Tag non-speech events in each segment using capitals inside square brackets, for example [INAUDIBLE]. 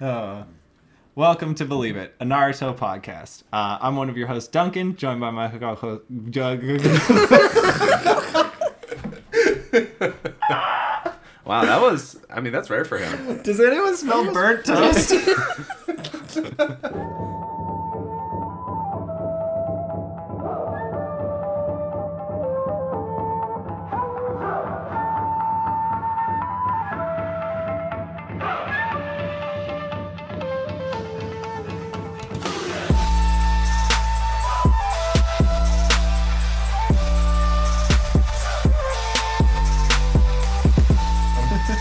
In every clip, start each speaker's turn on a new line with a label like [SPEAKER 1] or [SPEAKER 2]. [SPEAKER 1] Oh. Welcome to Believe It, a Naruto podcast. Uh, I'm one of your hosts, Duncan, joined by my co-host. [LAUGHS]
[SPEAKER 2] Wow, that was. I mean, that's rare for him.
[SPEAKER 1] Does anyone smell burnt toast? [LAUGHS]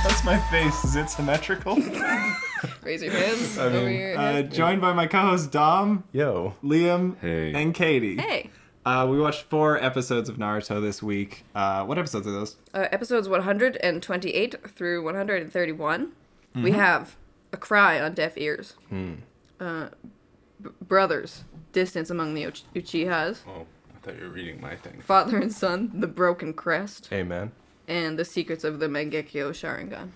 [SPEAKER 1] That's my face. Is it symmetrical? [LAUGHS]
[SPEAKER 3] Raise your hands over your
[SPEAKER 1] Uh,
[SPEAKER 3] [LAUGHS] head.
[SPEAKER 1] joined by my co-host Dom,
[SPEAKER 4] [LAUGHS] Yo.
[SPEAKER 1] Liam,
[SPEAKER 2] Hey.
[SPEAKER 1] and Katie.
[SPEAKER 3] hey,
[SPEAKER 1] Uh, we watched four episodes of Naruto this week. Uh, what episodes are those?
[SPEAKER 3] uh, episodes 128 through 131,
[SPEAKER 1] Mm-hmm.
[SPEAKER 3] we have a cry on deaf ears.
[SPEAKER 1] Hmm.
[SPEAKER 3] Uh, b- brothers, distance among the Uch- Uchihas.
[SPEAKER 2] Oh, I thought you were reading my thing.
[SPEAKER 3] Father and son, the broken crest,
[SPEAKER 4] Amen.
[SPEAKER 3] and the secrets of the Mangekyo Sharingan.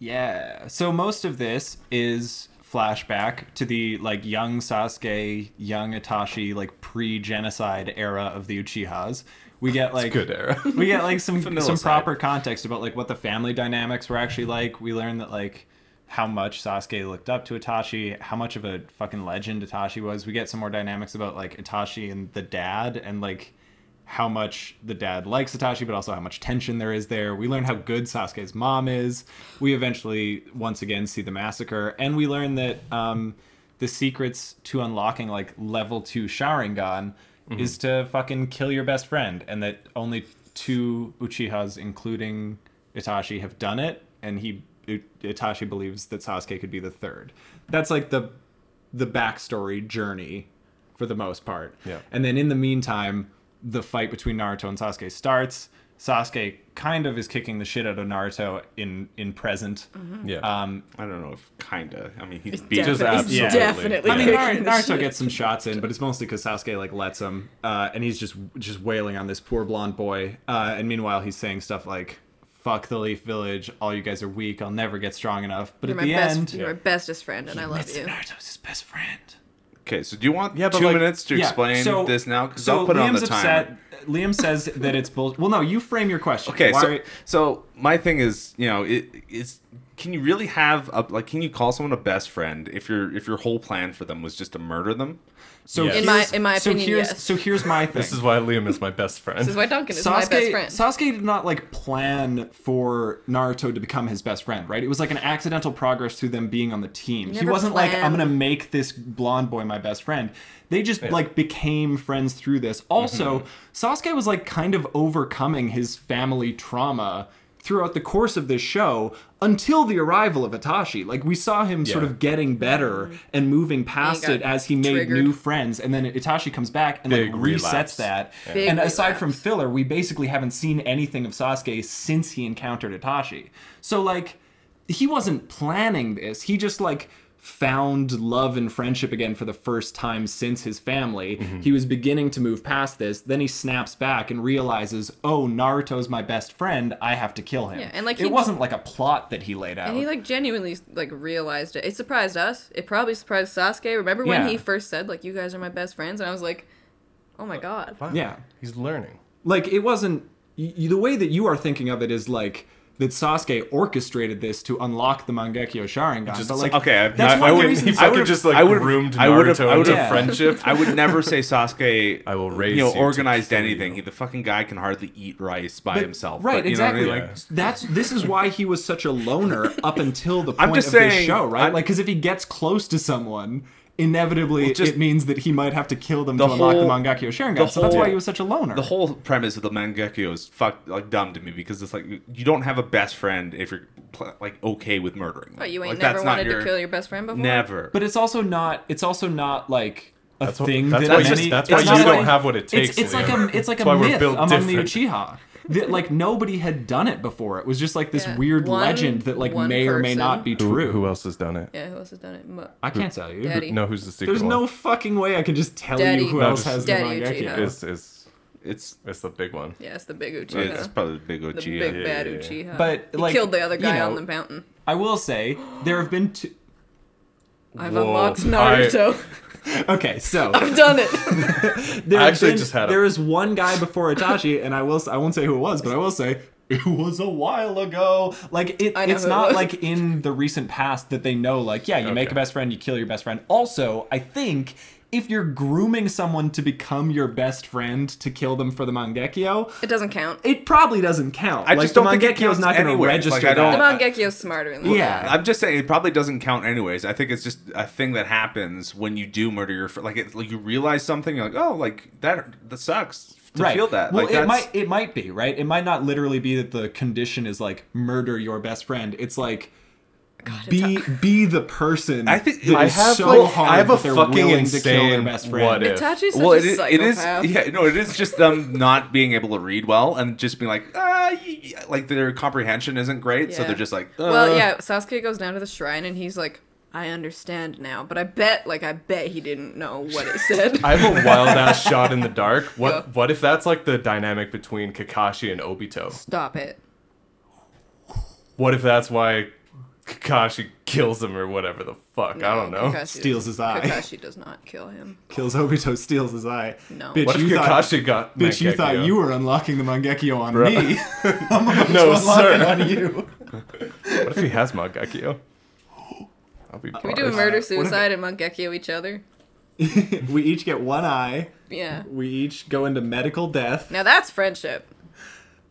[SPEAKER 1] Yeah. So most of this is flashback to the like young Sasuke, young Itachi, like pre-genocide era of the Uchihas. We get like
[SPEAKER 4] Good era. [LAUGHS]
[SPEAKER 1] [LAUGHS] we get like some some
[SPEAKER 2] Familicide.
[SPEAKER 1] proper context about like what the family dynamics were actually like. We learn that like how much Sasuke looked up to Itachi, how much of a fucking legend Itachi was. We get some more dynamics about like Itachi and the dad and like how much the dad likes Itachi, but also how much tension there is there. We learn how good Sasuke's mom is. We eventually once again see the massacre, and we learn that um, the secrets to unlocking like level two Sharingan is to fucking kill your best friend, and that only two Uchihas, including Itachi, have done it, and he I- Itachi believes that Sasuke could be the third. That's like the the backstory journey for the most part.
[SPEAKER 4] Yeah.
[SPEAKER 1] And then in the meantime, the fight between Naruto and Sasuke starts. Sasuke kind of is kicking the shit out of Naruto in in present.
[SPEAKER 4] Yeah.
[SPEAKER 1] Um,
[SPEAKER 2] I don't know if kinda. I mean, he's
[SPEAKER 3] Defi-
[SPEAKER 2] beating
[SPEAKER 4] just abs-
[SPEAKER 3] he's
[SPEAKER 1] yeah.
[SPEAKER 3] definitely.
[SPEAKER 1] I mean,
[SPEAKER 3] kicking
[SPEAKER 1] Naruto,
[SPEAKER 3] the
[SPEAKER 1] Naruto
[SPEAKER 3] shit.
[SPEAKER 1] gets some shots in, but it's mostly because Sasuke like lets him, uh, and he's just just wailing on this poor blonde boy. Uh, and meanwhile, he's saying stuff like "fuck the Leaf Village," "all you guys are weak," "I'll never get strong enough." But
[SPEAKER 3] You're
[SPEAKER 1] at
[SPEAKER 3] my
[SPEAKER 1] the
[SPEAKER 3] best.
[SPEAKER 1] end,
[SPEAKER 3] You're my bestest friend, and I love
[SPEAKER 1] it's
[SPEAKER 3] you.
[SPEAKER 1] Naruto's his best friend.
[SPEAKER 2] Okay, so do you want
[SPEAKER 4] Yeah, but
[SPEAKER 2] two
[SPEAKER 4] like-
[SPEAKER 2] minutes to
[SPEAKER 1] Yeah,
[SPEAKER 2] explain
[SPEAKER 1] so-
[SPEAKER 2] this now? Because
[SPEAKER 1] so
[SPEAKER 2] I'll put it on the
[SPEAKER 1] Liam's
[SPEAKER 2] timer.
[SPEAKER 1] upset- Liam says that it's bull. Well, no, you frame your question.
[SPEAKER 2] Okay,
[SPEAKER 1] Why
[SPEAKER 2] so,
[SPEAKER 1] are you-
[SPEAKER 2] so my thing is, you know, it is can you really have a like can you call someone a best friend if your if your whole plan for them was just to murder them?
[SPEAKER 1] so
[SPEAKER 4] Yes.
[SPEAKER 3] In my-
[SPEAKER 1] here's-
[SPEAKER 3] in my
[SPEAKER 1] so
[SPEAKER 3] opinion,
[SPEAKER 1] here's,
[SPEAKER 3] yes.
[SPEAKER 1] So here's my thing.
[SPEAKER 4] this is why Liam is my best friend.
[SPEAKER 3] This is why Duncan is my best friend.
[SPEAKER 1] Sasuke did not like plan for Naruto to become his best friend, right? It was like an accidental progress through them being on the team. He,
[SPEAKER 3] never
[SPEAKER 1] wasn't like, I'm
[SPEAKER 3] planned.
[SPEAKER 1] gonna make this blonde boy my best friend. They just like became friends through this. Also,
[SPEAKER 4] Mm-hmm.
[SPEAKER 1] Sasuke was like kind of overcoming his family trauma throughout the course of this show until the arrival of Itachi. Like we saw him sort
[SPEAKER 4] Yeah.
[SPEAKER 1] of getting better and moving past
[SPEAKER 3] Mm-hmm. got
[SPEAKER 1] it as he made
[SPEAKER 3] triggered.
[SPEAKER 1] new friends and then Itachi comes back and
[SPEAKER 4] Big
[SPEAKER 1] like resets
[SPEAKER 4] relapse.
[SPEAKER 1] that.
[SPEAKER 3] Big
[SPEAKER 1] and aside
[SPEAKER 3] relapse.
[SPEAKER 1] from filler, we basically haven't seen anything of Sasuke since he encountered Itachi. So like he wasn't planning this. He just like found love and friendship again for the first time since his family.
[SPEAKER 3] Mm-hmm.
[SPEAKER 1] He was beginning to move past this. Then he snaps back and realizes, "Oh, Naruto's my best friend. I have to kill him."
[SPEAKER 3] Yeah, and, like,
[SPEAKER 1] it
[SPEAKER 3] he-
[SPEAKER 1] wasn't like a plot that he laid out.
[SPEAKER 2] Oh.
[SPEAKER 3] And he like genuinely like realized it. It surprised us. It probably surprised Sasuke. Remember when
[SPEAKER 1] Yeah.
[SPEAKER 3] he first said like you guys are my best friends and I was like, "Oh my god."
[SPEAKER 4] Wow.
[SPEAKER 1] Yeah.
[SPEAKER 4] He's learning.
[SPEAKER 1] like it wasn't y y- the way that you are thinking of it is like that Sasuke orchestrated this to unlock the Mangekyo Sharingan.
[SPEAKER 4] Just-
[SPEAKER 1] but like
[SPEAKER 2] Okay, I,
[SPEAKER 1] that's
[SPEAKER 2] I,
[SPEAKER 1] one
[SPEAKER 2] I
[SPEAKER 1] of the
[SPEAKER 2] would.
[SPEAKER 1] reasons.
[SPEAKER 4] fucking
[SPEAKER 2] I would
[SPEAKER 4] just, like,
[SPEAKER 2] I would've-
[SPEAKER 4] groomed
[SPEAKER 2] I would've-
[SPEAKER 4] Naruto
[SPEAKER 2] I would've-
[SPEAKER 4] into
[SPEAKER 2] yeah.
[SPEAKER 4] friendship.
[SPEAKER 2] [LAUGHS] I would never say Sasuke.
[SPEAKER 4] [LAUGHS] I will raise
[SPEAKER 2] you know
[SPEAKER 4] you to
[SPEAKER 2] organized
[SPEAKER 4] kill you.
[SPEAKER 2] anything. He, the fucking guy can hardly eat rice by himself.
[SPEAKER 1] Right,
[SPEAKER 2] but, you know what I
[SPEAKER 1] exactly.
[SPEAKER 2] mean?
[SPEAKER 1] Like, That's this is why he was such a
[SPEAKER 2] [LAUGHS]
[SPEAKER 1] loner up until the point
[SPEAKER 2] I'm just
[SPEAKER 1] of this
[SPEAKER 2] saying,
[SPEAKER 1] show, right?
[SPEAKER 2] I-
[SPEAKER 1] like, because if he gets close to someone, inevitably
[SPEAKER 2] just-
[SPEAKER 1] it means that he might have to kill them
[SPEAKER 2] The
[SPEAKER 1] to unlock the
[SPEAKER 2] whole-
[SPEAKER 1] Mangekyo Sharingan.
[SPEAKER 2] the
[SPEAKER 1] so that's why
[SPEAKER 2] whole-
[SPEAKER 1] he was such a loner.
[SPEAKER 2] the whole premise of the Mangekyo is fuck like dumb to me because it's like you you don't have a best friend if you're pl- like okay with murdering. Them.
[SPEAKER 3] But you ain't
[SPEAKER 2] Like,
[SPEAKER 3] never
[SPEAKER 2] that's not
[SPEAKER 3] wanted
[SPEAKER 2] your-
[SPEAKER 3] to kill your best friend before.
[SPEAKER 2] Never.
[SPEAKER 1] But it's also not. It's also not like a
[SPEAKER 4] That's what-
[SPEAKER 1] thing.
[SPEAKER 4] that's
[SPEAKER 1] that
[SPEAKER 4] why
[SPEAKER 2] you-
[SPEAKER 1] many,
[SPEAKER 2] that's
[SPEAKER 1] it's
[SPEAKER 2] why
[SPEAKER 1] not
[SPEAKER 2] you don't
[SPEAKER 4] have what it takes,
[SPEAKER 1] It's, it's like
[SPEAKER 4] Leo.
[SPEAKER 1] a it's like
[SPEAKER 4] That's
[SPEAKER 1] a
[SPEAKER 4] why we're
[SPEAKER 1] myth
[SPEAKER 4] built
[SPEAKER 1] among
[SPEAKER 4] different.
[SPEAKER 1] the Uchiha. That like nobody had done it before. It was just like this
[SPEAKER 3] Yeah.
[SPEAKER 1] weird
[SPEAKER 3] One-
[SPEAKER 1] legend that like
[SPEAKER 3] one
[SPEAKER 1] may or may
[SPEAKER 3] person.
[SPEAKER 1] not be
[SPEAKER 4] Who,
[SPEAKER 1] true.
[SPEAKER 4] who else has done it?
[SPEAKER 3] Yeah, who else has done it? Mo-
[SPEAKER 1] I can't tell you.
[SPEAKER 3] Daddy.
[SPEAKER 4] No, who's the secret
[SPEAKER 1] There's
[SPEAKER 4] one?
[SPEAKER 1] no fucking way I can just tell
[SPEAKER 3] Daddy.
[SPEAKER 1] you who
[SPEAKER 3] No,
[SPEAKER 1] else
[SPEAKER 4] just-
[SPEAKER 1] has
[SPEAKER 3] Daddy
[SPEAKER 1] the Mangekyo.
[SPEAKER 3] Uchiha.
[SPEAKER 4] Is is
[SPEAKER 2] it's
[SPEAKER 4] it's the big one?
[SPEAKER 3] yeah, it's the big Uchiha.
[SPEAKER 2] it's probably the big
[SPEAKER 3] the
[SPEAKER 2] Uchiha.
[SPEAKER 3] big
[SPEAKER 4] yeah,
[SPEAKER 3] bad
[SPEAKER 4] yeah, yeah.
[SPEAKER 3] Uchiha.
[SPEAKER 1] But,
[SPEAKER 3] he
[SPEAKER 1] like,
[SPEAKER 3] killed the other
[SPEAKER 1] you
[SPEAKER 3] guy
[SPEAKER 1] know-
[SPEAKER 3] on the mountain.
[SPEAKER 1] I will say there have been two.
[SPEAKER 3] I've
[SPEAKER 4] Whoa.
[SPEAKER 3] unlocked Naruto.
[SPEAKER 1] Okay,
[SPEAKER 3] [LAUGHS]
[SPEAKER 1] so
[SPEAKER 3] I... have done
[SPEAKER 2] [LAUGHS]
[SPEAKER 3] it.
[SPEAKER 1] there
[SPEAKER 4] I
[SPEAKER 1] have
[SPEAKER 4] actually
[SPEAKER 1] been-
[SPEAKER 4] just had a-
[SPEAKER 1] there is one guy before Itachi, and I will s- I won't say who it was, but I will say it was a while ago. Like it,
[SPEAKER 3] I know
[SPEAKER 1] it's
[SPEAKER 3] who it
[SPEAKER 1] not
[SPEAKER 3] was.
[SPEAKER 1] like in the recent past that they know. Like yeah, you make
[SPEAKER 4] Okay.
[SPEAKER 1] a best friend, you kill your best friend. Also, I think. If you're grooming someone to become your best friend to kill them for the Mangekyo,
[SPEAKER 3] It doesn't count.
[SPEAKER 1] it probably doesn't count.
[SPEAKER 2] I
[SPEAKER 1] like,
[SPEAKER 2] just
[SPEAKER 1] the
[SPEAKER 2] don't think it
[SPEAKER 1] Mangekyo's
[SPEAKER 2] counts
[SPEAKER 1] not going to
[SPEAKER 2] anyways. Like,
[SPEAKER 1] register
[SPEAKER 2] I don't-
[SPEAKER 1] that.
[SPEAKER 3] The Mangekyo's smarter than that.
[SPEAKER 1] Yeah.
[SPEAKER 2] I'm just saying it probably doesn't count anyways. I think it's just a thing that happens when you do murder your fr- like it, like you realize something you're like oh like that that sucks to feel that
[SPEAKER 1] Well,
[SPEAKER 2] like
[SPEAKER 1] it
[SPEAKER 2] that's,
[SPEAKER 1] might it might be right. It might not literally be that the condition is like murder your best friend. It's like be be the person.
[SPEAKER 2] I think-
[SPEAKER 1] that
[SPEAKER 2] I
[SPEAKER 1] is
[SPEAKER 4] have,
[SPEAKER 1] so
[SPEAKER 4] like-
[SPEAKER 1] hard
[SPEAKER 4] I have a
[SPEAKER 1] that they're
[SPEAKER 4] fucking
[SPEAKER 1] willing to kill their
[SPEAKER 4] insane
[SPEAKER 1] best friend.
[SPEAKER 4] what if.
[SPEAKER 3] Itachi's such
[SPEAKER 2] well
[SPEAKER 3] a
[SPEAKER 2] it, i- it is
[SPEAKER 3] psychopath.
[SPEAKER 2] yeah no it is just them not being able to read well and just being like ah y- y- like their comprehension isn't great so
[SPEAKER 3] Yeah.
[SPEAKER 2] they're just like uh,
[SPEAKER 3] Well, yeah, Sasuke goes down to the shrine and he's like, I understand now, but I bet, like, I bet he didn't know what it said.
[SPEAKER 4] [LAUGHS]
[SPEAKER 1] [LAUGHS]
[SPEAKER 4] I have a wild ass shot in the dark. What
[SPEAKER 3] Go.
[SPEAKER 4] what if that's like the dynamic between Kakashi and Obito?
[SPEAKER 3] Stop it.
[SPEAKER 4] What if that's why Kakashi kills him or whatever the fuck? I don't know.
[SPEAKER 3] Kakashi
[SPEAKER 1] Steals his eye.
[SPEAKER 3] Kakashi does not kill him.
[SPEAKER 1] Kills Obito, steals his eye.
[SPEAKER 3] No.
[SPEAKER 1] Bitch,
[SPEAKER 4] What if
[SPEAKER 1] you thought,
[SPEAKER 4] Kakashi got
[SPEAKER 1] bitch, you thought
[SPEAKER 4] Mangekyo?
[SPEAKER 1] you were unlocking the Mangekyo on
[SPEAKER 4] Bruh.
[SPEAKER 2] [LAUGHS]
[SPEAKER 1] me. [LAUGHS] I'm about
[SPEAKER 4] No,
[SPEAKER 1] to unlock
[SPEAKER 4] sir.
[SPEAKER 1] it on you.
[SPEAKER 4] What if he has Mangekyo? I'll be
[SPEAKER 3] Can we do a
[SPEAKER 4] bars.
[SPEAKER 3] murder
[SPEAKER 1] if-
[SPEAKER 3] suicide and Mangekyo each other?
[SPEAKER 1] we each get one eye.
[SPEAKER 3] Yeah.
[SPEAKER 1] We each go into medical death.
[SPEAKER 3] Now that's friendship.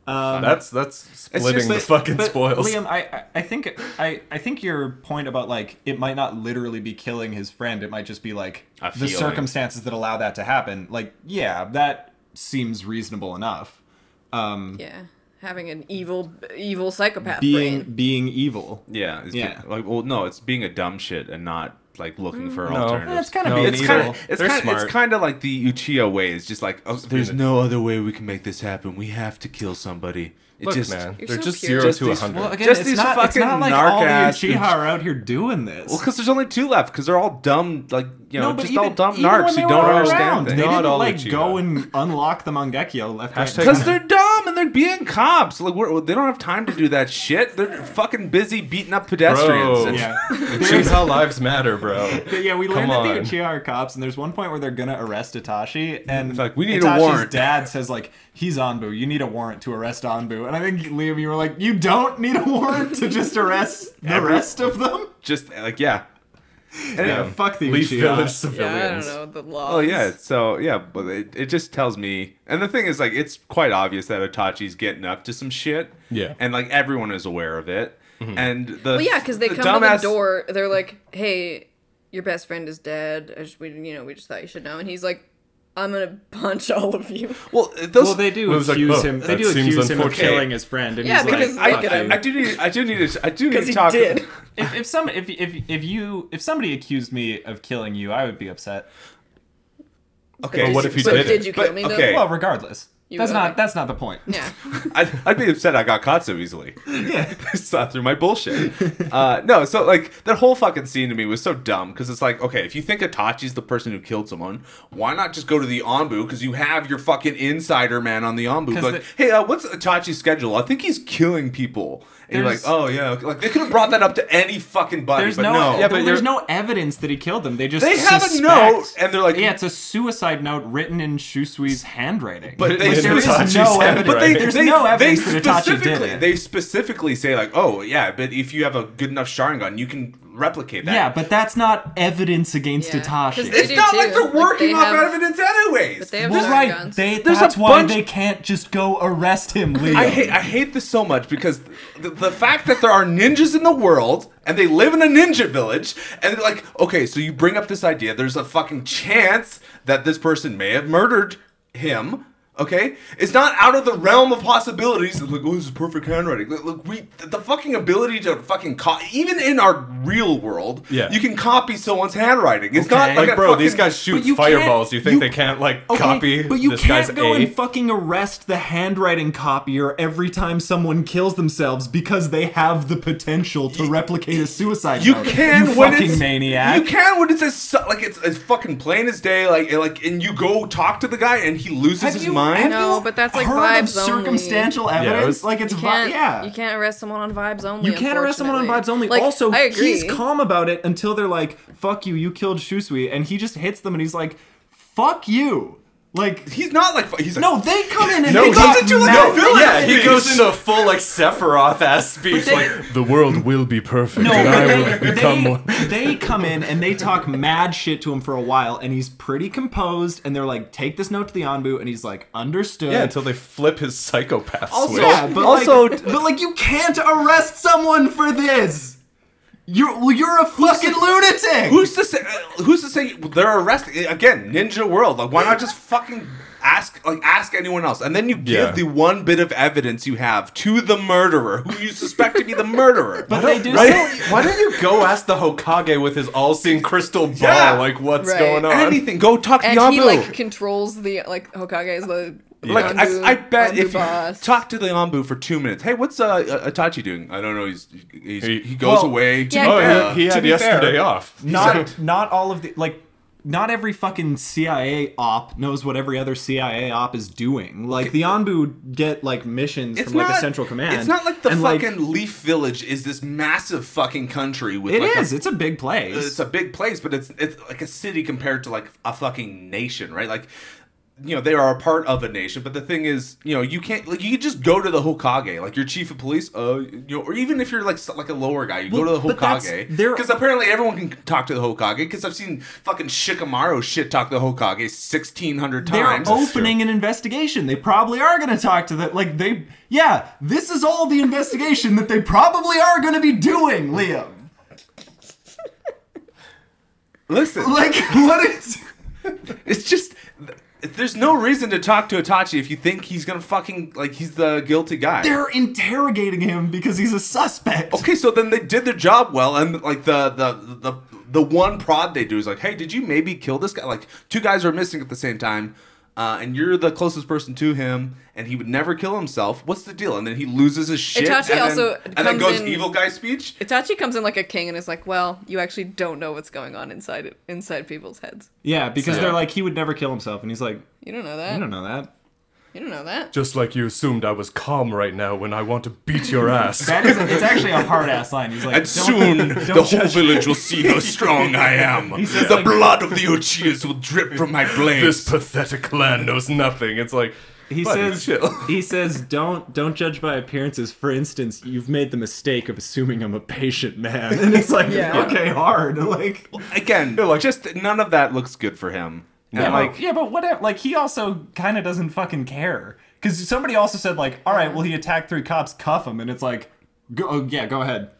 [SPEAKER 1] Um,
[SPEAKER 4] That's that's splitting the
[SPEAKER 2] like-
[SPEAKER 4] fucking
[SPEAKER 1] But,
[SPEAKER 4] spoils.
[SPEAKER 1] Liam, I, I- I think I, I think your point about like it might not literally be killing his friend. It might just be like
[SPEAKER 2] A
[SPEAKER 1] the
[SPEAKER 2] feeling.
[SPEAKER 1] circumstances that allow that to happen. Like, yeah, that seems reasonable enough. Um,
[SPEAKER 3] Yeah. Having an evil, evil psychopath
[SPEAKER 1] being
[SPEAKER 3] brain.
[SPEAKER 1] being evil.
[SPEAKER 2] yeah it's
[SPEAKER 1] Yeah.
[SPEAKER 2] Being, like well no it's being a dumb shit and not like looking for
[SPEAKER 4] Mm. No.
[SPEAKER 2] alternatives
[SPEAKER 1] That's kind of
[SPEAKER 4] No,
[SPEAKER 1] being
[SPEAKER 2] it's
[SPEAKER 1] evil.
[SPEAKER 2] kind of it's
[SPEAKER 4] They're
[SPEAKER 2] kind of
[SPEAKER 4] smart.
[SPEAKER 2] it's kind of like the Uchiha way. It's just like oh, there's
[SPEAKER 4] being
[SPEAKER 2] no other way we can make this happen. We have to kill somebody. It
[SPEAKER 4] Look,
[SPEAKER 2] just
[SPEAKER 4] man,
[SPEAKER 3] You're
[SPEAKER 4] they're
[SPEAKER 3] so
[SPEAKER 4] just
[SPEAKER 3] pure.
[SPEAKER 4] zero
[SPEAKER 2] Just
[SPEAKER 4] to a
[SPEAKER 2] these-
[SPEAKER 4] hundred.
[SPEAKER 1] well, again,
[SPEAKER 2] Just
[SPEAKER 1] it's
[SPEAKER 2] these
[SPEAKER 1] not, it's
[SPEAKER 2] fucking
[SPEAKER 1] not like all the
[SPEAKER 2] narc-ass-
[SPEAKER 1] Uchiha are out here doing this.
[SPEAKER 2] well because there's only two left because they're all dumb like you know
[SPEAKER 1] No, but
[SPEAKER 2] just
[SPEAKER 1] even-
[SPEAKER 2] all dumb
[SPEAKER 1] even when
[SPEAKER 2] narcs
[SPEAKER 1] they
[SPEAKER 2] who
[SPEAKER 1] were
[SPEAKER 2] don't
[SPEAKER 1] all
[SPEAKER 2] understand
[SPEAKER 1] around, They
[SPEAKER 2] things.
[SPEAKER 4] Not
[SPEAKER 1] didn't
[SPEAKER 4] all
[SPEAKER 1] like
[SPEAKER 4] Uchiha.
[SPEAKER 1] go and unlock the Mangekyo left. right,
[SPEAKER 4] Hashtag
[SPEAKER 1] and
[SPEAKER 2] [LAUGHS] Because
[SPEAKER 1] center.
[SPEAKER 2] they're dumb and they're being cops. Like we're, they don't have time to do that shit. They're fucking busy beating up pedestrians.
[SPEAKER 4] Bro.
[SPEAKER 2] It's- [LAUGHS]
[SPEAKER 1] yeah.
[SPEAKER 4] Choose how lives matter, bro.
[SPEAKER 1] [LAUGHS] But yeah, we
[SPEAKER 4] Come
[SPEAKER 1] learned that the
[SPEAKER 4] on.
[SPEAKER 1] Uchiha are cops, and there's one point where they're gonna arrest Itachi, and
[SPEAKER 2] It's like, we need a
[SPEAKER 1] Itachi's
[SPEAKER 2] warrant.
[SPEAKER 1] dad says like, "He's Anbu. You need a warrant to arrest Anbu." And I think Liam, you were like, "You don't need a warrant to just arrest
[SPEAKER 4] [LAUGHS]
[SPEAKER 1] the
[SPEAKER 2] Every-
[SPEAKER 1] rest of them."
[SPEAKER 2] Just like yeah.
[SPEAKER 1] And yeah, fuck the
[SPEAKER 4] um, Leaf village
[SPEAKER 1] Uchiha.
[SPEAKER 4] civilians.
[SPEAKER 3] yeah, I don't know. The law.
[SPEAKER 2] Oh yeah, so yeah, but it, it just tells me. And the thing is, like, it's quite obvious that Itachi's getting up to some shit.
[SPEAKER 4] Yeah.
[SPEAKER 2] and like everyone is aware of it.
[SPEAKER 1] Mm-hmm.
[SPEAKER 2] And the
[SPEAKER 3] Well, yeah, because they
[SPEAKER 2] the
[SPEAKER 3] come to the
[SPEAKER 2] dumbass-
[SPEAKER 3] door. They're like, "Hey, your best friend is dead. I just, we, you know, we just thought you should know." And he's like, "I'm gonna punch all of you."
[SPEAKER 2] Well, those
[SPEAKER 1] Well, they do
[SPEAKER 4] Well, it's like,
[SPEAKER 1] accuse
[SPEAKER 4] oh,
[SPEAKER 1] him. They
[SPEAKER 4] that
[SPEAKER 1] do
[SPEAKER 4] seems
[SPEAKER 1] accuse him of
[SPEAKER 4] unfortunate.
[SPEAKER 1] killing his friend, and
[SPEAKER 3] Yeah,
[SPEAKER 1] he's
[SPEAKER 3] because
[SPEAKER 1] like,
[SPEAKER 3] look
[SPEAKER 1] "Fuck
[SPEAKER 3] at him."
[SPEAKER 1] you."
[SPEAKER 2] I, I do need. I do need to. I
[SPEAKER 3] [LAUGHS]
[SPEAKER 2] do need
[SPEAKER 3] Because
[SPEAKER 2] to
[SPEAKER 3] he
[SPEAKER 2] talk.
[SPEAKER 3] did.
[SPEAKER 1] if, if some if, if if you if somebody accused me of killing you, I would be upset.
[SPEAKER 2] [LAUGHS] Okay,
[SPEAKER 3] But
[SPEAKER 4] what
[SPEAKER 3] did
[SPEAKER 4] if
[SPEAKER 3] you-
[SPEAKER 4] he
[SPEAKER 3] but
[SPEAKER 4] did it?
[SPEAKER 3] Did you kill
[SPEAKER 2] But-
[SPEAKER 3] me? Though?
[SPEAKER 2] okay.
[SPEAKER 1] Well, regardless,
[SPEAKER 3] You
[SPEAKER 1] that's
[SPEAKER 3] would.
[SPEAKER 1] not that's not the point.
[SPEAKER 3] Yeah.
[SPEAKER 2] [LAUGHS] I'd, I'd be upset I got caught so easily.
[SPEAKER 1] Yeah.
[SPEAKER 2] [LAUGHS] It's not through my bullshit. Uh, no, so like that whole fucking scene to me was so dumb because it's like, okay, if you think Itachi's the person who killed someone, why not just go to the Anbu because you have your fucking insider man on the Anbu.
[SPEAKER 1] 'Cause
[SPEAKER 2] Like,
[SPEAKER 1] the-
[SPEAKER 2] hey, uh, what's Itachi's schedule? I think he's killing people. And you're like,
[SPEAKER 1] There's-
[SPEAKER 2] oh yeah, okay. like they could have brought that up to any fucking buddy,
[SPEAKER 1] There's
[SPEAKER 2] but
[SPEAKER 1] no,
[SPEAKER 2] no.
[SPEAKER 1] yeah,
[SPEAKER 4] but
[SPEAKER 1] there's
[SPEAKER 4] you're-
[SPEAKER 1] no evidence that he killed them. They just
[SPEAKER 2] They have a
[SPEAKER 1] suspect-
[SPEAKER 2] note, and they're like,
[SPEAKER 1] yeah, it's a suicide note written in Shusui's handwriting.
[SPEAKER 2] But they-
[SPEAKER 1] Like, there is
[SPEAKER 4] Itachi's
[SPEAKER 1] no
[SPEAKER 4] handwriting.
[SPEAKER 1] evidence.
[SPEAKER 2] But they,
[SPEAKER 1] there's
[SPEAKER 2] they,
[SPEAKER 1] no
[SPEAKER 2] they
[SPEAKER 1] evidence that Itachi did
[SPEAKER 2] specifically,
[SPEAKER 1] it.
[SPEAKER 2] they specifically say like, oh yeah, but if you have a good enough Sharingan, you can replicate that.
[SPEAKER 1] yeah, but that's not evidence against
[SPEAKER 3] Yeah, 'cause
[SPEAKER 1] Itachi.
[SPEAKER 3] they-
[SPEAKER 2] It's
[SPEAKER 3] do
[SPEAKER 2] not
[SPEAKER 3] too.
[SPEAKER 2] like they're
[SPEAKER 3] Like,
[SPEAKER 2] working
[SPEAKER 3] they
[SPEAKER 2] off
[SPEAKER 3] have-
[SPEAKER 2] evidence anyways.
[SPEAKER 3] But they have
[SPEAKER 1] well,
[SPEAKER 3] their
[SPEAKER 1] right.
[SPEAKER 3] guns.
[SPEAKER 1] They,
[SPEAKER 2] There's a
[SPEAKER 1] that's why
[SPEAKER 2] bunch-
[SPEAKER 1] they can't just go arrest him, Leo.
[SPEAKER 2] I hate I hate this so much because the, the fact that there are ninjas in the world and they live in a ninja village and they're like okay so you bring up this idea there's a fucking chance that this person may have murdered him okay it's not out of the realm of possibilities It's like oh this is perfect handwriting look, look we the fucking ability to fucking co- even in our real world
[SPEAKER 4] Yeah.
[SPEAKER 2] you can copy someone's handwriting it's
[SPEAKER 1] Okay.
[SPEAKER 2] not like,
[SPEAKER 4] Like,
[SPEAKER 2] a
[SPEAKER 4] bro,
[SPEAKER 2] fucking-
[SPEAKER 4] these guys shoot
[SPEAKER 1] But you can't-
[SPEAKER 4] fireballs. You think
[SPEAKER 1] you-
[SPEAKER 4] they can't like
[SPEAKER 1] Okay,
[SPEAKER 4] copy
[SPEAKER 1] but you
[SPEAKER 4] this
[SPEAKER 1] can't
[SPEAKER 4] guy's
[SPEAKER 1] go
[SPEAKER 4] A?
[SPEAKER 1] and fucking arrest the handwriting copier every time someone kills themselves because they have the potential to replicate a suicide
[SPEAKER 2] You
[SPEAKER 1] note.
[SPEAKER 2] can
[SPEAKER 1] you
[SPEAKER 2] when
[SPEAKER 1] fucking
[SPEAKER 2] it's
[SPEAKER 1] maniac.
[SPEAKER 2] You can when it's as su- like it's as fucking plain as day. Like and, like and you go talk to the guy and he loses
[SPEAKER 1] Have
[SPEAKER 2] his
[SPEAKER 1] you-
[SPEAKER 2] mind?
[SPEAKER 3] No, but that's like
[SPEAKER 1] heard of
[SPEAKER 3] vibes only.
[SPEAKER 1] circumstantial
[SPEAKER 4] it
[SPEAKER 1] evidence.
[SPEAKER 4] was-
[SPEAKER 1] like it's
[SPEAKER 3] You
[SPEAKER 1] vi-
[SPEAKER 3] can't,
[SPEAKER 1] yeah.
[SPEAKER 3] you can't arrest someone on vibes only.
[SPEAKER 1] You can't arrest someone on vibes
[SPEAKER 3] unfortunately.
[SPEAKER 1] only.
[SPEAKER 3] Like,
[SPEAKER 1] also,
[SPEAKER 3] I agree.
[SPEAKER 1] he's calm about it until they're like, "Fuck you, you killed Shusui," and he just hits them, and he's like, "Fuck you!" Like,
[SPEAKER 2] He's not like he's like,
[SPEAKER 1] no, they come in and
[SPEAKER 4] No,
[SPEAKER 1] they
[SPEAKER 4] he
[SPEAKER 1] talk
[SPEAKER 2] doesn't do like
[SPEAKER 1] mad-
[SPEAKER 2] a villain.
[SPEAKER 4] Yeah, he
[SPEAKER 2] Speech.
[SPEAKER 4] goes into a full like Sephiroth ass speech,
[SPEAKER 1] they-
[SPEAKER 4] like the world will be perfect,
[SPEAKER 1] No,
[SPEAKER 4] and
[SPEAKER 1] but
[SPEAKER 4] I will
[SPEAKER 1] they,
[SPEAKER 4] become
[SPEAKER 1] they-
[SPEAKER 4] one.
[SPEAKER 1] they come in and they talk mad shit to him for a while, and he's pretty composed, and they're like, "Take this note to the Anbu," and he's like, "Understood."
[SPEAKER 4] Yeah, until they flip his psychopath
[SPEAKER 1] also,
[SPEAKER 4] switch.
[SPEAKER 1] yeah, but
[SPEAKER 2] Also-
[SPEAKER 1] like, but like, you can't arrest someone for this. You're well, you're a fucking lunatic.
[SPEAKER 2] Who's to say? uh, Who's to say they're arresting eh, again? Ninja world. Like, why not just fucking ask? Like, ask anyone else, and then you give
[SPEAKER 4] Yeah.
[SPEAKER 2] the one bit of evidence you have to the murderer who you suspect to be the murderer.
[SPEAKER 1] but they do
[SPEAKER 4] Why
[SPEAKER 1] say-
[SPEAKER 4] don't, why don't you go ask the Hokage with his all-seeing crystal ball,
[SPEAKER 2] Yeah.
[SPEAKER 4] like what's
[SPEAKER 3] Right.
[SPEAKER 4] going on?
[SPEAKER 2] anything, go talk
[SPEAKER 3] And
[SPEAKER 2] to Yabu.
[SPEAKER 3] he like controls the like Hokage is the
[SPEAKER 2] Like
[SPEAKER 3] Anbu-
[SPEAKER 2] I, I bet
[SPEAKER 3] Anbu
[SPEAKER 2] if
[SPEAKER 3] boss.
[SPEAKER 2] you talk to the Ambu for two minutes, hey, what's uh, Itachi doing? I don't know. He's, he's he,
[SPEAKER 4] He-
[SPEAKER 2] goes
[SPEAKER 1] Well,
[SPEAKER 2] away.
[SPEAKER 3] yeah,
[SPEAKER 4] oh,
[SPEAKER 3] fair.
[SPEAKER 4] he, he
[SPEAKER 1] To
[SPEAKER 4] had
[SPEAKER 1] be fair,
[SPEAKER 4] yesterday
[SPEAKER 1] [LAUGHS]
[SPEAKER 4] off.
[SPEAKER 1] not not all of the like not every fucking CIA op knows what every other CIA op is doing. Like the Anbu get like missions
[SPEAKER 2] It's
[SPEAKER 1] from
[SPEAKER 2] not
[SPEAKER 1] like the central command.
[SPEAKER 2] It's not like the
[SPEAKER 1] and,
[SPEAKER 2] fucking Leaf Village is this massive fucking country with
[SPEAKER 1] It is.
[SPEAKER 2] like a
[SPEAKER 1] it's a big place.
[SPEAKER 2] it's a big place, but it's it's like a city compared to like a fucking nation, right? Like you know, they are a part of a nation, but the thing is, you know, you can't like you just go to the Hokage, like your chief of police, uh, you know, or even if you're like s- like a lower guy, you
[SPEAKER 1] Well,
[SPEAKER 2] go to the
[SPEAKER 1] but that's-
[SPEAKER 2] Hokage
[SPEAKER 1] there-
[SPEAKER 2] because apparently everyone can talk to the Hokage because I've seen fucking Shikamaru shit talk to the Hokage sixteen hundred
[SPEAKER 1] They're
[SPEAKER 2] times.
[SPEAKER 1] opening an investigation. They probably are going to talk to the like they. Yeah, this is all the investigation that they probably are going to be doing, Liam.
[SPEAKER 2] Listen,
[SPEAKER 1] Like [LAUGHS] what is?
[SPEAKER 2] It's just th- there's no reason to talk to Itachi if you think he's gonna fucking like he's the guilty guy.
[SPEAKER 1] They're interrogating him because he's a suspect.
[SPEAKER 2] okay, so then they did their job well, and like the the the the one prod they do is like, hey, did you maybe kill this guy? Like two guys are missing at the same time. Uh, and you're the closest person to him, and he would never kill himself. What's the deal? And then he loses his shit,
[SPEAKER 3] Itachi
[SPEAKER 2] and,
[SPEAKER 3] also
[SPEAKER 2] then, and then
[SPEAKER 3] comes
[SPEAKER 2] goes
[SPEAKER 3] in-
[SPEAKER 2] evil guy speech.
[SPEAKER 3] Itachi comes in like a king and is like, "Well, you actually don't know what's going on inside it, inside people's heads.
[SPEAKER 1] Yeah, because
[SPEAKER 4] Yeah.
[SPEAKER 1] they're like he would never kill himself, and he's like,
[SPEAKER 3] You don't know that.
[SPEAKER 1] I don't know that.
[SPEAKER 3] You don't know that."
[SPEAKER 4] Just like you assumed I was calm right now when I want to beat your
[SPEAKER 1] [LAUGHS]
[SPEAKER 4] ass.
[SPEAKER 1] That is, it's actually a hard ass line. He's like,
[SPEAKER 2] And
[SPEAKER 1] "Don't-
[SPEAKER 2] soon the whole
[SPEAKER 1] judge-
[SPEAKER 2] village will see how strong I am.
[SPEAKER 1] says,
[SPEAKER 2] the
[SPEAKER 1] like-
[SPEAKER 2] blood of the Uchias will drip from my blades.
[SPEAKER 4] this pathetic clan knows nothing. It's like
[SPEAKER 1] He
[SPEAKER 4] buddy,
[SPEAKER 1] says,
[SPEAKER 4] chill.
[SPEAKER 1] he says, don't don't judge by appearances. For instance, you've made the mistake of assuming I'm a patient man, [LAUGHS] and it's like,
[SPEAKER 3] Yeah.
[SPEAKER 1] okay, hard. [LAUGHS] Like,
[SPEAKER 2] again,
[SPEAKER 4] like-
[SPEAKER 2] just none of that looks good for him.
[SPEAKER 1] Yeah,
[SPEAKER 2] And,
[SPEAKER 1] but, yeah, but what? Like he also kind of doesn't fucking care because somebody also said like, all right, well he attacked three cops, cuff him, and it's like, go, oh, yeah, go ahead.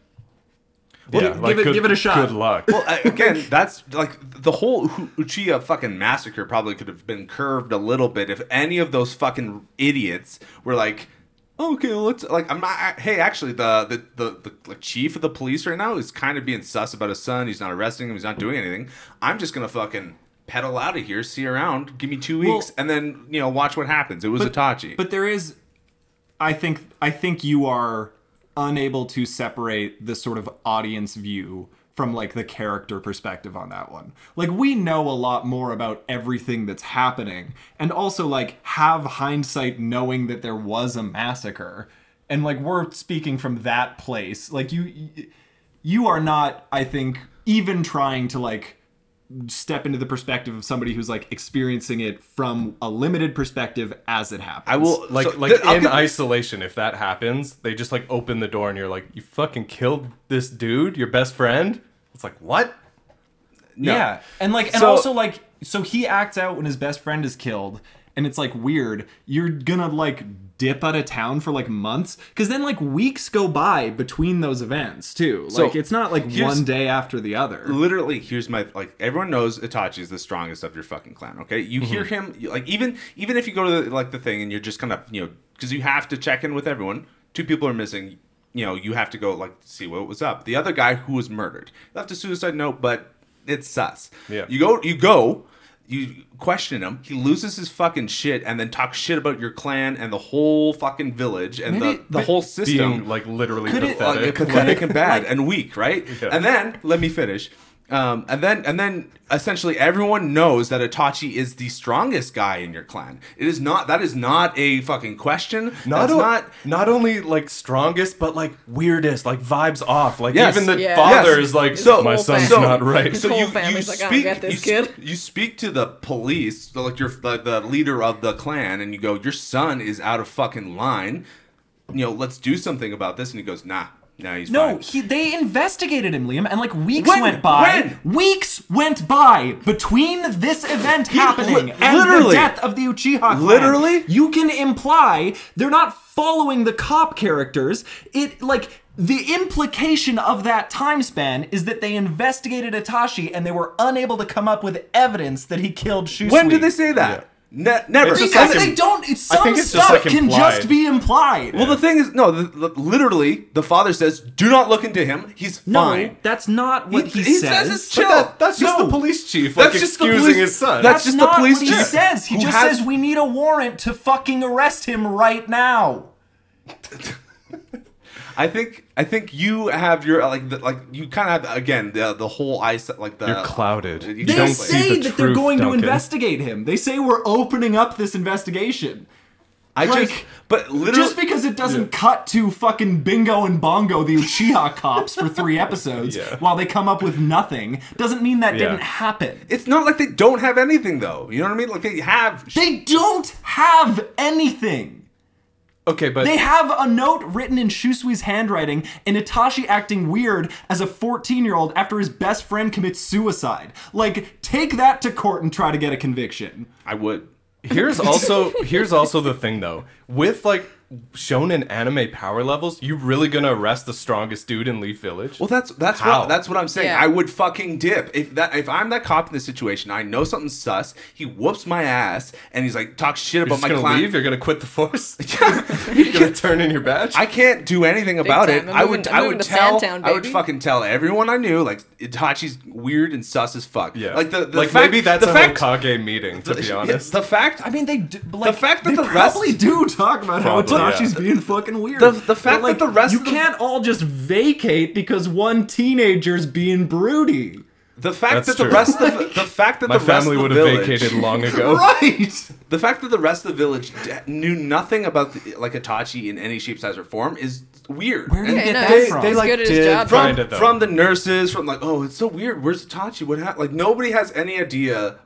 [SPEAKER 4] yeah,
[SPEAKER 1] give
[SPEAKER 4] like,
[SPEAKER 1] it-
[SPEAKER 4] good,
[SPEAKER 1] give it a shot.
[SPEAKER 4] Good luck.
[SPEAKER 2] well, I- again, that's like the whole Hu- Uchiha fucking massacre probably could have been curved a little bit if any of those fucking idiots were like, okay, let's like I'm not. I- hey, actually, the the the, the like, chief of the police right now is kind of being sus about his son. He's not arresting him. He's not doing anything. I'm just gonna fucking. Pedal out of here, see you around, give me two
[SPEAKER 1] Well-
[SPEAKER 2] weeks, and then you know watch what happens. It was Itachi.
[SPEAKER 1] But there is, I think, I think you are unable to separate the sort of audience view from like the character perspective on that one. Like we know a lot more about everything that's happening and also like have hindsight knowing that there was a massacre. And like we're speaking from that place. Like you you are not, I think, even trying to like step into the perspective of somebody who's like experiencing it from a limited perspective as it happens.
[SPEAKER 2] I will
[SPEAKER 4] like
[SPEAKER 2] so
[SPEAKER 4] like
[SPEAKER 2] th- I'll
[SPEAKER 4] in
[SPEAKER 2] give-
[SPEAKER 4] isolation if that happens they just like open the door and you're like you fucking killed this dude your best friend it's like what
[SPEAKER 2] No.
[SPEAKER 1] Yeah, and like, and
[SPEAKER 2] So-
[SPEAKER 1] also like, so he acts out when his best friend is killed, and it's like weird. You're gonna like dip out of town for like months, because then like weeks go by between those events too.
[SPEAKER 2] So,
[SPEAKER 1] Like, it's not like
[SPEAKER 2] here's-
[SPEAKER 1] one day after the other.
[SPEAKER 2] literally here's my like everyone knows itachi is the strongest of your fucking clan okay you
[SPEAKER 4] Mm-hmm.
[SPEAKER 2] hear him you- like even even if you go to the, like the thing and you're just kind of you know because you have to check in with everyone two people are missing you know you have to go like see what was up the other guy who was murdered left a suicide note but it's sus
[SPEAKER 4] Yeah.
[SPEAKER 2] you go you go you question him he loses his fucking shit and then talks shit about your clan and the whole fucking village and
[SPEAKER 1] Maybe-
[SPEAKER 2] the, the
[SPEAKER 1] but-
[SPEAKER 2] whole system
[SPEAKER 4] being like literally
[SPEAKER 1] Could it-
[SPEAKER 2] uh,
[SPEAKER 4] pathetic
[SPEAKER 2] pathetic and bad and weak, right?
[SPEAKER 4] Yeah.
[SPEAKER 2] And then let me finish. Um, and then and then essentially everyone knows that Itachi is the strongest guy in your clan. It is not that is not a fucking question.
[SPEAKER 4] Not,
[SPEAKER 2] That's
[SPEAKER 4] o-
[SPEAKER 2] not
[SPEAKER 4] not only like strongest, but like weirdest, like vibes off. Like
[SPEAKER 2] Yes.
[SPEAKER 4] even the
[SPEAKER 3] Yeah.
[SPEAKER 4] father
[SPEAKER 2] Yes.
[SPEAKER 4] is like,
[SPEAKER 3] So-
[SPEAKER 4] my
[SPEAKER 3] Whole
[SPEAKER 4] son's
[SPEAKER 3] fam-
[SPEAKER 4] not right.
[SPEAKER 3] His whole family's like, "I don't get this
[SPEAKER 2] "Oh, you, s-
[SPEAKER 3] kid."
[SPEAKER 2] you speak to the police, so, like your the, the leader of the clan, and you go, "Your son is out of fucking line." You know, let's do something about this. And he goes, "Nah, nah, he's
[SPEAKER 1] No,
[SPEAKER 2] fine."
[SPEAKER 1] he, they investigated him, Liam, and like weeks
[SPEAKER 2] When?
[SPEAKER 1] went by.
[SPEAKER 2] When?
[SPEAKER 1] Weeks went by between this event happening
[SPEAKER 2] li-
[SPEAKER 1] and
[SPEAKER 2] literally-
[SPEAKER 1] the death of the Uchiha. clan.
[SPEAKER 2] Literally?
[SPEAKER 1] you can imply they're not following the cop characters. It like the implication of that time span is that they investigated Itachi and they were unable to come up with evidence that he killed Shusui.
[SPEAKER 2] When did they say that? Ne- never.
[SPEAKER 4] It's just
[SPEAKER 1] Because
[SPEAKER 4] like
[SPEAKER 1] they
[SPEAKER 4] im-
[SPEAKER 1] don't. It's, some
[SPEAKER 4] think it's just
[SPEAKER 1] stuff
[SPEAKER 4] like
[SPEAKER 1] can
[SPEAKER 4] implied.
[SPEAKER 1] just be implied.
[SPEAKER 2] well, the thing is, no. The, the- literally, the father says, "Do not look into him. He's
[SPEAKER 1] no,
[SPEAKER 2] fine."
[SPEAKER 1] that's not what he,
[SPEAKER 2] He- he says
[SPEAKER 1] says.
[SPEAKER 2] it's
[SPEAKER 4] But that- that's just
[SPEAKER 1] No.
[SPEAKER 4] the police chief.
[SPEAKER 2] That's
[SPEAKER 4] Like
[SPEAKER 2] just the
[SPEAKER 4] excusing
[SPEAKER 2] police-
[SPEAKER 4] his
[SPEAKER 2] that's-
[SPEAKER 4] son.
[SPEAKER 1] That's
[SPEAKER 2] just the
[SPEAKER 1] not
[SPEAKER 2] police
[SPEAKER 1] what he
[SPEAKER 2] chief
[SPEAKER 1] says. He
[SPEAKER 2] who
[SPEAKER 1] just
[SPEAKER 2] has-
[SPEAKER 1] says we need a warrant to fucking arrest him right now.
[SPEAKER 2] I think I think you have your uh, like the, like you kind of have again the the whole eyesight like the
[SPEAKER 4] You're clouded.
[SPEAKER 2] You
[SPEAKER 4] They
[SPEAKER 1] They
[SPEAKER 2] don't
[SPEAKER 4] see
[SPEAKER 1] say
[SPEAKER 4] the
[SPEAKER 1] that they're
[SPEAKER 4] truth,
[SPEAKER 1] going
[SPEAKER 4] Duncan.
[SPEAKER 1] to investigate him. They say we're opening up this investigation.
[SPEAKER 2] I
[SPEAKER 1] like-
[SPEAKER 2] just but literally
[SPEAKER 1] Just because it doesn't cut to fucking Bingo and Bongo, the Uchiha cops, for
[SPEAKER 4] [LAUGHS]
[SPEAKER 1] three episodes
[SPEAKER 4] Yeah.
[SPEAKER 1] while they come up with nothing, doesn't mean that
[SPEAKER 4] Yeah.
[SPEAKER 1] didn't happen.
[SPEAKER 2] It's not like they don't have anything though. You know what I mean? Like they have. sh-
[SPEAKER 1] They don't have anything.
[SPEAKER 4] okay, but
[SPEAKER 1] They have a note written in Shusui's handwriting and Itachi acting weird as a 14 year old after his best friend commits suicide. Like, take that to court and try to get a conviction.
[SPEAKER 2] I would.
[SPEAKER 4] Here's also here's also the thing though. With like shonen anime power levels, you really gonna arrest the strongest dude in Leaf Village?
[SPEAKER 2] Well, that's that's
[SPEAKER 4] How?
[SPEAKER 2] what that's what I'm saying.
[SPEAKER 3] Yeah.
[SPEAKER 2] I would fucking dip if that if I'm that cop in this situation. I know something's sus. He whoops my ass and he's like talk shit
[SPEAKER 4] you're
[SPEAKER 2] about
[SPEAKER 4] just
[SPEAKER 2] my
[SPEAKER 4] gonna
[SPEAKER 2] client.
[SPEAKER 4] leave. You're gonna quit
[SPEAKER 2] [LAUGHS]
[SPEAKER 4] the force. [LAUGHS] you're gonna turn in your badge.
[SPEAKER 2] I can't do anything about it.
[SPEAKER 3] time. I'm
[SPEAKER 2] I would
[SPEAKER 3] moving-
[SPEAKER 2] I
[SPEAKER 3] I'm
[SPEAKER 2] would
[SPEAKER 3] moving to
[SPEAKER 2] tell
[SPEAKER 3] Sandtown,
[SPEAKER 2] I would
[SPEAKER 3] baby.
[SPEAKER 2] fucking tell everyone I knew like Itachi's weird and sus as fuck.
[SPEAKER 4] yeah,
[SPEAKER 2] Like the, the
[SPEAKER 4] like
[SPEAKER 2] fact,
[SPEAKER 4] maybe that's
[SPEAKER 2] the
[SPEAKER 4] a
[SPEAKER 2] fact,
[SPEAKER 4] Hokage meeting. To
[SPEAKER 2] [LAUGHS]
[SPEAKER 4] be
[SPEAKER 2] yeah,
[SPEAKER 4] honest,
[SPEAKER 2] The fact
[SPEAKER 1] I mean, they do, like,
[SPEAKER 2] fact that
[SPEAKER 1] they
[SPEAKER 2] the rest-
[SPEAKER 1] probably do talk about
[SPEAKER 4] Probably,
[SPEAKER 1] how
[SPEAKER 4] yeah.
[SPEAKER 1] Itachi's being fucking weird.
[SPEAKER 2] The- the fact
[SPEAKER 1] But, like,
[SPEAKER 2] that the rest
[SPEAKER 1] you
[SPEAKER 2] of the-
[SPEAKER 1] can't all just vacate because one teenager's being broody,
[SPEAKER 2] the fact
[SPEAKER 4] That's
[SPEAKER 2] that the
[SPEAKER 4] true.
[SPEAKER 2] rest of the, the fact that
[SPEAKER 4] my
[SPEAKER 2] the rest
[SPEAKER 4] family
[SPEAKER 2] of
[SPEAKER 4] would
[SPEAKER 2] the
[SPEAKER 4] have
[SPEAKER 2] village,
[SPEAKER 4] vacated
[SPEAKER 2] [LAUGHS]
[SPEAKER 4] long ago.
[SPEAKER 1] right?
[SPEAKER 2] The fact that the rest of the village d- knew nothing about the, like Itachi in any shape, size, or form is weird.
[SPEAKER 1] Where did you
[SPEAKER 2] And
[SPEAKER 3] Yeah,
[SPEAKER 1] get
[SPEAKER 3] no,
[SPEAKER 1] that
[SPEAKER 3] they-
[SPEAKER 1] from?
[SPEAKER 3] they, like, good at his job,
[SPEAKER 4] from,
[SPEAKER 2] from, from the nurses, from like, oh, it's so weird. Where's Itachi? What happened? Like nobody has any idea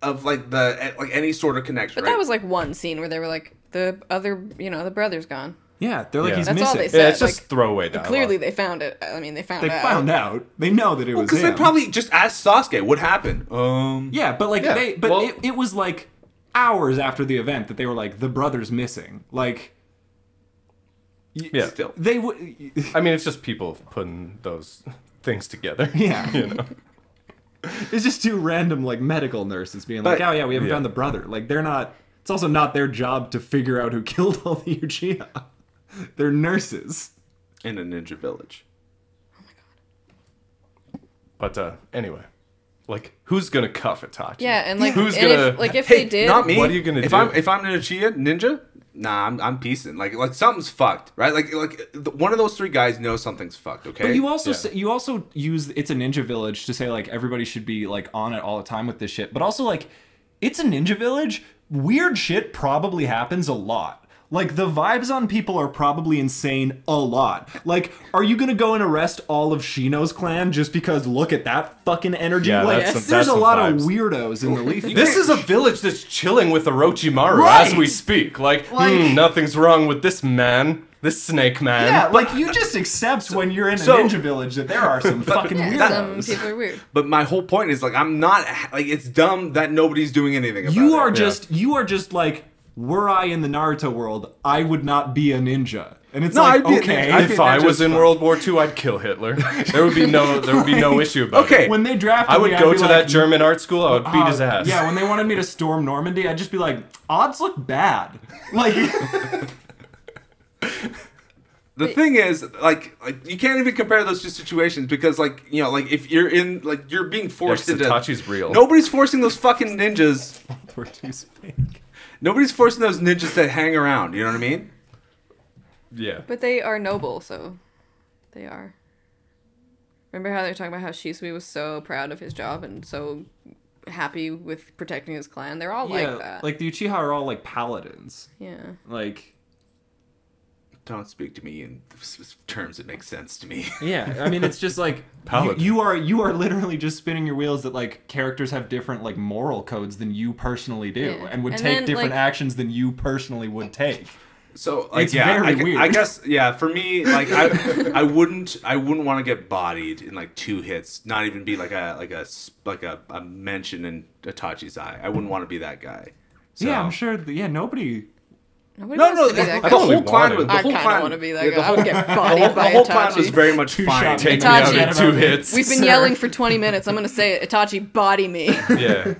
[SPEAKER 2] of like the like any sort of connection.
[SPEAKER 3] But
[SPEAKER 2] right?
[SPEAKER 3] that was like one scene where they were like, the other, you know, the brother's gone.
[SPEAKER 1] yeah, they're like
[SPEAKER 4] Yeah.
[SPEAKER 1] he's
[SPEAKER 4] That's
[SPEAKER 3] all
[SPEAKER 1] missing.
[SPEAKER 3] they said.
[SPEAKER 4] yeah, it's just
[SPEAKER 3] like,
[SPEAKER 4] throwaway dialogue.
[SPEAKER 3] Clearly, they found it. I mean, they found
[SPEAKER 1] They
[SPEAKER 3] out.
[SPEAKER 1] found out. They know that it was
[SPEAKER 2] because
[SPEAKER 1] him.
[SPEAKER 2] they probably just asked Sasuke what happened. Um,
[SPEAKER 1] Yeah, but like
[SPEAKER 4] Yeah,
[SPEAKER 1] they but
[SPEAKER 4] well-
[SPEAKER 1] it, it was like hours after the event that they were like the brother's missing. Like
[SPEAKER 4] yeah.
[SPEAKER 2] still.
[SPEAKER 1] they would
[SPEAKER 4] I mean, it's just people putting those things together.
[SPEAKER 1] [LAUGHS] Yeah.
[SPEAKER 4] you know.
[SPEAKER 1] it's just two random like medical nurses being
[SPEAKER 2] But-
[SPEAKER 1] like, "Oh yeah, we haven't
[SPEAKER 4] Yeah.
[SPEAKER 1] found the brother." Like they're not it's also not their job to figure out who [LAUGHS] killed all the Uchiha. They're nurses.
[SPEAKER 2] in a ninja village.
[SPEAKER 4] But uh, anyway, like who's gonna cuff Itachi?
[SPEAKER 3] Yeah, and like,
[SPEAKER 4] who's
[SPEAKER 3] and
[SPEAKER 4] gonna
[SPEAKER 3] if, like if
[SPEAKER 2] Hey,
[SPEAKER 3] they did,
[SPEAKER 2] not me.
[SPEAKER 4] What are you gonna
[SPEAKER 2] if
[SPEAKER 4] do?
[SPEAKER 2] I'm, if I'm Ninja Ninja, nah, I'm, I'm piecing. Like like something's fucked, right? Like like the, one of those three guys knows something's fucked. Okay.
[SPEAKER 1] But you also
[SPEAKER 4] Yeah.
[SPEAKER 1] say, you also use it's a ninja village to say like everybody should be like on it all the time with this shit. But also like it's a ninja village. Weird shit probably happens a lot. Like the vibes on people are probably insane a lot. Like, are you gonna go and arrest all of Shino's clan just because look at that fucking energy?
[SPEAKER 4] Yeah,
[SPEAKER 1] like,
[SPEAKER 4] that's some-
[SPEAKER 1] there's
[SPEAKER 4] that's
[SPEAKER 1] a
[SPEAKER 4] some
[SPEAKER 1] lot of
[SPEAKER 4] vibes.
[SPEAKER 1] weirdos in the
[SPEAKER 4] [LAUGHS]
[SPEAKER 1] leaf.
[SPEAKER 4] This is a village that's chilling with Orochimaru as we
[SPEAKER 1] Right.
[SPEAKER 4] speak. Like, hmm,
[SPEAKER 1] Like-
[SPEAKER 4] nothing's wrong with this man, this snake man.
[SPEAKER 1] yeah. Like you just
[SPEAKER 4] [LAUGHS]
[SPEAKER 1] accept when you're in a
[SPEAKER 2] so-
[SPEAKER 1] ninja village that there are some fucking
[SPEAKER 3] yeah,
[SPEAKER 1] weirdos.
[SPEAKER 3] some people are weird.
[SPEAKER 2] But my whole point is like I'm not like it's dumb that nobody's doing anything about
[SPEAKER 1] you are
[SPEAKER 2] it.
[SPEAKER 1] just you are just like were I in the Naruto world, I would not be a ninja. And it's
[SPEAKER 2] No,
[SPEAKER 1] like
[SPEAKER 2] I'd be a
[SPEAKER 1] okay,
[SPEAKER 2] ninja. I'd be
[SPEAKER 4] if I
[SPEAKER 2] Ninja's
[SPEAKER 4] was in
[SPEAKER 2] fun.
[SPEAKER 4] World War II, I'd kill Hitler. There would be no, there would be no issue about
[SPEAKER 2] Okay.
[SPEAKER 4] it.
[SPEAKER 1] when they drafted
[SPEAKER 4] I would
[SPEAKER 1] me, I'd
[SPEAKER 4] go
[SPEAKER 1] be
[SPEAKER 4] to
[SPEAKER 1] like,
[SPEAKER 4] that German art school. I would
[SPEAKER 3] uh,
[SPEAKER 4] beat his
[SPEAKER 1] "Ah,
[SPEAKER 4] ass.
[SPEAKER 1] Yeah, when they wanted me to storm Normandy, I'd just be like, odds look bad. [LAUGHS] Like
[SPEAKER 2] the thing is like like you can't even compare those two situations because like you know like if you're in like you're being forced
[SPEAKER 4] 'cause
[SPEAKER 2] into
[SPEAKER 4] Itachi's real.
[SPEAKER 2] Nobody's forcing those fucking ninjas.
[SPEAKER 1] we're too fake.
[SPEAKER 2] Nobody's forcing those ninjas to hang around. You know what I mean?
[SPEAKER 4] yeah.
[SPEAKER 3] But they are noble, so they are. Remember how they were talking about how Shisui was so proud of his job and so happy with protecting his clan? They're all
[SPEAKER 1] yeah,
[SPEAKER 3] like that.
[SPEAKER 1] like the Uchiha are all like paladins.
[SPEAKER 3] yeah.
[SPEAKER 1] Like
[SPEAKER 2] Don't speak to me in s- s- terms that make sense to me. [LAUGHS]
[SPEAKER 1] Yeah, I mean, it's [LAUGHS] just like you,
[SPEAKER 4] Paladin.
[SPEAKER 1] you are you are literally just spinning your wheels that like characters have different like moral codes than you personally do,
[SPEAKER 3] Yeah.
[SPEAKER 1] and would
[SPEAKER 3] And
[SPEAKER 1] take
[SPEAKER 3] then,
[SPEAKER 1] different
[SPEAKER 3] like-
[SPEAKER 1] actions than you personally would take.
[SPEAKER 2] So like
[SPEAKER 1] It's
[SPEAKER 2] yeah,
[SPEAKER 1] very
[SPEAKER 2] I, gu-
[SPEAKER 1] weird.
[SPEAKER 2] I guess yeah. For me, like I, I wouldn't, I wouldn't want to get bodied in like two hits. Not even be like a like a s- like a, a mention in Itachi's eye. I wouldn't want to be that guy. So.
[SPEAKER 1] Yeah, I'm sure. that- yeah, nobody.
[SPEAKER 3] Nobody
[SPEAKER 2] No,
[SPEAKER 3] wants
[SPEAKER 2] no,
[SPEAKER 3] to be
[SPEAKER 2] the, the
[SPEAKER 3] that guy.
[SPEAKER 4] thought we
[SPEAKER 2] whole clan
[SPEAKER 4] wanted.
[SPEAKER 2] was. The
[SPEAKER 3] I
[SPEAKER 2] whole
[SPEAKER 3] kinda
[SPEAKER 2] clan-
[SPEAKER 3] wanna be that
[SPEAKER 2] yeah,
[SPEAKER 3] guy.
[SPEAKER 2] the
[SPEAKER 3] I
[SPEAKER 2] whole-
[SPEAKER 3] would get bodied
[SPEAKER 2] The whole,
[SPEAKER 3] by
[SPEAKER 2] the whole clan
[SPEAKER 3] Itachi.
[SPEAKER 2] was very much
[SPEAKER 1] Two
[SPEAKER 2] fine.
[SPEAKER 1] shot
[SPEAKER 4] Take
[SPEAKER 1] Take
[SPEAKER 4] me out
[SPEAKER 3] Itachi.
[SPEAKER 4] in two hits.
[SPEAKER 3] We've been
[SPEAKER 4] sir.
[SPEAKER 3] yelling for 20 minutes. I'm going to say it. Itachi, body me.
[SPEAKER 4] [LAUGHS] Yeah.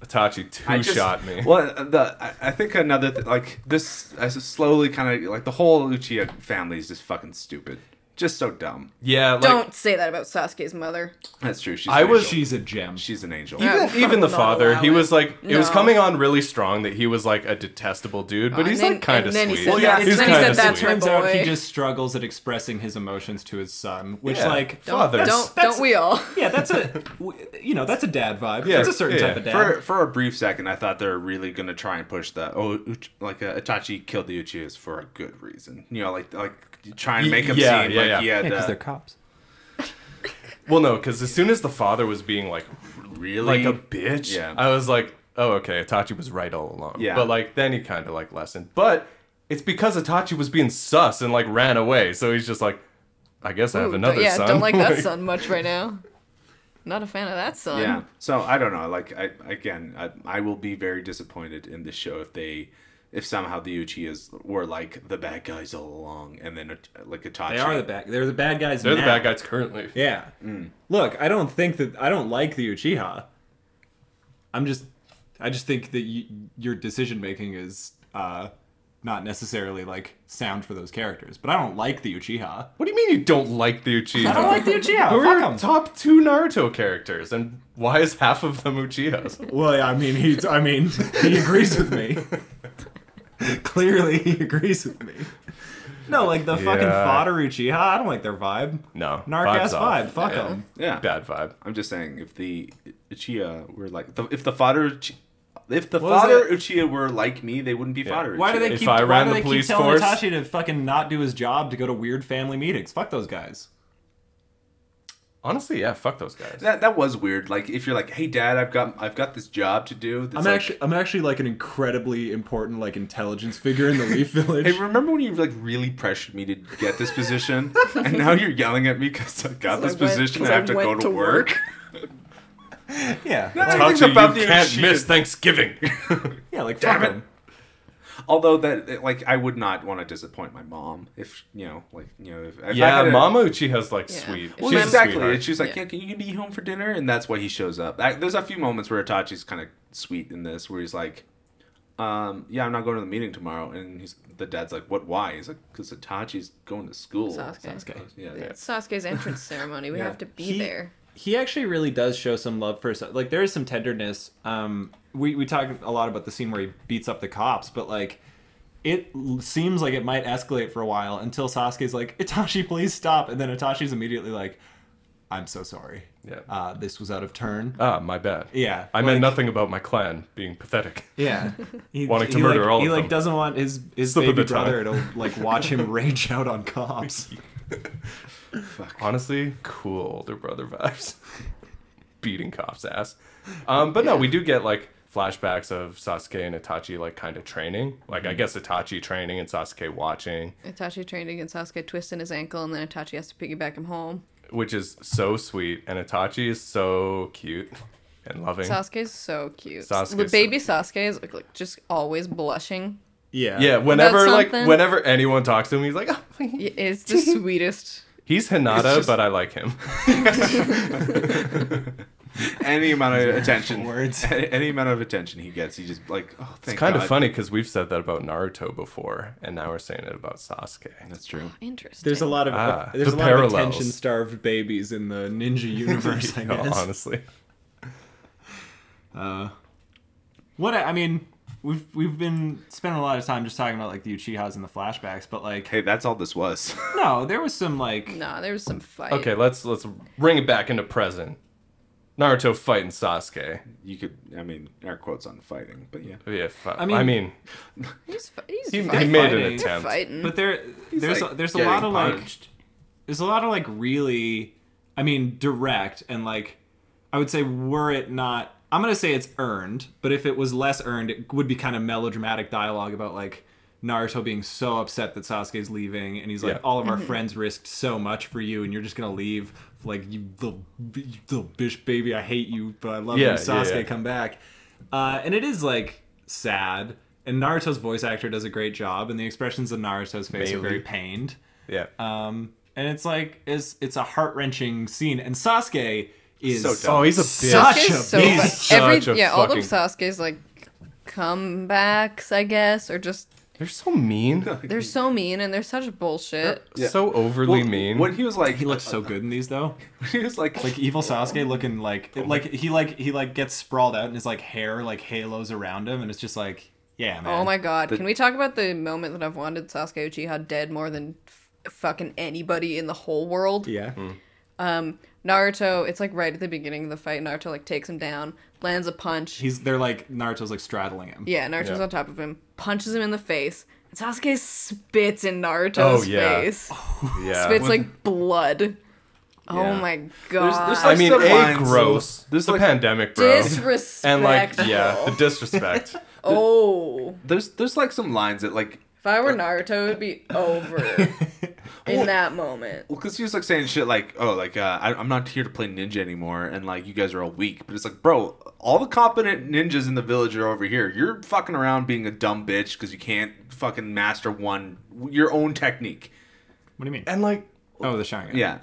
[SPEAKER 4] Itachi two
[SPEAKER 2] I just-
[SPEAKER 4] shot me.
[SPEAKER 2] Well, the I, I think another th- like this I s- slowly kind of like the whole Uchiha family is just fucking stupid, just so dumb.
[SPEAKER 4] Yeah, like
[SPEAKER 3] Don't say that about Sasuke's mother.
[SPEAKER 2] That's true. She's
[SPEAKER 4] I
[SPEAKER 2] an
[SPEAKER 4] was-
[SPEAKER 2] angel.
[SPEAKER 1] She's a gem.
[SPEAKER 2] she's an angel.
[SPEAKER 3] Yeah.
[SPEAKER 4] even,
[SPEAKER 3] [LAUGHS]
[SPEAKER 4] even the
[SPEAKER 3] Not
[SPEAKER 4] father,
[SPEAKER 3] uh, allow
[SPEAKER 4] he
[SPEAKER 3] it.
[SPEAKER 4] was like it was
[SPEAKER 3] No.
[SPEAKER 4] coming on really strong that he was like a detestable dude, but
[SPEAKER 3] Oh,
[SPEAKER 4] he's
[SPEAKER 3] and
[SPEAKER 4] like
[SPEAKER 3] then-
[SPEAKER 4] kind of
[SPEAKER 3] and then he
[SPEAKER 4] sweet.
[SPEAKER 3] said
[SPEAKER 4] Well,
[SPEAKER 3] that-
[SPEAKER 4] yeah, he's
[SPEAKER 3] then
[SPEAKER 1] it
[SPEAKER 3] he
[SPEAKER 4] kind
[SPEAKER 3] said
[SPEAKER 1] turns-
[SPEAKER 4] of
[SPEAKER 3] that's
[SPEAKER 1] it
[SPEAKER 4] sweet.
[SPEAKER 3] my
[SPEAKER 1] turns out he
[SPEAKER 3] boy.
[SPEAKER 1] just struggles at expressing his emotions to his son, which
[SPEAKER 4] Yeah.
[SPEAKER 1] like
[SPEAKER 4] Don't- Father.
[SPEAKER 1] that's-
[SPEAKER 3] Don't,
[SPEAKER 1] that's-
[SPEAKER 3] don't we all?
[SPEAKER 1] Yeah, that's a w- you know that's a dad vibe.
[SPEAKER 4] Yeah,
[SPEAKER 1] Yeah, it's a certain
[SPEAKER 4] yeah.
[SPEAKER 1] type of dad.
[SPEAKER 2] For for a brief second, I thought they were really gonna try and push the oh Uch- like uh, Itachi killed the Uchihas for a good reason. You know, like like try and
[SPEAKER 4] Y-
[SPEAKER 2] make him
[SPEAKER 4] yeah,
[SPEAKER 2] seem
[SPEAKER 4] yeah,
[SPEAKER 2] like
[SPEAKER 4] yeah.
[SPEAKER 2] he had
[SPEAKER 1] yeah, because
[SPEAKER 2] uh,
[SPEAKER 1] they're cops.
[SPEAKER 4] Well, no, because as soon as the father was being like
[SPEAKER 2] really
[SPEAKER 4] like a bitch,
[SPEAKER 2] Yeah.
[SPEAKER 4] I was like, oh okay, Itachi was right all along.
[SPEAKER 2] Yeah.
[SPEAKER 4] but like then he kind of like lessened, but it's because Itachi was being sus and like ran away, so he's just like, I guess I have
[SPEAKER 3] Ooh,
[SPEAKER 4] another
[SPEAKER 3] don't, yeah,
[SPEAKER 4] son.
[SPEAKER 3] don't
[SPEAKER 4] [LAUGHS]
[SPEAKER 3] like that son much right now. Not a fan of that son.
[SPEAKER 2] yeah. So I don't know. Like I again, I, I will be very disappointed in this show if they if somehow the Uchihas were like the bad guys all along, and then uh, like Itachi.
[SPEAKER 1] They are the bad. They're the bad guys.
[SPEAKER 4] They're the
[SPEAKER 1] now.
[SPEAKER 4] bad guys Mm. currently.
[SPEAKER 1] Yeah. Look, I don't think that I don't like the Uchiha. I'm just, I just think that you, your decision making is uh, not necessarily like sound for those characters. But I don't like the Uchiha.
[SPEAKER 4] What do you mean you don't like the Uchiha?
[SPEAKER 1] I don't like the Uchiha.
[SPEAKER 4] Who are
[SPEAKER 1] Fuck
[SPEAKER 4] your
[SPEAKER 1] 'em.
[SPEAKER 4] top two Naruto characters, and why is half of them
[SPEAKER 3] [LAUGHS]
[SPEAKER 4] Uchihas?
[SPEAKER 1] Well, yeah, I mean, he's. I mean, he agrees with me. [LAUGHS] Clearly, he agrees with me. No, like the fucking
[SPEAKER 4] Yeah.
[SPEAKER 1] fodder Uchiha. I don't like their vibe.
[SPEAKER 4] No,
[SPEAKER 1] Narc
[SPEAKER 4] vibe's
[SPEAKER 1] ass
[SPEAKER 4] off.
[SPEAKER 1] vibe. Fuck
[SPEAKER 4] Yeah.
[SPEAKER 1] them.
[SPEAKER 2] Yeah.
[SPEAKER 4] Bad vibe.
[SPEAKER 2] I'm just saying, if the Uchiha were like, the, if the fodder, Uchi- if the
[SPEAKER 1] What was
[SPEAKER 2] fodder
[SPEAKER 1] that?
[SPEAKER 2] Uchiha were like me, they wouldn't be fodder.
[SPEAKER 1] Why do they
[SPEAKER 2] Uchiha.
[SPEAKER 4] If
[SPEAKER 1] keep? why
[SPEAKER 4] I ran
[SPEAKER 1] do
[SPEAKER 4] the
[SPEAKER 1] they keep
[SPEAKER 4] police
[SPEAKER 1] telling
[SPEAKER 4] force-
[SPEAKER 1] Itachi to fucking not do his job to go to weird family meetings? Fuck those guys.
[SPEAKER 4] Honestly, yeah, fuck those guys.
[SPEAKER 2] That that was weird. Like, if you're like, hey, dad, I've got I've got this job to do. that's
[SPEAKER 1] I'm
[SPEAKER 2] like-
[SPEAKER 1] actually, I'm actually like an incredibly important like intelligence figure in the [LAUGHS] Leaf Village.
[SPEAKER 2] Hey, remember when you like really pressured me to get
[SPEAKER 1] [LAUGHS]
[SPEAKER 2] this position, and now you're yelling at me because I got this
[SPEAKER 3] I went-
[SPEAKER 2] position. and
[SPEAKER 3] 'cause
[SPEAKER 2] I
[SPEAKER 3] I
[SPEAKER 2] have to go
[SPEAKER 3] went
[SPEAKER 2] to,
[SPEAKER 3] to
[SPEAKER 2] work.
[SPEAKER 3] work.
[SPEAKER 1] yeah,
[SPEAKER 2] I
[SPEAKER 1] [LAUGHS] like,
[SPEAKER 2] think
[SPEAKER 4] Tachi,
[SPEAKER 2] about
[SPEAKER 4] you
[SPEAKER 2] the
[SPEAKER 4] can't
[SPEAKER 2] Uchiha-
[SPEAKER 4] miss Thanksgiving.
[SPEAKER 1] yeah, like
[SPEAKER 2] Damn
[SPEAKER 1] fuck
[SPEAKER 2] it.
[SPEAKER 1] them.
[SPEAKER 2] Although that, like, I would not want to disappoint my mom if you know, like, you know, if, if I
[SPEAKER 4] yeah,
[SPEAKER 2] had a-
[SPEAKER 4] Mama Uchiha's like
[SPEAKER 3] Yeah.
[SPEAKER 4] sweet.
[SPEAKER 3] Well,
[SPEAKER 4] She's a
[SPEAKER 2] exactly.
[SPEAKER 4] sweetheart.
[SPEAKER 2] And she's like, yeah.
[SPEAKER 3] Yeah.
[SPEAKER 2] can you be home for dinner? And that's why he shows up. I, there's a few moments where Itachi's kind of sweet in this, where he's like, um, yeah, I'm not going to the meeting tomorrow. And he's the dad's like, what? Why? He's like, because Itachi's going to school.
[SPEAKER 3] Sasuke.
[SPEAKER 1] Sasuke.
[SPEAKER 2] Yeah, yeah.
[SPEAKER 3] It's Sasuke's entrance ceremony. We
[SPEAKER 2] Yeah.
[SPEAKER 3] have to be
[SPEAKER 1] He-
[SPEAKER 3] there.
[SPEAKER 1] he actually really does show some love for like there is some tenderness um we we talk a lot about the scene where he beats up the cops but like it l- seems like it might escalate for a while until Sasuke's like Itachi please stop and then Itachi's immediately like I'm so sorry
[SPEAKER 4] Yeah.
[SPEAKER 1] uh this was out of turn
[SPEAKER 4] ah, my bad.
[SPEAKER 1] yeah
[SPEAKER 4] I meant nothing about my clan being pathetic. [LAUGHS]
[SPEAKER 1] yeah he,
[SPEAKER 4] Wanting to
[SPEAKER 1] he,
[SPEAKER 4] murder
[SPEAKER 1] like,
[SPEAKER 4] all
[SPEAKER 1] he
[SPEAKER 4] of
[SPEAKER 1] like
[SPEAKER 4] them.
[SPEAKER 1] doesn't want his his
[SPEAKER 4] Slip of
[SPEAKER 1] baby
[SPEAKER 4] the tongue.
[SPEAKER 1] brother to like watch
[SPEAKER 4] [LAUGHS]
[SPEAKER 1] him rage out on cops
[SPEAKER 4] Honestly, cool older brother vibes. [LAUGHS] Beating cops ass. Um, but no, we do get like flashbacks of Sasuke and Itachi like kind of training. Like
[SPEAKER 2] Mm-hmm.
[SPEAKER 4] I guess Itachi training and Sasuke watching,
[SPEAKER 3] Itachi trained against Sasuke, twisting his ankle, and then Itachi has to piggyback him home.
[SPEAKER 4] which is so sweet. And Itachi is so cute [LAUGHS] and loving.
[SPEAKER 3] Sasuke's so cute.
[SPEAKER 4] Sasuke's
[SPEAKER 3] the
[SPEAKER 4] so
[SPEAKER 3] baby Sasuke is like, like, just always blushing.
[SPEAKER 1] yeah
[SPEAKER 4] yeah, whenever like
[SPEAKER 3] something?
[SPEAKER 4] whenever anyone talks to him, he's like, [LAUGHS] "Oh,
[SPEAKER 3] It is the sweetest.
[SPEAKER 4] he's Hinata,
[SPEAKER 2] It's just-
[SPEAKER 4] but I like him.
[SPEAKER 2] Any amount
[SPEAKER 4] [LAUGHS]
[SPEAKER 2] of attention, [LAUGHS]
[SPEAKER 1] Words.
[SPEAKER 2] Any, any amount of attention he gets, he just like, oh, thank
[SPEAKER 4] It's kind
[SPEAKER 2] God.
[SPEAKER 4] of funny because we've said that about Naruto before, and now we're saying it about Sasuke. [LAUGHS]
[SPEAKER 2] That's true.
[SPEAKER 3] Interesting.
[SPEAKER 1] There's a lot of
[SPEAKER 4] Ah,
[SPEAKER 1] there's
[SPEAKER 4] the
[SPEAKER 1] a lot of
[SPEAKER 4] parallels.
[SPEAKER 1] attention starved babies in the
[SPEAKER 4] [LAUGHS]
[SPEAKER 1] ninja universe. I
[SPEAKER 4] No,
[SPEAKER 1] guess.
[SPEAKER 4] honestly.
[SPEAKER 1] Uh, What I I mean, we've we've been spending a lot of time just talking about like the Uchihas and the flashbacks, but like
[SPEAKER 2] Hey, that's all this was. [LAUGHS]
[SPEAKER 1] no, there was some like
[SPEAKER 3] Nah, there was some fight.
[SPEAKER 4] Okay, let's let's bring it back into present. Naruto fighting Sasuke.
[SPEAKER 2] you could, I mean, air quotes on fighting, but yeah.
[SPEAKER 4] Yeah, fu- I
[SPEAKER 1] mean-
[SPEAKER 4] mean,
[SPEAKER 3] He's, fi- he's
[SPEAKER 4] he, he
[SPEAKER 1] Fight-
[SPEAKER 3] fighting.
[SPEAKER 4] made an
[SPEAKER 1] fighting.
[SPEAKER 3] They're
[SPEAKER 4] attempt.
[SPEAKER 3] fighting.
[SPEAKER 1] But there, there's
[SPEAKER 2] like,
[SPEAKER 1] a, there's a
[SPEAKER 2] getting
[SPEAKER 1] lot of
[SPEAKER 2] punched.
[SPEAKER 1] like, there's a lot of like really, I mean, direct and like, I would say were it not, I'm gonna say it's earned, but if it was less earned, it would be kind of melodramatic dialogue about like Naruto being so upset that Sasuke's leaving, and he's like,
[SPEAKER 4] Yeah.
[SPEAKER 1] all of our friends risked so much for you, and you're just gonna leave, like you little, you little bitch baby, I hate you, but I love you,
[SPEAKER 4] Yeah, yeah,
[SPEAKER 1] Sasuke.
[SPEAKER 4] yeah.
[SPEAKER 1] Come back, uh, and it is like sad. And Naruto's voice actor does a great job, and the expressions of Naruto's face are
[SPEAKER 4] Bailey.
[SPEAKER 1] very pained.
[SPEAKER 4] Yeah.
[SPEAKER 2] uh,
[SPEAKER 1] Um, and it's like it's it's a heart wrenching scene, and Sasuke is
[SPEAKER 2] So dumb.
[SPEAKER 4] oh, he's a bitch.
[SPEAKER 1] such
[SPEAKER 3] Sasuke's
[SPEAKER 1] a
[SPEAKER 3] so
[SPEAKER 1] beast.
[SPEAKER 3] bad.
[SPEAKER 4] Such
[SPEAKER 3] Every,
[SPEAKER 4] a
[SPEAKER 3] yeah, all of
[SPEAKER 4] fucking-
[SPEAKER 3] Sasuke's like comebacks, I guess, or just
[SPEAKER 4] They're so
[SPEAKER 2] [LAUGHS]
[SPEAKER 4] mean.
[SPEAKER 3] they're so mean and they're such bullshit.
[SPEAKER 2] Yeah.
[SPEAKER 4] So overly
[SPEAKER 2] Well,
[SPEAKER 4] mean.
[SPEAKER 2] When he was like,
[SPEAKER 1] He looks so good in these though.
[SPEAKER 2] [LAUGHS] he was like,
[SPEAKER 1] Like evil Sasuke looking like like he like he like gets sprawled out, and his like hair like halos around him, and it's just like yeah, man.
[SPEAKER 3] Oh my god!
[SPEAKER 2] The-
[SPEAKER 3] Can we talk about the moment that I've wanted Sasuke Uchiha dead more than f- fucking anybody in the whole world?
[SPEAKER 1] Yeah.
[SPEAKER 2] Mm.
[SPEAKER 3] Naruto, it's like right at the beginning of the fight. Naruto like takes him down, lands a punch.
[SPEAKER 1] He's they're like Naruto's like straddling him.
[SPEAKER 3] yeah, Naruto's
[SPEAKER 4] Yeah.
[SPEAKER 3] on top of him, punches him in the face. And Sasuke spits in Naruto's
[SPEAKER 4] Oh, yeah.
[SPEAKER 3] face.
[SPEAKER 4] yeah.
[SPEAKER 3] spits like blood. Oh
[SPEAKER 4] Yeah.
[SPEAKER 3] my god!
[SPEAKER 2] There's- there's,
[SPEAKER 4] I
[SPEAKER 2] like,
[SPEAKER 4] mean,
[SPEAKER 2] some
[SPEAKER 4] a
[SPEAKER 2] lines,
[SPEAKER 4] gross.
[SPEAKER 2] so-
[SPEAKER 4] This is the
[SPEAKER 2] like-
[SPEAKER 4] pandemic, bro.
[SPEAKER 3] Disrespect.
[SPEAKER 4] And like, yeah, the disrespect.
[SPEAKER 3] Oh,
[SPEAKER 2] there's there's like some lines that like,
[SPEAKER 3] if I were Naruto, it would be
[SPEAKER 4] [LAUGHS]
[SPEAKER 3] over in that moment.
[SPEAKER 2] because he was like saying shit like, oh, like uh, I, I'm not here to play ninja anymore, and like you guys are all weak. But it's like, bro, all the competent ninjas in the village are over here. You're fucking around being a dumb bitch because you can't fucking master one your own technique.
[SPEAKER 1] What do you mean?
[SPEAKER 4] and like,
[SPEAKER 1] Oh, the Sharingan.
[SPEAKER 2] Yeah.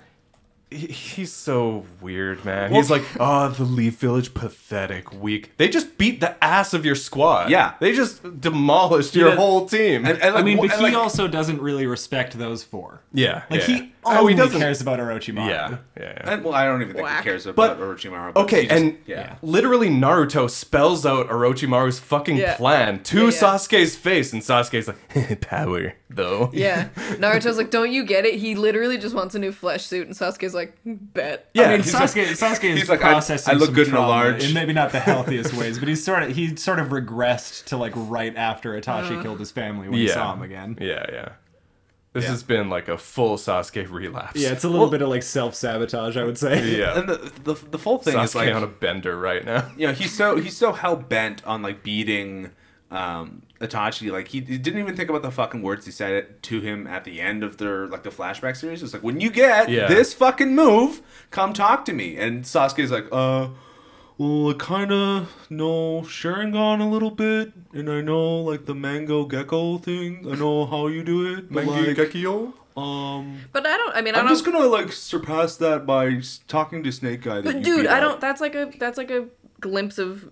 [SPEAKER 4] he, he's so weird, man. he's like, oh, the Leaf Village, pathetic, weak. They just beat the ass of your squad.
[SPEAKER 2] Yeah.
[SPEAKER 4] They just demolished your
[SPEAKER 2] that-
[SPEAKER 4] whole team.
[SPEAKER 2] And, and,
[SPEAKER 1] I
[SPEAKER 2] like,
[SPEAKER 1] mean,
[SPEAKER 2] wh-
[SPEAKER 1] but
[SPEAKER 2] and,
[SPEAKER 1] he
[SPEAKER 2] like-
[SPEAKER 1] also doesn't really respect those four.
[SPEAKER 4] yeah.
[SPEAKER 1] Like
[SPEAKER 4] yeah. Oh,
[SPEAKER 1] he only
[SPEAKER 4] doesn't-
[SPEAKER 1] cares about Orochimaru.
[SPEAKER 4] Yeah. Yeah. yeah.
[SPEAKER 2] and- well, I don't even think
[SPEAKER 3] Whack.
[SPEAKER 2] he cares
[SPEAKER 4] But-
[SPEAKER 2] about Orochimaru. but
[SPEAKER 4] Okay,
[SPEAKER 2] he just-
[SPEAKER 4] and
[SPEAKER 2] yeah.
[SPEAKER 4] literally Naruto spells out Orochimaru's fucking
[SPEAKER 3] Yeah.
[SPEAKER 4] plan to
[SPEAKER 3] Yeah, yeah.
[SPEAKER 4] Sasuke's face, and Sasuke's like, [LAUGHS] power, though.
[SPEAKER 3] Yeah, Naruto's like, "Don't you get it? He literally just wants a new flesh suit," and Sasuke's like, "Bet."
[SPEAKER 4] Yeah,
[SPEAKER 1] I mean,
[SPEAKER 4] he's
[SPEAKER 1] Sasuke, Sasuke is
[SPEAKER 2] he's like, I-
[SPEAKER 1] processing.
[SPEAKER 2] I look
[SPEAKER 1] some
[SPEAKER 2] good in a
[SPEAKER 1] trauma
[SPEAKER 2] large.
[SPEAKER 1] in maybe not the healthiest ways, but he's sort of he sort of regressed to like right after Itachi
[SPEAKER 3] Uh.
[SPEAKER 1] killed his family when he
[SPEAKER 4] Yeah.
[SPEAKER 1] saw him again.
[SPEAKER 4] [LAUGHS] Yeah, yeah. This
[SPEAKER 2] Yeah.
[SPEAKER 4] has been like a full Sasuke relapse.
[SPEAKER 1] Yeah, it's a little bit of like self sabotage, I would [LAUGHS] say.
[SPEAKER 4] yeah.
[SPEAKER 2] And the, the the full thing
[SPEAKER 4] Sasuke
[SPEAKER 2] is like
[SPEAKER 4] on a bender right now.
[SPEAKER 2] you know he's so he's so hell bent on like beating um Itachi like he, he didn't even think about the fucking words he said it to him at the end of their like the flashback series it's like when you get
[SPEAKER 4] Yeah.
[SPEAKER 2] this fucking move come talk to me and Sasuke's like uh well I kind of know Sharingan a little bit and I know like the mango gecko thing I know how you do it but [LAUGHS] like um
[SPEAKER 3] But I don't. I mean, I
[SPEAKER 2] I'm
[SPEAKER 3] don't.
[SPEAKER 2] just gonna like surpass that by s- talking to Snake Guy that
[SPEAKER 3] but
[SPEAKER 2] you
[SPEAKER 3] dude,
[SPEAKER 2] beat
[SPEAKER 3] I
[SPEAKER 2] up.
[SPEAKER 3] don't. That's like a. That's like a glimpse of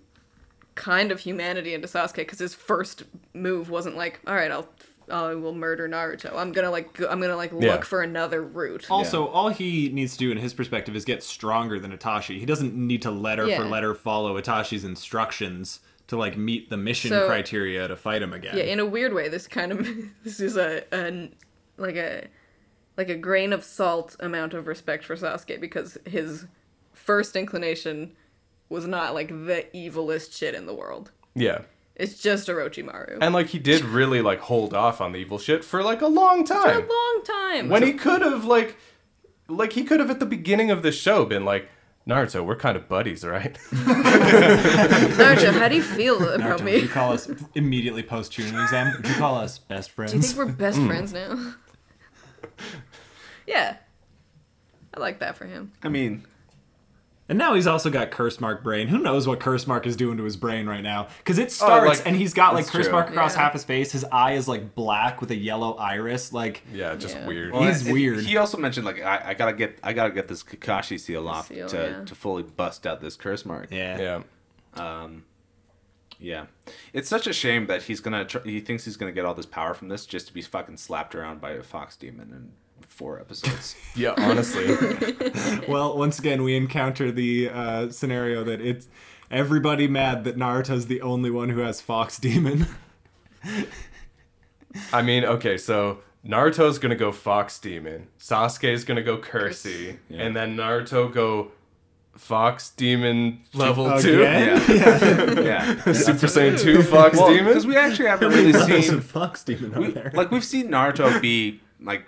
[SPEAKER 3] kind of humanity into Sasuke because his first move wasn't like, "All right, I'll." I will murder Naruto. I'm gonna like. Go, I'm gonna like look
[SPEAKER 4] Yeah.
[SPEAKER 3] for another route.
[SPEAKER 1] Also, all he needs to do in his perspective is get stronger than Itachi. He doesn't need to letter
[SPEAKER 3] Yeah.
[SPEAKER 1] for letter follow Itachi's instructions to like meet the mission
[SPEAKER 3] So-
[SPEAKER 1] criteria to fight him again.
[SPEAKER 3] yeah in a weird way this kind of [LAUGHS] this is a an like a like a grain of salt amount of respect for Sasuke because his first inclination was not like the evilest shit in the world.
[SPEAKER 4] Yeah.
[SPEAKER 3] It's just Orochimaru.
[SPEAKER 4] And like he did really like hold off on the evil shit for like a long
[SPEAKER 3] For a
[SPEAKER 4] time.
[SPEAKER 3] long time.
[SPEAKER 4] When he could have like like he could have at the beginning of the show been like, Naruto, we're kind of buddies, right? [LAUGHS]
[SPEAKER 3] Naruto, how do you feel
[SPEAKER 1] Naruto,
[SPEAKER 3] about
[SPEAKER 1] would you
[SPEAKER 3] me?
[SPEAKER 1] call
[SPEAKER 3] [LAUGHS]
[SPEAKER 1] us immediately post tuning exam? Would you call us best friends?
[SPEAKER 3] Do you think we're best friends now? [LAUGHS] yeah. I like that for him.
[SPEAKER 2] I mean,
[SPEAKER 1] And now he's also got curse mark brain. Who knows what curse mark is doing to his brain right now? Because it starts
[SPEAKER 4] Oh, like-
[SPEAKER 1] and he's got like
[SPEAKER 2] that's
[SPEAKER 1] curse
[SPEAKER 2] true.
[SPEAKER 1] mark across
[SPEAKER 3] Yeah.
[SPEAKER 1] half his face. His eye is like black with a yellow iris. Like
[SPEAKER 4] yeah, just
[SPEAKER 3] Yeah.
[SPEAKER 4] weird.
[SPEAKER 1] Well, He's
[SPEAKER 2] And
[SPEAKER 1] weird.
[SPEAKER 2] He also mentioned like I, I gotta get I gotta get this Kakashi seal off
[SPEAKER 3] Seal,
[SPEAKER 2] to,
[SPEAKER 3] yeah.
[SPEAKER 2] to fully bust out this curse mark.
[SPEAKER 1] yeah,
[SPEAKER 4] yeah.
[SPEAKER 2] Yeah. It's such a shame that he's gonna tr- he thinks he's gonna get all this power from this just to be fucking slapped around by a fox demon in four
[SPEAKER 1] [LAUGHS]
[SPEAKER 2] episodes.
[SPEAKER 4] Yeah, honestly.
[SPEAKER 1] Well, once again we encounter the uh, scenario that it's Everybody mad that Naruto's the only one who has Fox [LAUGHS] Demon.
[SPEAKER 4] I mean, okay, so Naruto's gonna go Fox Demon, Sasuke's gonna go Cursey, and then Naruto go Fox Demon level two,
[SPEAKER 1] Again?
[SPEAKER 2] yeah.
[SPEAKER 4] Super Saiyan two Fox Demon.
[SPEAKER 2] Because we actually haven't
[SPEAKER 1] [LAUGHS]
[SPEAKER 2] really
[SPEAKER 1] There's
[SPEAKER 2] seen
[SPEAKER 1] a Fox Demon on there.
[SPEAKER 2] like we've seen Naruto be like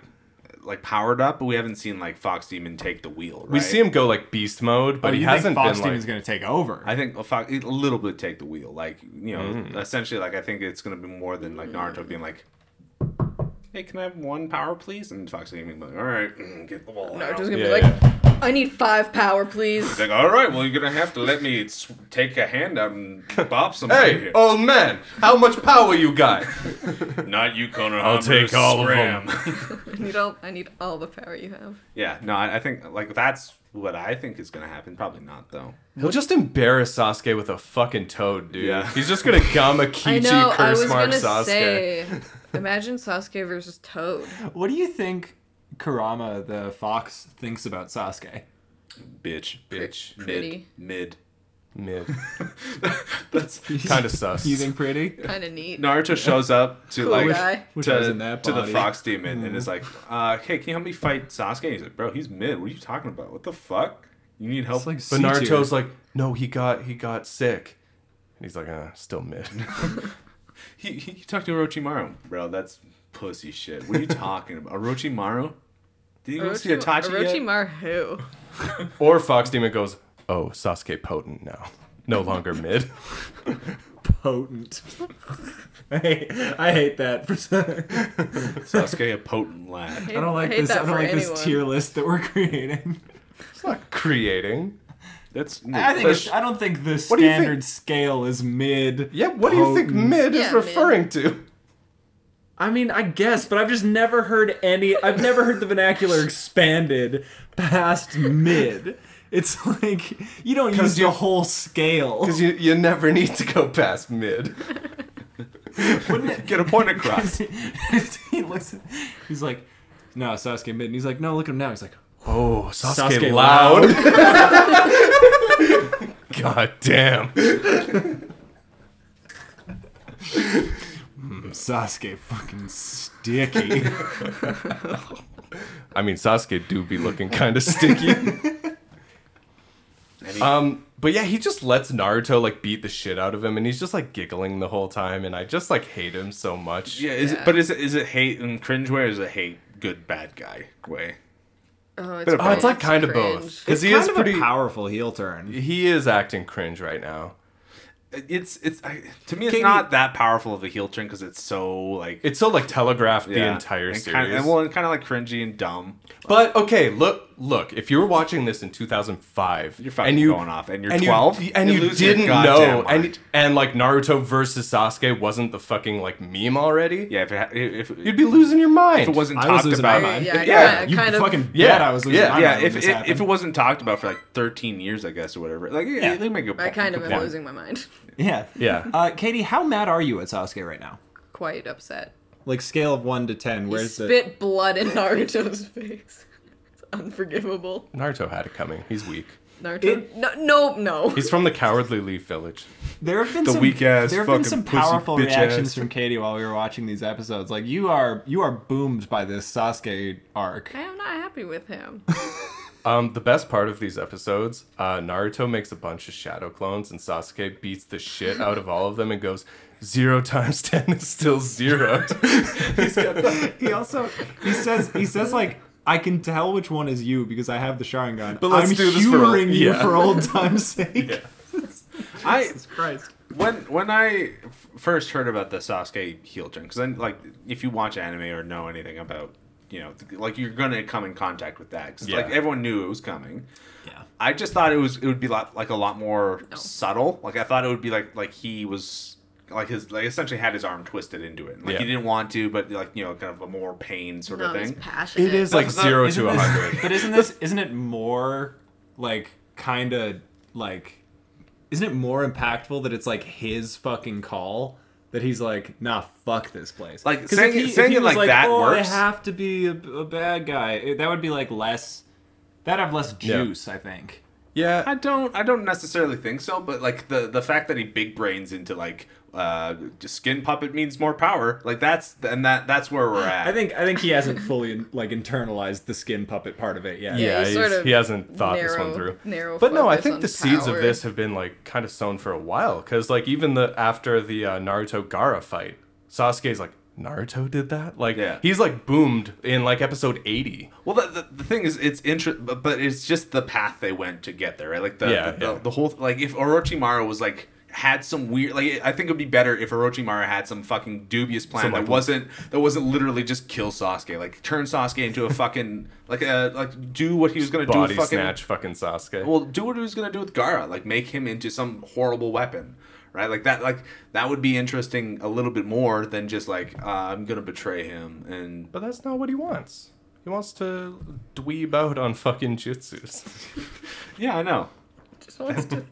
[SPEAKER 2] like powered up, but we haven't seen like Fox Demon take the wheel. Right?
[SPEAKER 4] We see him go like beast mode, but
[SPEAKER 1] but
[SPEAKER 4] he
[SPEAKER 1] Oh, you think
[SPEAKER 4] hasn't
[SPEAKER 1] Fox
[SPEAKER 4] been
[SPEAKER 1] Demon's
[SPEAKER 4] like.
[SPEAKER 1] gonna take over.
[SPEAKER 2] I think a, Fox, a little bit take the wheel. Like you know,
[SPEAKER 4] Mm.
[SPEAKER 2] essentially, like I think it's gonna be more than like
[SPEAKER 3] Mm.
[SPEAKER 2] Naruto being like. Hey, can I have one power, please? And Fox Demon, like, all right, mm, get the wall. out."
[SPEAKER 3] Naruto's gonna
[SPEAKER 4] Yeah,
[SPEAKER 3] be like, I need five power, please.
[SPEAKER 2] He's like, all right, well, you're gonna have to let me s- take a hand out
[SPEAKER 4] [LAUGHS]
[SPEAKER 2] and bop somebody
[SPEAKER 4] Hey, oh.
[SPEAKER 2] here.
[SPEAKER 4] old man, how much power you got?
[SPEAKER 2] Not you, Connor.
[SPEAKER 4] I'll take all of
[SPEAKER 2] them.
[SPEAKER 3] [LAUGHS] I need all. I need all the power you have.
[SPEAKER 2] [LAUGHS] yeah, no, I, I think like that's what I think is gonna happen. Probably not though.
[SPEAKER 4] He'll just embarrass Sasuke with a fucking toad, dude.
[SPEAKER 2] Yeah.
[SPEAKER 4] He's just gonna
[SPEAKER 3] I
[SPEAKER 4] Gamakichi
[SPEAKER 3] know. I
[SPEAKER 4] curse
[SPEAKER 3] was
[SPEAKER 4] mark
[SPEAKER 3] gonna
[SPEAKER 4] Sasuke.
[SPEAKER 3] say, imagine Sasuke versus Toad.
[SPEAKER 1] What do you think Kurama the Fox thinks about Sasuke?
[SPEAKER 2] Bitch,
[SPEAKER 4] Bitch.
[SPEAKER 3] Pretty.
[SPEAKER 2] mid, [LAUGHS]
[SPEAKER 4] [LAUGHS] Mid.
[SPEAKER 2] mid. that's
[SPEAKER 4] Kinda
[SPEAKER 1] [LAUGHS]
[SPEAKER 4] sus.
[SPEAKER 1] You think pretty?
[SPEAKER 3] Kind of neat.
[SPEAKER 2] Naruto shows up to
[SPEAKER 3] Cool
[SPEAKER 2] like
[SPEAKER 3] guy.
[SPEAKER 1] Wish I was
[SPEAKER 2] to,
[SPEAKER 1] in that
[SPEAKER 2] to the
[SPEAKER 1] body. Mm-hmm.
[SPEAKER 2] Fox Demon and is like, uh, "Hey, can you help me fight Sasuke?" he's like, "Bro, he's mid. What are you talking about? What the fuck? You need help?"
[SPEAKER 1] It's like
[SPEAKER 4] But
[SPEAKER 1] C tier.
[SPEAKER 4] Naruto's like, no, he got he got sick. And he's like, uh, still mid.
[SPEAKER 2] he, he he talked to Orochimaru, bro. That's pussy shit. What are you talking about? Orochimaru? Did you go see
[SPEAKER 3] Orochi-
[SPEAKER 2] Itachi yet?
[SPEAKER 3] Orochimaru who?
[SPEAKER 4] or Fox Demon goes, oh, Sasuke potent now. No longer mid.
[SPEAKER 1] potent. [LAUGHS] I hate, I hate that. For, [LAUGHS]
[SPEAKER 2] Sasuke, a potent lad.
[SPEAKER 1] I don't like
[SPEAKER 3] hate
[SPEAKER 1] this. I
[SPEAKER 3] that
[SPEAKER 1] don't
[SPEAKER 3] for
[SPEAKER 1] like
[SPEAKER 3] anyone.
[SPEAKER 1] this tier list that we're creating.
[SPEAKER 4] It's not creating.
[SPEAKER 2] That's
[SPEAKER 1] I think
[SPEAKER 2] that's-
[SPEAKER 1] it's, I don't think the
[SPEAKER 4] do you think-
[SPEAKER 1] standard scale is mid.
[SPEAKER 4] Yeah, what do you think
[SPEAKER 1] Potent.
[SPEAKER 4] mid
[SPEAKER 3] Yeah,
[SPEAKER 4] is
[SPEAKER 3] mid.
[SPEAKER 4] referring to?
[SPEAKER 1] I mean, I guess, but I've just never heard any. I've never heard the vernacular expanded past mid. It's like you don't use the whole
[SPEAKER 4] [LAUGHS]
[SPEAKER 1] scale.
[SPEAKER 4] Because you, you never need to go past mid.
[SPEAKER 1] Wouldn't [LAUGHS] it-
[SPEAKER 2] get a point across.
[SPEAKER 1] he looks. He's like, no, Sasuke mid, and he's like, no, look at him now. He's like,
[SPEAKER 4] Oh, Sasuke,
[SPEAKER 1] Sasuke
[SPEAKER 4] loud. [LAUGHS] God damn.
[SPEAKER 1] Sasuke fucking sticky.
[SPEAKER 4] I mean, Sasuke do be looking kind of sticky.
[SPEAKER 2] And he-
[SPEAKER 4] Um, but yeah, he just lets Naruto like beat the shit out of him, and he's just like giggling the whole time, and I just like hate him so much.
[SPEAKER 2] yeah, is it, but is it is it hate and cringe way, or is it hate good bad guy way?
[SPEAKER 3] Oh, it's,
[SPEAKER 2] Bit of
[SPEAKER 4] Oh, it's like
[SPEAKER 3] cringe.
[SPEAKER 4] kind of both
[SPEAKER 3] Cringe.
[SPEAKER 4] because he is pretty.
[SPEAKER 1] powerful heel turn.
[SPEAKER 4] he is acting cringe right now.
[SPEAKER 2] It's it's I, to me it's
[SPEAKER 1] Can you-
[SPEAKER 2] not that powerful of a heel turn because it's so like
[SPEAKER 4] It's so like telegraphed the
[SPEAKER 2] yeah,
[SPEAKER 4] entire
[SPEAKER 2] and
[SPEAKER 4] series.
[SPEAKER 2] Kind of, well, and kind of like cringy and dumb.
[SPEAKER 4] But okay, look, look. If you were watching this in 2005,
[SPEAKER 2] You're fucking going off, and you're 12,
[SPEAKER 4] you, and
[SPEAKER 2] you
[SPEAKER 4] you,
[SPEAKER 2] lose your
[SPEAKER 4] didn't
[SPEAKER 2] goddamn
[SPEAKER 4] know, and
[SPEAKER 2] mind.
[SPEAKER 4] and like Naruto versus Sasuke wasn't the fucking like meme already,
[SPEAKER 2] Yeah, if it, ha- if, if
[SPEAKER 4] you'd be losing your mind.
[SPEAKER 2] if it wasn't
[SPEAKER 1] I was
[SPEAKER 2] talked
[SPEAKER 1] losing
[SPEAKER 2] about,
[SPEAKER 1] my mind.
[SPEAKER 3] Yeah,
[SPEAKER 4] Yeah,
[SPEAKER 3] yeah,
[SPEAKER 1] you
[SPEAKER 3] kind of.
[SPEAKER 1] fucking
[SPEAKER 4] Yeah,
[SPEAKER 1] bet I was losing
[SPEAKER 4] yeah.
[SPEAKER 1] my
[SPEAKER 2] yeah,
[SPEAKER 1] mind
[SPEAKER 2] if
[SPEAKER 1] when
[SPEAKER 2] it,
[SPEAKER 1] this happened.
[SPEAKER 2] if it wasn't talked about for like 13 years, I guess or whatever, like yeah,
[SPEAKER 1] Yeah.
[SPEAKER 2] they make a
[SPEAKER 3] I kind of
[SPEAKER 2] good
[SPEAKER 3] am
[SPEAKER 2] point.
[SPEAKER 3] losing my mind. [LAUGHS]
[SPEAKER 1] yeah,
[SPEAKER 4] Yeah.
[SPEAKER 1] Uh, Katie, how mad are you at Sasuke right now?
[SPEAKER 3] Quite upset.
[SPEAKER 1] Like scale of one to ten,
[SPEAKER 3] He
[SPEAKER 1] where's the?
[SPEAKER 3] spit blood in Naruto's [LAUGHS] face. It's unforgivable.
[SPEAKER 4] Naruto had it coming. He's weak.
[SPEAKER 3] Naruto.
[SPEAKER 1] It-
[SPEAKER 3] no, no, no.
[SPEAKER 4] He's from the Cowardly Leaf Village.
[SPEAKER 1] There have been
[SPEAKER 2] The
[SPEAKER 1] some
[SPEAKER 2] weak-ass
[SPEAKER 1] There have been
[SPEAKER 2] fucking
[SPEAKER 1] some
[SPEAKER 2] pussy
[SPEAKER 1] powerful
[SPEAKER 2] bitch
[SPEAKER 1] reactions
[SPEAKER 2] ass.
[SPEAKER 1] from Katie while we were watching these episodes. Like you are you are boomed by this Sasuke arc.
[SPEAKER 3] I am not happy with him.
[SPEAKER 4] Um, the best part of these episodes, uh, Naruto makes a bunch of shadow clones, and Sasuke beats the shit out of all of them and goes, zero times [LAUGHS] ten is
[SPEAKER 2] [LAUGHS]
[SPEAKER 4] still zero.
[SPEAKER 1] [LAUGHS] he also he says he says like I can tell which one is you because I have the Sharingan. But
[SPEAKER 4] let's
[SPEAKER 1] I'm
[SPEAKER 4] do this for old-
[SPEAKER 1] humoring you
[SPEAKER 4] yeah.
[SPEAKER 1] for old times' sake. [LAUGHS]
[SPEAKER 2] I
[SPEAKER 1] Jesus Christ.
[SPEAKER 2] when when I f- first heard about the Sasuke heel turn, because then like if you watch anime or know anything about you know th- like you're gonna come in contact with that 'cause, like
[SPEAKER 4] Yeah.
[SPEAKER 2] everyone knew it was coming.
[SPEAKER 1] Yeah.
[SPEAKER 2] I just thought it was it would be lot, like a lot more
[SPEAKER 3] No.
[SPEAKER 2] subtle. Like I thought it would be like like he was like his like essentially had his arm twisted into it. Like
[SPEAKER 4] Yeah.
[SPEAKER 2] he didn't want to, but like you know, kind of a more pain sort
[SPEAKER 3] no,
[SPEAKER 2] of
[SPEAKER 3] he's
[SPEAKER 2] thing.
[SPEAKER 3] passionate.
[SPEAKER 4] It is like
[SPEAKER 2] That's not-
[SPEAKER 4] zero
[SPEAKER 1] Isn't
[SPEAKER 4] to a
[SPEAKER 1] this-
[SPEAKER 2] [LAUGHS]
[SPEAKER 4] hundred.
[SPEAKER 1] But isn't this isn't it more like kinda like isn't it more impactful that it's like his fucking call? That he's like, nah, fuck this place.
[SPEAKER 2] Like,
[SPEAKER 1] 'Cause if
[SPEAKER 2] saying-
[SPEAKER 1] he- if
[SPEAKER 2] saying
[SPEAKER 1] he
[SPEAKER 2] it
[SPEAKER 1] was
[SPEAKER 2] like that
[SPEAKER 1] oh,
[SPEAKER 2] works."
[SPEAKER 1] I have to be a, a bad guy. It- that would be like less. That would have less juice, I think.
[SPEAKER 4] Yeah,
[SPEAKER 2] I don't I don't necessarily think so, but like the the fact that he big brains into like uh just skin puppet means more power. Like that's and that that's where we're at.
[SPEAKER 1] I think I think he hasn't fully like internalized the skin puppet part of it yet.
[SPEAKER 4] yeah,
[SPEAKER 3] he's
[SPEAKER 4] he's,
[SPEAKER 3] sort of
[SPEAKER 4] he hasn't thought this one
[SPEAKER 3] narrow-
[SPEAKER 4] through.
[SPEAKER 3] narrow
[SPEAKER 4] but no, I
[SPEAKER 3] focus
[SPEAKER 4] think
[SPEAKER 3] on
[SPEAKER 4] the seeds of
[SPEAKER 3] power.
[SPEAKER 4] this have been like kind of sown for a while because like even the after the uh, Naruto Gara fight, Sasuke's like Naruto did that. Like
[SPEAKER 2] Yeah.
[SPEAKER 4] he's like boomed in like episode eighty.
[SPEAKER 2] Well, the, the, the thing is, it's interesting, but, but it's just the path they went to get there, right? Like the
[SPEAKER 4] Yeah,
[SPEAKER 2] the,
[SPEAKER 4] yeah.
[SPEAKER 2] The, the whole like if Orochimaru was like had some weird like I think it'd be better if Orochimaru had some fucking dubious plan
[SPEAKER 4] Some,
[SPEAKER 2] that
[SPEAKER 4] like,
[SPEAKER 2] wasn't that wasn't literally just kill Sasuke, like turn Sasuke into a fucking [LAUGHS] like uh like do what he was gonna
[SPEAKER 4] Body
[SPEAKER 2] do with fucking
[SPEAKER 4] snatch, fucking Sasuke.
[SPEAKER 2] well do what he was gonna do with Gara, like make him into some horrible weapon. Right, like that, like that would be interesting a little bit more than just like uh, I'm gonna betray him and
[SPEAKER 4] but that's not what he wants. He wants to dweeb out on fucking jutsus.
[SPEAKER 2] [LAUGHS] yeah, I know.
[SPEAKER 3] Just wants to,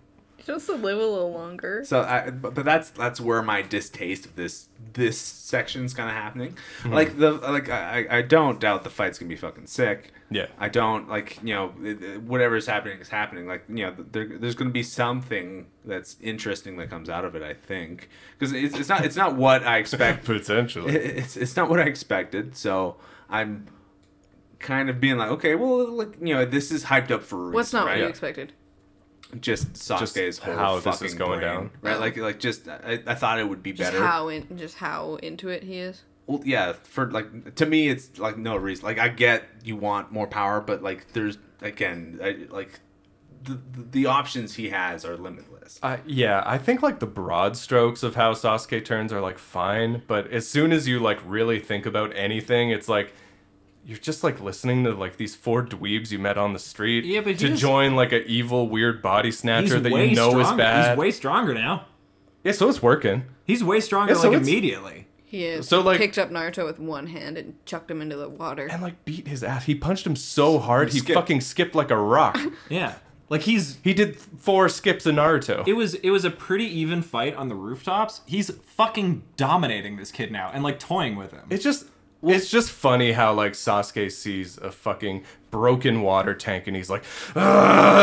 [SPEAKER 3] just to live a little longer.
[SPEAKER 2] So, I, but, but that's that's where my distaste of this this section's kind of happening. Like the like I, I I don't doubt the fight's gonna be fucking sick.
[SPEAKER 4] Yeah.
[SPEAKER 2] I don't like you know it- it- whatever's happening is happening. Like you know there, there's gonna be something that's interesting that comes out of it. I think because it's, it's not it's not what I
[SPEAKER 4] [LAUGHS]
[SPEAKER 2] expect.
[SPEAKER 4] Potentially.
[SPEAKER 2] It- it's it's not what I expected. So I'm kind of being like okay, well like you know this is hyped up for a reason.
[SPEAKER 3] What's not what
[SPEAKER 2] right?
[SPEAKER 3] you expected?
[SPEAKER 2] just Sasuke's whole
[SPEAKER 4] how
[SPEAKER 2] fucking
[SPEAKER 4] this is going
[SPEAKER 2] brain,
[SPEAKER 4] down.
[SPEAKER 2] right? Like, like just I, I thought it would be
[SPEAKER 3] Just
[SPEAKER 2] better.
[SPEAKER 3] how in, just how into it he is.
[SPEAKER 2] Well, yeah, for like to me, it's like no reason. Like I get you want more power, but like there's again, I, like the, the the options he has are limitless.
[SPEAKER 4] Uh, yeah, I think like the broad strokes of how Sasuke turns are like fine, but as soon as you like really think about anything, it's like you're just like listening to like these four dweebs you met on the street
[SPEAKER 1] Yeah, but he
[SPEAKER 4] to
[SPEAKER 1] just-
[SPEAKER 4] join like a evil weird body
[SPEAKER 1] He's
[SPEAKER 4] snatcher that
[SPEAKER 1] way
[SPEAKER 4] you know
[SPEAKER 1] stronger.
[SPEAKER 4] is bad.
[SPEAKER 1] He's way stronger now.
[SPEAKER 4] yeah, so it's working.
[SPEAKER 1] He's way stronger
[SPEAKER 4] Yeah, so
[SPEAKER 1] like
[SPEAKER 4] it's-
[SPEAKER 1] immediately.
[SPEAKER 3] He is.
[SPEAKER 4] So, like-
[SPEAKER 3] picked up Naruto with one hand and chucked him into the water.
[SPEAKER 4] And like beat his ass. He punched him so hard he
[SPEAKER 2] Skip.
[SPEAKER 4] fucking skipped like
[SPEAKER 1] [LAUGHS]
[SPEAKER 4] a rock.
[SPEAKER 1] Yeah. Like he's
[SPEAKER 4] he did four skips in Naruto.
[SPEAKER 1] it was it was a pretty even fight on the rooftops. He's fucking dominating this kid now and like toying with him.
[SPEAKER 4] It's just it's just funny how like Sasuke sees a fucking broken water tank and he's like,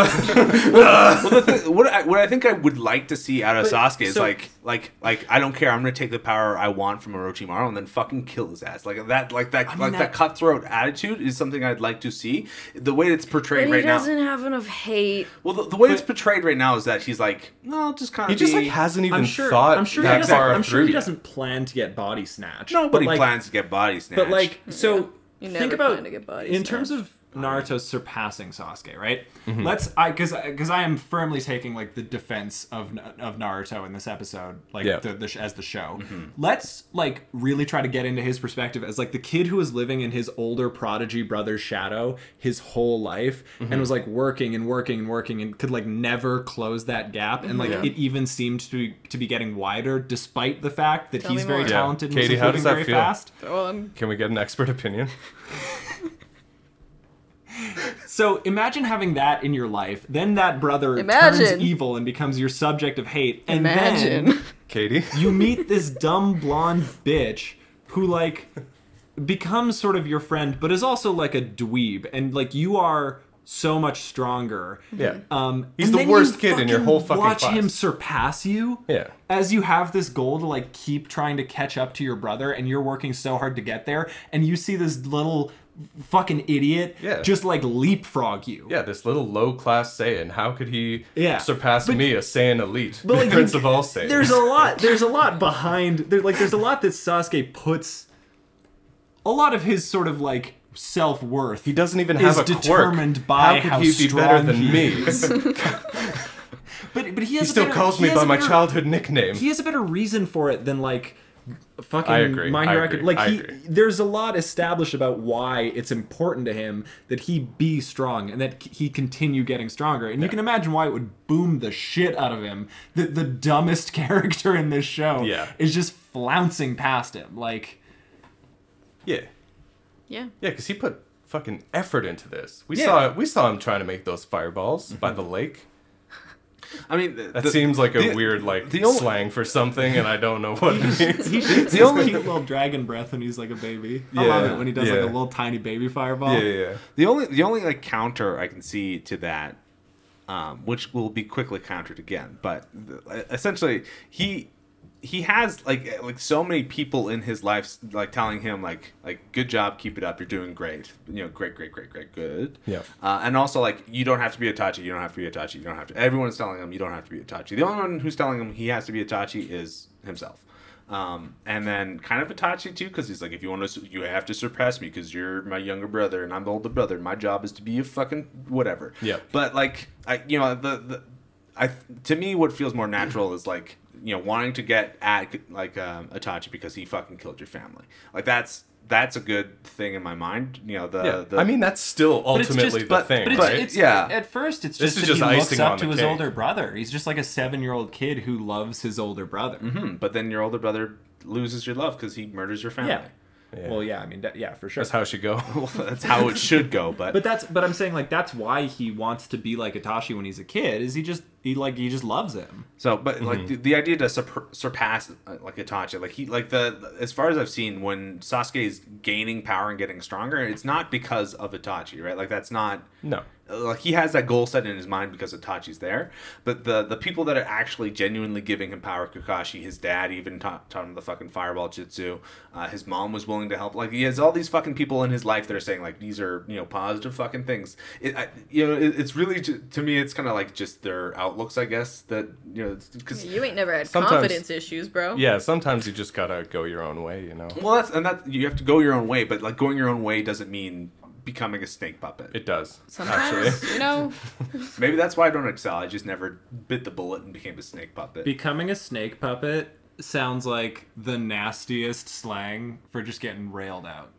[SPEAKER 2] well, the thing, what I, what I think I would like to see out of
[SPEAKER 1] But-
[SPEAKER 2] Sasuke is
[SPEAKER 1] so-
[SPEAKER 2] like like like I don't care. I'm gonna take the power I want from Orochimaru and then fucking kill his ass. Like that like that
[SPEAKER 1] mean,
[SPEAKER 2] like that,
[SPEAKER 1] that-
[SPEAKER 2] cutthroat attitude is something I'd like to see. The way it's portrayed
[SPEAKER 3] And he
[SPEAKER 2] right now.
[SPEAKER 3] doesn't have enough hate.
[SPEAKER 2] Well, the, the way it's portrayed right now is that he's like, no, I'll just kind
[SPEAKER 4] he
[SPEAKER 2] of.
[SPEAKER 4] just
[SPEAKER 2] be...
[SPEAKER 4] like hasn't even
[SPEAKER 1] I'm sure
[SPEAKER 4] thought
[SPEAKER 1] I'm sure he
[SPEAKER 4] that
[SPEAKER 1] doesn't,
[SPEAKER 4] far
[SPEAKER 1] I'm sure
[SPEAKER 4] through
[SPEAKER 1] he
[SPEAKER 4] yet.
[SPEAKER 1] doesn't plan to get body snatched.
[SPEAKER 2] Nobody
[SPEAKER 1] but, like,
[SPEAKER 2] plans to get body snatched.
[SPEAKER 1] But like, so
[SPEAKER 3] You
[SPEAKER 1] think
[SPEAKER 3] never
[SPEAKER 1] about
[SPEAKER 3] plan to get body
[SPEAKER 1] in terms of Naruto surpassing Sasuke, right?
[SPEAKER 4] Mm-hmm.
[SPEAKER 1] Let's, I because because I am firmly taking like the defense of Na- of Naruto in this episode, like
[SPEAKER 4] Yeah. Mm-hmm.
[SPEAKER 1] the, the sh- as the show. Let's like really try to get into his perspective as like the kid who was living in his older prodigy brother's shadow his whole life
[SPEAKER 4] Mm-hmm.
[SPEAKER 1] and was like working and working and working and could like never close that gap and like
[SPEAKER 4] Yeah.
[SPEAKER 1] it even seemed to be, to be getting wider despite the fact that
[SPEAKER 3] Tell
[SPEAKER 1] he's
[SPEAKER 3] me
[SPEAKER 1] very
[SPEAKER 3] more.
[SPEAKER 4] Yeah.
[SPEAKER 1] talented and
[SPEAKER 4] Katie,
[SPEAKER 1] was
[SPEAKER 4] how does
[SPEAKER 1] improving
[SPEAKER 4] that
[SPEAKER 1] very
[SPEAKER 4] feel?
[SPEAKER 1] fast.
[SPEAKER 3] Go on.
[SPEAKER 4] Can we get an expert opinion? [LAUGHS]
[SPEAKER 1] So imagine having that in your life. Then that brother
[SPEAKER 3] Imagine.
[SPEAKER 1] turns evil and becomes your subject of hate. And
[SPEAKER 3] Imagine. [LAUGHS]
[SPEAKER 1] then [LAUGHS]
[SPEAKER 4] Katie?
[SPEAKER 1] you meet this dumb blonde bitch who like becomes sort of your friend, but is also like a dweeb. And like you are so much stronger.
[SPEAKER 4] Yeah.
[SPEAKER 1] Um,
[SPEAKER 4] He's
[SPEAKER 1] and
[SPEAKER 4] the
[SPEAKER 1] then you
[SPEAKER 4] worst kid in your whole fucking
[SPEAKER 1] Watch
[SPEAKER 4] class.
[SPEAKER 1] him surpass you.
[SPEAKER 4] Yeah.
[SPEAKER 1] As you have this goal to like keep trying to catch up to your brother, and you're working so hard to get there, and you see this little fucking idiot
[SPEAKER 4] Yeah.
[SPEAKER 1] just like leapfrog you.
[SPEAKER 4] yeah, this little low class Saiyan. How could he
[SPEAKER 1] Yeah,
[SPEAKER 4] surpass
[SPEAKER 1] but-
[SPEAKER 4] me, a Saiyan elite? [LAUGHS]
[SPEAKER 1] But, like,
[SPEAKER 4] Prince
[SPEAKER 1] you-
[SPEAKER 4] of all Saiyans.
[SPEAKER 1] There's a lot. There's a lot behind. There, like there's a lot that Sasuke puts. A lot of his sort of like self worth.
[SPEAKER 4] he doesn't even
[SPEAKER 1] is
[SPEAKER 4] have a quirk.
[SPEAKER 1] determined by
[SPEAKER 4] how could
[SPEAKER 1] how
[SPEAKER 4] he be better
[SPEAKER 1] strong
[SPEAKER 4] than
[SPEAKER 1] he
[SPEAKER 4] [LAUGHS] me?
[SPEAKER 1] But but he
[SPEAKER 4] he
[SPEAKER 1] has a
[SPEAKER 4] still
[SPEAKER 1] better-
[SPEAKER 4] calls
[SPEAKER 1] he
[SPEAKER 4] me
[SPEAKER 1] has
[SPEAKER 4] by
[SPEAKER 1] a
[SPEAKER 4] my
[SPEAKER 1] better-
[SPEAKER 4] childhood nickname.
[SPEAKER 1] He has a better reason for it than like fucking
[SPEAKER 4] I agree,
[SPEAKER 1] My
[SPEAKER 4] I
[SPEAKER 1] Hero
[SPEAKER 4] agree,
[SPEAKER 1] Acad- Like
[SPEAKER 4] I
[SPEAKER 1] he,
[SPEAKER 4] agree.
[SPEAKER 1] there's a lot established about why it's important to him that he be strong and that c- he continue getting stronger. And you can imagine why it would boom the shit out of him that the dumbest [LAUGHS] character in this show
[SPEAKER 4] Yeah.
[SPEAKER 1] is just flouncing past him. Like
[SPEAKER 4] yeah.
[SPEAKER 3] Yeah.
[SPEAKER 4] Yeah, because he put fucking effort into this. We
[SPEAKER 1] Yeah. Mm-hmm.
[SPEAKER 4] saw we saw him trying to make those fireballs by the lake.
[SPEAKER 2] I mean,
[SPEAKER 4] That seems like a weird like
[SPEAKER 2] the only-
[SPEAKER 4] slang for something, and I don't know
[SPEAKER 1] [LAUGHS]
[SPEAKER 4] what it means.
[SPEAKER 1] He shoots
[SPEAKER 2] The
[SPEAKER 1] his
[SPEAKER 2] only-
[SPEAKER 1] [LAUGHS] cute little dragon breath when he's like a baby. I
[SPEAKER 4] Yeah,
[SPEAKER 1] love it when he does like a
[SPEAKER 4] yeah.
[SPEAKER 1] little tiny baby fireball.
[SPEAKER 4] yeah, yeah, yeah.
[SPEAKER 2] The only the only like counter I can see to that um, which will be quickly countered again. But th- essentially, he he has like uh, like so many people in his life like telling him like like good job keep it up you're doing great you know great great great great good
[SPEAKER 4] Yeah.
[SPEAKER 2] uh, and also like you don't have to be Itachi you don't have to be Itachi you don't have to everyone's telling him you don't have to be Itachi the only one who's telling him he has to be Itachi is himself um, and then kind of Itachi too because he's like if you want to su- you have to surpass me because you're my younger brother and I'm the older brother my job is to be a fucking whatever
[SPEAKER 4] Yeah.
[SPEAKER 2] but like I you know the, the I to me what feels more natural is like you know wanting to get at like um, Itachi because he fucking killed your family. Like that's that's a good thing in my mind. You know the,
[SPEAKER 4] Yeah.
[SPEAKER 2] the
[SPEAKER 4] I mean, that's still
[SPEAKER 1] But it's
[SPEAKER 4] ultimately
[SPEAKER 1] just-
[SPEAKER 4] the
[SPEAKER 1] but-
[SPEAKER 4] thing,
[SPEAKER 1] but it's,
[SPEAKER 4] right?
[SPEAKER 1] it's-
[SPEAKER 2] Yeah.
[SPEAKER 1] At first, it's
[SPEAKER 4] This
[SPEAKER 1] just
[SPEAKER 4] is
[SPEAKER 1] that
[SPEAKER 4] just
[SPEAKER 1] he looks
[SPEAKER 4] icing on
[SPEAKER 1] up to
[SPEAKER 4] the
[SPEAKER 1] his
[SPEAKER 4] cake.
[SPEAKER 1] older brother. He's just like a seven-year-old kid who loves his older brother.
[SPEAKER 2] hmm, but then your older brother loses your love because he murders your family.
[SPEAKER 1] Yeah. Well, yeah. I mean, that, yeah, for sure.
[SPEAKER 4] That's how it should go.
[SPEAKER 2] [LAUGHS] Well, that's how it should go. But,
[SPEAKER 1] But that's but I'm saying like that's why he wants to be like Itachi when he's a kid is he just he like he just loves him.
[SPEAKER 2] so but like the, the idea to surp- surpass uh, like Itachi like he like the as far as I've seen when Sasuke is gaining power and getting stronger it's not because of Itachi right like that's not
[SPEAKER 4] [LAUGHS] No.
[SPEAKER 2] like he has that goal set in his mind because Itachi's there, but the the people that are actually genuinely giving him power, Kakashi, his dad even taught, taught him the fucking fireball jutsu. Uh, his mom was willing to help. Like he has all these fucking people in his life that are saying like these are you know positive fucking things. It, I, you know it, it's really ju- to me it's kind of like just their outlooks, I guess. That you know because
[SPEAKER 3] You ain't never had
[SPEAKER 4] Sometimes-
[SPEAKER 3] confidence issues, bro.
[SPEAKER 4] Yeah, sometimes you just gotta go your own way, you know?
[SPEAKER 2] well that's and that you have to go your own way, but like going your own way doesn't mean becoming a snake puppet.
[SPEAKER 4] It does.
[SPEAKER 3] Sometimes,
[SPEAKER 4] Actually.
[SPEAKER 3] you know,
[SPEAKER 2] Maybe that's why I don't excel. I just never bit the bullet and became a snake puppet.
[SPEAKER 1] Becoming a snake puppet sounds like the nastiest slang for just getting railed out.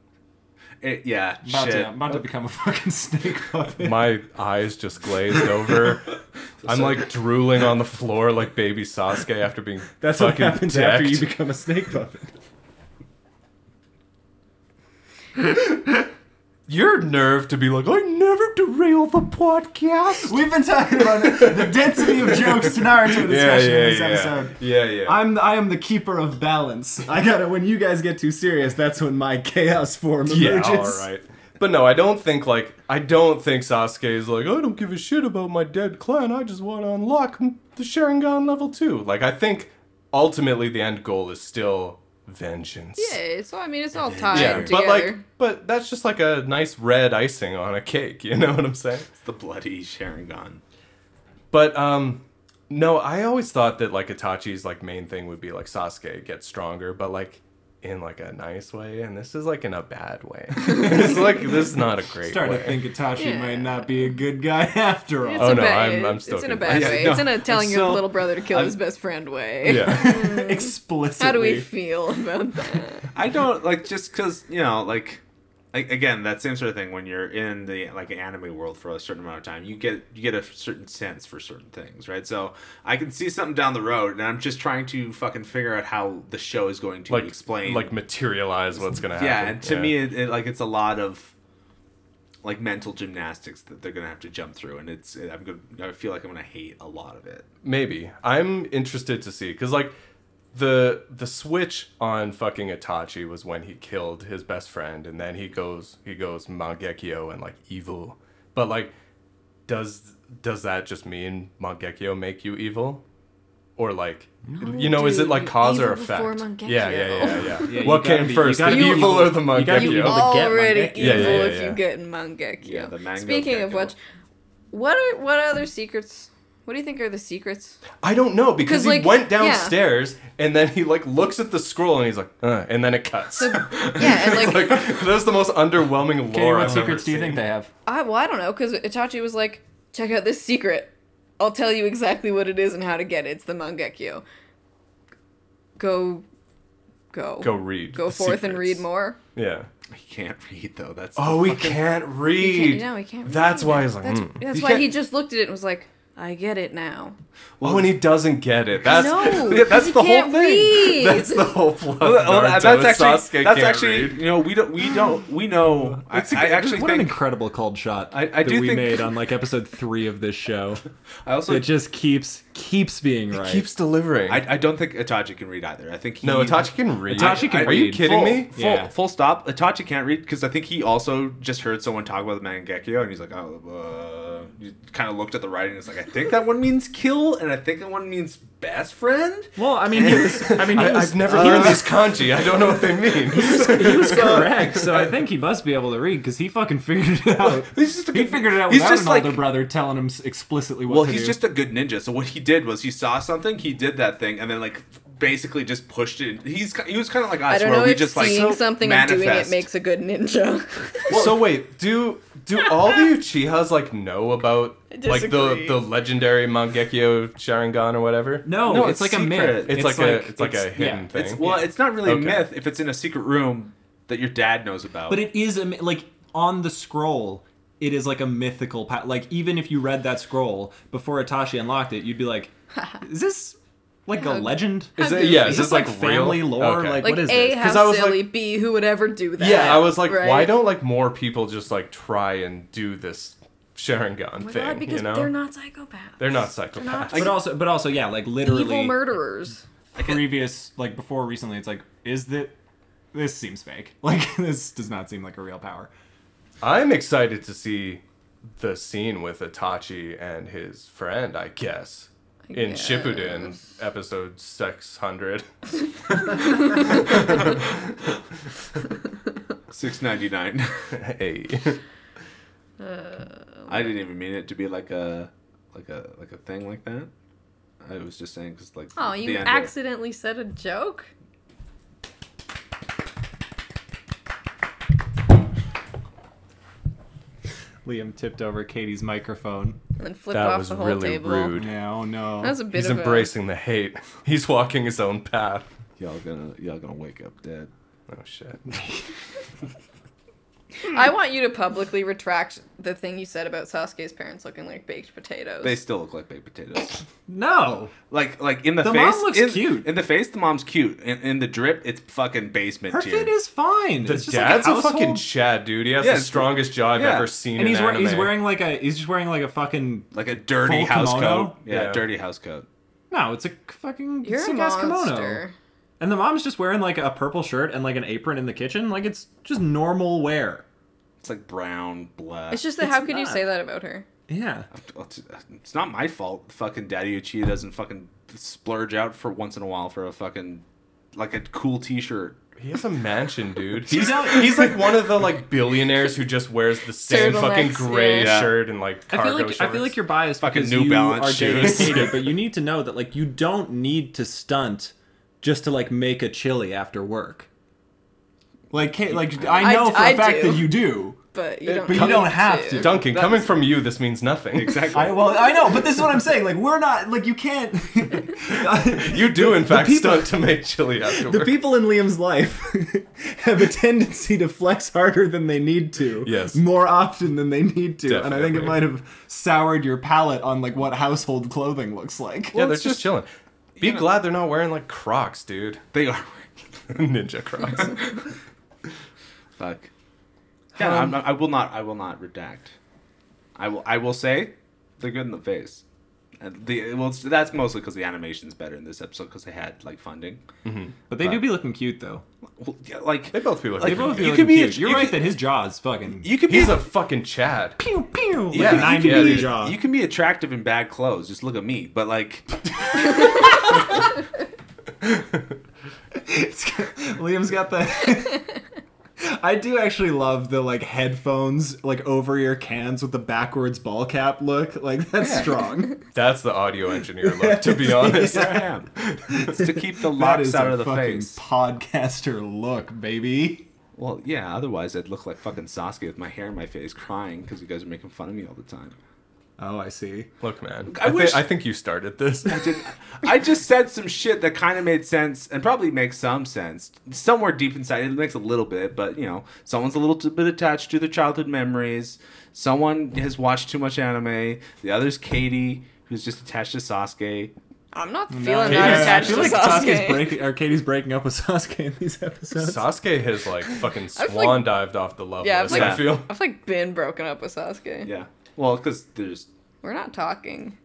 [SPEAKER 2] It- Eh, yeah,
[SPEAKER 1] About,
[SPEAKER 2] shit.
[SPEAKER 1] to, I'm about to become a fucking snake puppet.
[SPEAKER 4] [LAUGHS] My eyes just glazed [LAUGHS] over. I'm like drooling on the floor like baby Sasuke after being fucking decked.
[SPEAKER 1] become a snake puppet.
[SPEAKER 4] Your nerve to be like, I never derail the podcast.
[SPEAKER 1] We've been talking about the density of jokes to Naruto discussion
[SPEAKER 4] Yeah, yeah,
[SPEAKER 1] in this
[SPEAKER 4] yeah.
[SPEAKER 1] episode.
[SPEAKER 2] Yeah, yeah.
[SPEAKER 1] I'm I am the keeper of balance. I gotta when you guys get too serious, that's when my chaos form
[SPEAKER 4] Yeah,
[SPEAKER 1] emerges.
[SPEAKER 4] all right. But no, I don't think like I don't think Sasuke is like I don't give a shit about my dead clan. I just want to unlock m- the Sharingan level two. Like I think ultimately the end goal is still vengeance.
[SPEAKER 3] yeah. So I mean, it's all tied
[SPEAKER 4] Yeah,
[SPEAKER 3] together.
[SPEAKER 4] but like, but that's just like a nice red icing on a cake. [LAUGHS] You know what I'm saying?
[SPEAKER 2] the bloody Sharingan.
[SPEAKER 4] But um no, I always thought that like Itachi's like main thing would be like Sasuke gets stronger, but like in like a nice way, and this is like in a bad way. [LAUGHS] it's like this is not a great
[SPEAKER 1] Starting
[SPEAKER 4] way.
[SPEAKER 1] to think Itachi
[SPEAKER 3] Yeah.
[SPEAKER 1] might not be a good guy [LAUGHS] after all.
[SPEAKER 3] it's
[SPEAKER 4] Oh,
[SPEAKER 3] a
[SPEAKER 4] no,
[SPEAKER 3] bad,
[SPEAKER 4] I'm- I'm still
[SPEAKER 3] it's in a bad
[SPEAKER 4] [LAUGHS] confused.
[SPEAKER 3] way.
[SPEAKER 2] Yeah,
[SPEAKER 3] it's in
[SPEAKER 2] no,
[SPEAKER 3] a telling
[SPEAKER 2] I'm
[SPEAKER 3] your
[SPEAKER 2] so-
[SPEAKER 3] little brother to kill
[SPEAKER 2] I'm-
[SPEAKER 3] his best friend
[SPEAKER 1] [LAUGHS]
[SPEAKER 3] way.
[SPEAKER 4] yeah.
[SPEAKER 1] Explicitly.
[SPEAKER 3] How do we feel about
[SPEAKER 2] [LAUGHS]
[SPEAKER 3] that?
[SPEAKER 2] I don't like just because you know like. a- Again, that same sort of thing. When you're in the like anime world for a certain amount of time, you get you get a certain sense for certain things, right? So I can see something down the road, and I'm just trying to fucking figure out how the show is going to
[SPEAKER 4] Like
[SPEAKER 2] explain,
[SPEAKER 4] like materialize what's gonna happen.
[SPEAKER 2] yeah. And to me, it, it, like it's a lot of like mental gymnastics that they're gonna have to jump through, and it's I'm gonna I feel like I'm gonna hate a lot of it.
[SPEAKER 4] maybe I'm interested to see because like the the switch on fucking Itachi was when he killed his best friend, and then he goes he goes Mangekyo and like evil. But like, does does that just mean Mangekyo make you evil, or like you know is it
[SPEAKER 3] dude,
[SPEAKER 4] like cause or
[SPEAKER 3] evil before
[SPEAKER 4] effect?
[SPEAKER 3] Mangekyo.
[SPEAKER 4] Yeah, yeah, yeah, yeah.
[SPEAKER 1] [LAUGHS] Yeah, you
[SPEAKER 4] what
[SPEAKER 1] gotta
[SPEAKER 4] came
[SPEAKER 1] be- you
[SPEAKER 4] first, the
[SPEAKER 1] gotta
[SPEAKER 3] be
[SPEAKER 4] evil,
[SPEAKER 3] evil.
[SPEAKER 4] or the
[SPEAKER 1] You gotta be
[SPEAKER 4] Mangekyo?
[SPEAKER 1] evil to get
[SPEAKER 3] already
[SPEAKER 1] Mangekyo.
[SPEAKER 3] evil
[SPEAKER 4] Yeah, yeah, yeah,
[SPEAKER 3] if
[SPEAKER 4] yeah.
[SPEAKER 3] you get Mangekyo.
[SPEAKER 2] Yeah, the manga
[SPEAKER 3] Speaking of
[SPEAKER 2] Mangekyo.
[SPEAKER 3] which, what are what other secrets? What do you think are the secrets?
[SPEAKER 4] [LAUGHS] I don't know because
[SPEAKER 3] 'Cause,
[SPEAKER 4] he
[SPEAKER 3] like,
[SPEAKER 4] went
[SPEAKER 3] yeah.
[SPEAKER 4] downstairs and then he like looks at the scroll and he's like, uh, and then it cuts. [LAUGHS]
[SPEAKER 3] Yeah, and like,
[SPEAKER 4] like that's the most underwhelming
[SPEAKER 1] Katie,
[SPEAKER 4] lore.
[SPEAKER 1] what
[SPEAKER 4] I've ever
[SPEAKER 1] secrets do you
[SPEAKER 4] seen.
[SPEAKER 1] think they have?
[SPEAKER 3] I well, I don't know because Itachi was like, check out this secret. I'll tell you exactly what it is and how to get it. It's the Mangekyo. Go, go,
[SPEAKER 4] Go read.
[SPEAKER 3] go
[SPEAKER 4] the
[SPEAKER 3] forth and read
[SPEAKER 4] secrets.
[SPEAKER 3] more.
[SPEAKER 4] Yeah.
[SPEAKER 2] He can't [LAUGHS] read though. That's the
[SPEAKER 4] Oh, he
[SPEAKER 2] fucking-
[SPEAKER 4] can't read.
[SPEAKER 3] He can't, no, he can't.
[SPEAKER 4] That's
[SPEAKER 3] read
[SPEAKER 4] why
[SPEAKER 3] it.
[SPEAKER 4] he's like.
[SPEAKER 3] That's,
[SPEAKER 4] mm.
[SPEAKER 3] that's
[SPEAKER 4] He
[SPEAKER 3] why
[SPEAKER 4] can't-
[SPEAKER 3] he just looked at it and was like, I get it now.
[SPEAKER 4] Oh, and he doesn't get it. That's
[SPEAKER 3] no,
[SPEAKER 2] yeah, that's
[SPEAKER 3] he
[SPEAKER 2] the whole
[SPEAKER 3] can't
[SPEAKER 2] thing.
[SPEAKER 3] Read.
[SPEAKER 4] [LAUGHS] that's the whole plot.
[SPEAKER 2] Well, that- well,
[SPEAKER 4] Naruto, is
[SPEAKER 2] that's actually
[SPEAKER 4] Sasuke
[SPEAKER 2] that's
[SPEAKER 4] can't
[SPEAKER 2] actually
[SPEAKER 4] read.
[SPEAKER 2] you know we don't we don't we
[SPEAKER 4] [LAUGHS]
[SPEAKER 2] know I, I actually
[SPEAKER 1] what an
[SPEAKER 2] think
[SPEAKER 1] incredible cold shot
[SPEAKER 2] I- I
[SPEAKER 1] that
[SPEAKER 2] do
[SPEAKER 1] we
[SPEAKER 2] think-
[SPEAKER 1] made
[SPEAKER 2] [LAUGHS]
[SPEAKER 1] on like episode three of this show.
[SPEAKER 2] I also
[SPEAKER 1] it just keeps keeps being right.
[SPEAKER 4] keeps delivering.
[SPEAKER 2] I, I don't think Itachi can read either. I think he,
[SPEAKER 4] no, Itachi can read.
[SPEAKER 1] Itachi can
[SPEAKER 4] Are you
[SPEAKER 1] read.
[SPEAKER 4] kidding
[SPEAKER 2] full,
[SPEAKER 4] me?
[SPEAKER 2] Full,
[SPEAKER 1] Yeah.
[SPEAKER 2] full stop. Itachi can't read because I think he also just heard someone talk about the Mangekyo and he's like, oh, know, you kind of looked at the writing. It's like I think that one means kill, and I think that one means best friend.
[SPEAKER 1] Well, I mean, he was, I mean, he
[SPEAKER 4] I,
[SPEAKER 1] was,
[SPEAKER 4] I've never heard these kanji. I don't know what they
[SPEAKER 2] [LAUGHS]
[SPEAKER 4] mean.
[SPEAKER 1] he was correct, so I think he must be able to read because he fucking figured it out.
[SPEAKER 2] [LAUGHS] He's just a
[SPEAKER 1] he
[SPEAKER 2] good-
[SPEAKER 1] figured it out
[SPEAKER 2] he's
[SPEAKER 1] without
[SPEAKER 2] just
[SPEAKER 1] an
[SPEAKER 2] like-
[SPEAKER 1] older brother telling him s- explicitly what
[SPEAKER 2] Well,
[SPEAKER 1] to
[SPEAKER 2] he's
[SPEAKER 1] do.
[SPEAKER 2] just a good ninja. So what he did was he saw something, he did that thing, and then like basically just pushed it. He's ki- he was kind of like us,
[SPEAKER 3] I don't
[SPEAKER 2] where
[SPEAKER 3] know
[SPEAKER 2] we
[SPEAKER 3] if
[SPEAKER 2] just like
[SPEAKER 3] seeing something and doing it
[SPEAKER 2] manifest.
[SPEAKER 3] makes a good ninja. [LAUGHS]
[SPEAKER 4] so wait, do do all the Uchihas like know about like the
[SPEAKER 3] disagree.
[SPEAKER 4] the legendary Mangekyo Sharingan or whatever?
[SPEAKER 1] no,
[SPEAKER 2] No,
[SPEAKER 1] it's,
[SPEAKER 2] it's
[SPEAKER 1] like a myth.
[SPEAKER 2] secret.
[SPEAKER 4] It's, like, a it's like a hidden
[SPEAKER 1] yeah.
[SPEAKER 4] thing.
[SPEAKER 2] It's, well, it's not really
[SPEAKER 4] Okay.
[SPEAKER 2] a myth if it's in a secret room that your dad knows about.
[SPEAKER 1] But it is a, mi- like on the scroll. It is like a mythical pa- like even if you read that scroll before Itachi unlocked it, you'd be
[SPEAKER 2] [LAUGHS]
[SPEAKER 1] like, is this like a
[SPEAKER 3] How-
[SPEAKER 1] legend?
[SPEAKER 4] Is it,
[SPEAKER 3] goofy.
[SPEAKER 4] yeah,
[SPEAKER 1] Is
[SPEAKER 4] is
[SPEAKER 1] this
[SPEAKER 4] this like,
[SPEAKER 1] like family
[SPEAKER 4] real?
[SPEAKER 1] lore?
[SPEAKER 4] Okay.
[SPEAKER 1] Like,
[SPEAKER 3] like
[SPEAKER 1] what is
[SPEAKER 3] a
[SPEAKER 1] this?
[SPEAKER 4] 'Cause
[SPEAKER 3] how
[SPEAKER 4] I was
[SPEAKER 3] silly,
[SPEAKER 4] like-
[SPEAKER 3] b who would ever do that?
[SPEAKER 4] yeah, I was like,
[SPEAKER 3] right?
[SPEAKER 4] why don't like more people just like try and do this Sharingan
[SPEAKER 3] Oh my
[SPEAKER 4] thing?
[SPEAKER 3] God, because
[SPEAKER 4] you know,
[SPEAKER 3] they're not psychopaths.
[SPEAKER 4] They're not
[SPEAKER 3] They're not
[SPEAKER 4] psychopaths.
[SPEAKER 1] but also, but also, yeah, like
[SPEAKER 3] evil
[SPEAKER 1] literally
[SPEAKER 4] [LAUGHS]
[SPEAKER 3] murderers. [LAUGHS]
[SPEAKER 1] previous, like before recently, it's like, is that this seems fake? [LAUGHS] Like this does not seem like a real power.
[SPEAKER 4] I'm excited to see the scene with Itachi and his friend, I guess. In
[SPEAKER 3] guess.
[SPEAKER 4] Shippuden, episode 600.
[SPEAKER 2] [LAUGHS]
[SPEAKER 3] Uh,
[SPEAKER 2] Six ninety nine.
[SPEAKER 4] hey.
[SPEAKER 2] [LAUGHS] I didn't even mean it to be like a like a like a thing like that. I was just saying because like
[SPEAKER 3] Oh, you
[SPEAKER 2] end of-
[SPEAKER 3] accidentally said a joke.
[SPEAKER 1] Liam tipped over Katie's microphone.
[SPEAKER 3] and then flipped
[SPEAKER 4] That
[SPEAKER 3] off
[SPEAKER 4] was
[SPEAKER 3] the whole
[SPEAKER 4] really
[SPEAKER 3] table.
[SPEAKER 4] rude.
[SPEAKER 1] Yeah, oh no.
[SPEAKER 3] That was a bit
[SPEAKER 4] He's
[SPEAKER 3] of
[SPEAKER 4] embracing the hate. [LAUGHS] He's walking his own path.
[SPEAKER 2] y'all gonna y'all gonna wake up dead.
[SPEAKER 4] Oh, shit.
[SPEAKER 3] A, I want you to publicly retract the thing you said about Sasuke's parents looking like baked potatoes.
[SPEAKER 2] They still look like baked potatoes.
[SPEAKER 1] no.
[SPEAKER 2] Like like in the,
[SPEAKER 1] The mom
[SPEAKER 2] face,
[SPEAKER 1] looks
[SPEAKER 2] in,
[SPEAKER 1] cute.
[SPEAKER 2] In the face, the mom's cute. In, in the drip, it's fucking basement
[SPEAKER 1] Her
[SPEAKER 2] tier.
[SPEAKER 1] fit is fine.
[SPEAKER 4] The
[SPEAKER 1] it's just
[SPEAKER 4] dad's
[SPEAKER 1] like
[SPEAKER 4] a fucking Chad, dude. He has
[SPEAKER 2] Yeah,
[SPEAKER 4] the
[SPEAKER 2] it's-
[SPEAKER 4] strongest jaw I've
[SPEAKER 2] yeah.
[SPEAKER 4] ever seen
[SPEAKER 1] and
[SPEAKER 4] in
[SPEAKER 1] he's wearing,
[SPEAKER 4] anime.
[SPEAKER 1] he's wearing like a he's just wearing like a fucking
[SPEAKER 2] like a dirty
[SPEAKER 1] Full
[SPEAKER 2] house
[SPEAKER 1] kimono?
[SPEAKER 2] coat. Yeah,
[SPEAKER 4] Yeah.
[SPEAKER 2] dirty house coat.
[SPEAKER 1] no, it's a fucking
[SPEAKER 3] You're a
[SPEAKER 1] sick ass kimono.
[SPEAKER 3] monster.
[SPEAKER 1] And the mom's just wearing like a purple shirt and like an apron in the kitchen. Like it's just normal wear.
[SPEAKER 2] It's like brown black.
[SPEAKER 3] It's just that
[SPEAKER 1] It's
[SPEAKER 3] how could you
[SPEAKER 1] not.
[SPEAKER 3] say that about her?
[SPEAKER 1] Yeah.
[SPEAKER 2] It's- It's not my fault. Fucking Daddy Uchi doesn't fucking splurge out for once in a while for a fucking like a cool T-shirt.
[SPEAKER 4] He has a
[SPEAKER 1] [LAUGHS]
[SPEAKER 4] mansion, dude. He's he's like one of the like billionaires who just wears the same fucking
[SPEAKER 3] Turtlenecks,
[SPEAKER 4] gray
[SPEAKER 2] yeah.
[SPEAKER 4] shirt and like
[SPEAKER 1] I
[SPEAKER 4] cargo
[SPEAKER 1] feel like
[SPEAKER 4] shorts.
[SPEAKER 1] I feel like you're biased
[SPEAKER 2] Fucking
[SPEAKER 1] because
[SPEAKER 2] New
[SPEAKER 1] you
[SPEAKER 2] Balance
[SPEAKER 1] are dating
[SPEAKER 2] shoes.
[SPEAKER 1] Katie, but
[SPEAKER 4] [LAUGHS]
[SPEAKER 1] you need to know that like you don't need to stunt just to like make a chili after work. Like Ka- like I
[SPEAKER 3] I-
[SPEAKER 1] know for a
[SPEAKER 3] I
[SPEAKER 1] fact
[SPEAKER 3] do.
[SPEAKER 1] that you do.
[SPEAKER 3] But you don't.
[SPEAKER 1] But you don't
[SPEAKER 3] need
[SPEAKER 1] have to.
[SPEAKER 4] Duncan, coming from you, this means nothing.
[SPEAKER 2] Exactly.
[SPEAKER 1] I well I know, but this is what I'm saying. Like we're not like you can't.
[SPEAKER 4] [LAUGHS] You do, in fact,
[SPEAKER 1] people-
[SPEAKER 4] stunt to make
[SPEAKER 1] [LAUGHS]
[SPEAKER 4] chili
[SPEAKER 1] the
[SPEAKER 4] afterward.
[SPEAKER 1] people in Liam's life [LAUGHS] have a tendency to flex harder than they need to.
[SPEAKER 4] Yes.
[SPEAKER 1] More often than they need to. And I think it
[SPEAKER 4] Definitely.
[SPEAKER 1] might have soured your palate on like what household clothing looks like.
[SPEAKER 4] yeah, they're
[SPEAKER 2] it's
[SPEAKER 4] just,
[SPEAKER 2] just-
[SPEAKER 4] chilling. Be
[SPEAKER 2] know-
[SPEAKER 4] glad they're not wearing like Crocs, dude. [LAUGHS]
[SPEAKER 2] they are.
[SPEAKER 4] Ninja Crocs.
[SPEAKER 2] Fuck. Yeah, I'm not, I will not. I will not redact. I will. I will say, they're good in the face. And the well, it's- that's mostly because the animation's better in this episode because they had like funding.
[SPEAKER 1] But they do be looking cute though.
[SPEAKER 2] Well, yeah, like
[SPEAKER 4] they both feel like,
[SPEAKER 2] They
[SPEAKER 1] They both be
[SPEAKER 2] You
[SPEAKER 1] looking
[SPEAKER 2] could be a-
[SPEAKER 1] cute. You're
[SPEAKER 2] you
[SPEAKER 1] right
[SPEAKER 2] could-
[SPEAKER 1] that his jaw is fucking
[SPEAKER 2] you could be
[SPEAKER 4] He's a fucking Chad.
[SPEAKER 1] pew pew. Like
[SPEAKER 4] Yeah,
[SPEAKER 1] a nine
[SPEAKER 4] you could
[SPEAKER 1] degree
[SPEAKER 4] be-
[SPEAKER 1] jaw.
[SPEAKER 2] You can be attractive in bad clothes. Just look at me. But like,
[SPEAKER 1] It's got- Liam's got the. [LAUGHS] I do actually love the like headphones like over your cans with the backwards ball cap look. Like that's
[SPEAKER 4] [LAUGHS]
[SPEAKER 1] strong.
[SPEAKER 4] That's the audio engineer look, to
[SPEAKER 1] [LAUGHS]
[SPEAKER 4] be honest.
[SPEAKER 2] yes, I am. It's to keep the
[SPEAKER 1] That
[SPEAKER 2] locks
[SPEAKER 1] is
[SPEAKER 2] out
[SPEAKER 1] a
[SPEAKER 2] of the
[SPEAKER 1] fucking
[SPEAKER 2] face.
[SPEAKER 1] podcaster look, baby.
[SPEAKER 2] Well, yeah. Otherwise, I'd look like fucking Sasuke with my hair in my face, crying because you guys are making fun of me all the time.
[SPEAKER 1] Oh, I see.
[SPEAKER 4] Look, man,
[SPEAKER 2] I
[SPEAKER 4] I, thi-
[SPEAKER 2] wish-
[SPEAKER 4] I think you started this.
[SPEAKER 2] I just, I just said some shit that kind of made sense and probably makes some sense somewhere deep inside. It makes a little bit, but you know, someone's a little t- bit attached to their childhood memories. Someone has watched too much anime. The other's Katie, who's just attached to Sasuke.
[SPEAKER 3] I'm not feeling
[SPEAKER 4] Katie's-
[SPEAKER 3] that
[SPEAKER 4] I
[SPEAKER 3] attached
[SPEAKER 1] feel
[SPEAKER 3] to
[SPEAKER 1] like
[SPEAKER 3] Sasuke.
[SPEAKER 1] Sasuke's
[SPEAKER 3] [LAUGHS]
[SPEAKER 1] breaking or Katie's breaking up with [LAUGHS] Sasuke in these episodes.
[SPEAKER 4] [LAUGHS] Sasuke has like fucking
[SPEAKER 3] I've, like-
[SPEAKER 4] swan dived off the love
[SPEAKER 3] Yeah, I've, like-
[SPEAKER 4] list. I
[SPEAKER 3] [LAUGHS]
[SPEAKER 4] feel.
[SPEAKER 3] I've like been broken up with Sasuke.
[SPEAKER 2] Yeah. Well, because there's
[SPEAKER 3] We're not talking.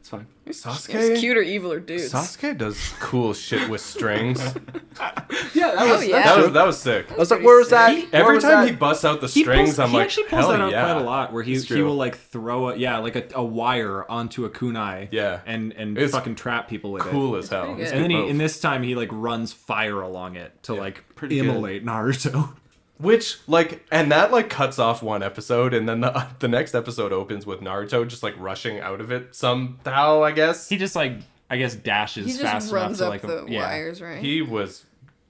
[SPEAKER 2] it's fine.
[SPEAKER 3] It's
[SPEAKER 4] Sasuke.
[SPEAKER 3] cute or evil or dudes.
[SPEAKER 4] Sasuke does cool shit with strings.
[SPEAKER 2] Yeah, that was.
[SPEAKER 3] Oh, yeah.
[SPEAKER 2] that's
[SPEAKER 4] that
[SPEAKER 2] true.
[SPEAKER 4] was that was sick.
[SPEAKER 2] I was like, where was that?
[SPEAKER 1] He-
[SPEAKER 2] Where
[SPEAKER 4] Every
[SPEAKER 2] was
[SPEAKER 4] time
[SPEAKER 2] that?
[SPEAKER 4] he busts out the
[SPEAKER 1] He
[SPEAKER 4] strings,
[SPEAKER 1] pulls-
[SPEAKER 4] I'm
[SPEAKER 1] he
[SPEAKER 4] like,
[SPEAKER 1] actually pulls
[SPEAKER 4] hell
[SPEAKER 1] that out
[SPEAKER 4] yeah.
[SPEAKER 1] quite a lot, where he
[SPEAKER 4] It's
[SPEAKER 1] he
[SPEAKER 4] true.
[SPEAKER 1] will like throw a yeah like a, a wire onto a kunai,
[SPEAKER 4] Yeah.
[SPEAKER 1] and and
[SPEAKER 4] It's
[SPEAKER 1] fucking trap people with it.
[SPEAKER 4] Cool as hell.
[SPEAKER 3] pretty
[SPEAKER 4] It's
[SPEAKER 3] good.
[SPEAKER 1] And then
[SPEAKER 4] both.
[SPEAKER 1] he, in this time, he like runs fire along it to like
[SPEAKER 2] pretty good.
[SPEAKER 1] immolate Naruto. [LAUGHS]
[SPEAKER 4] Which like and that like cuts off one episode and then the [LAUGHS] the next episode opens with Naruto just like rushing out of it somehow I guess.
[SPEAKER 1] he
[SPEAKER 4] He,
[SPEAKER 1] just like I guess dashes
[SPEAKER 3] He just
[SPEAKER 1] fast
[SPEAKER 3] runs up
[SPEAKER 1] enough to
[SPEAKER 3] the
[SPEAKER 1] like a- yeah.
[SPEAKER 3] wires, right?
[SPEAKER 4] was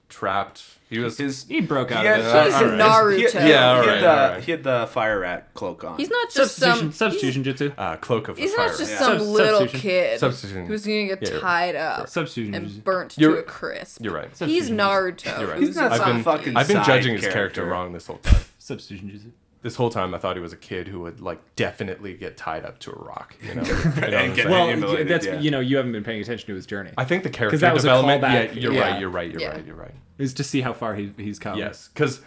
[SPEAKER 4] trapped. He was
[SPEAKER 2] His.
[SPEAKER 1] He broke out
[SPEAKER 2] Yeah,
[SPEAKER 1] of it.
[SPEAKER 2] he's
[SPEAKER 1] All
[SPEAKER 3] a
[SPEAKER 1] right.
[SPEAKER 3] Naruto.
[SPEAKER 2] He had,
[SPEAKER 4] Yeah,
[SPEAKER 2] he,
[SPEAKER 4] alright,
[SPEAKER 2] had the,
[SPEAKER 4] alright.
[SPEAKER 2] he had the fire rat cloak on.
[SPEAKER 3] He's not just
[SPEAKER 1] Substitution
[SPEAKER 3] some
[SPEAKER 1] substitution jutsu.
[SPEAKER 4] uh, cloak of
[SPEAKER 3] He's, he's
[SPEAKER 4] fire.
[SPEAKER 3] not just
[SPEAKER 4] Yeah.
[SPEAKER 3] some
[SPEAKER 1] Sub-
[SPEAKER 3] little
[SPEAKER 1] substitution.
[SPEAKER 3] kid
[SPEAKER 4] Substitution.
[SPEAKER 3] who's gonna get
[SPEAKER 4] Yeah, you're
[SPEAKER 3] tied up
[SPEAKER 1] substitution jutsu.
[SPEAKER 3] and burnt
[SPEAKER 4] You're-
[SPEAKER 3] to a crisp.
[SPEAKER 4] You're right.
[SPEAKER 3] He's
[SPEAKER 1] Substitution.
[SPEAKER 3] Naruto.
[SPEAKER 4] You're right.
[SPEAKER 3] who's
[SPEAKER 2] not
[SPEAKER 3] a
[SPEAKER 4] I've
[SPEAKER 2] some
[SPEAKER 4] been,
[SPEAKER 2] fucking
[SPEAKER 4] I've been
[SPEAKER 2] side
[SPEAKER 4] judging his
[SPEAKER 2] character.
[SPEAKER 4] character wrong this whole time.
[SPEAKER 1] substitution jutsu.
[SPEAKER 4] This whole time I thought he was a kid who would like definitely get tied up to a rock, you know.
[SPEAKER 1] [LAUGHS]
[SPEAKER 4] You know what I'm
[SPEAKER 2] And get-
[SPEAKER 4] saying?
[SPEAKER 2] Well,
[SPEAKER 1] Well,
[SPEAKER 2] Emulated,
[SPEAKER 1] that's
[SPEAKER 2] yeah.
[SPEAKER 1] you know you haven't been paying attention to his journey.
[SPEAKER 4] I think the character
[SPEAKER 1] 'Cause that was a
[SPEAKER 4] development. Yeah,
[SPEAKER 1] callback.
[SPEAKER 4] you're
[SPEAKER 1] Yeah. Um,
[SPEAKER 4] right. You're right. You're
[SPEAKER 3] Yeah.
[SPEAKER 4] right. You're right.
[SPEAKER 1] is to see how far he he's come.
[SPEAKER 4] Yes, because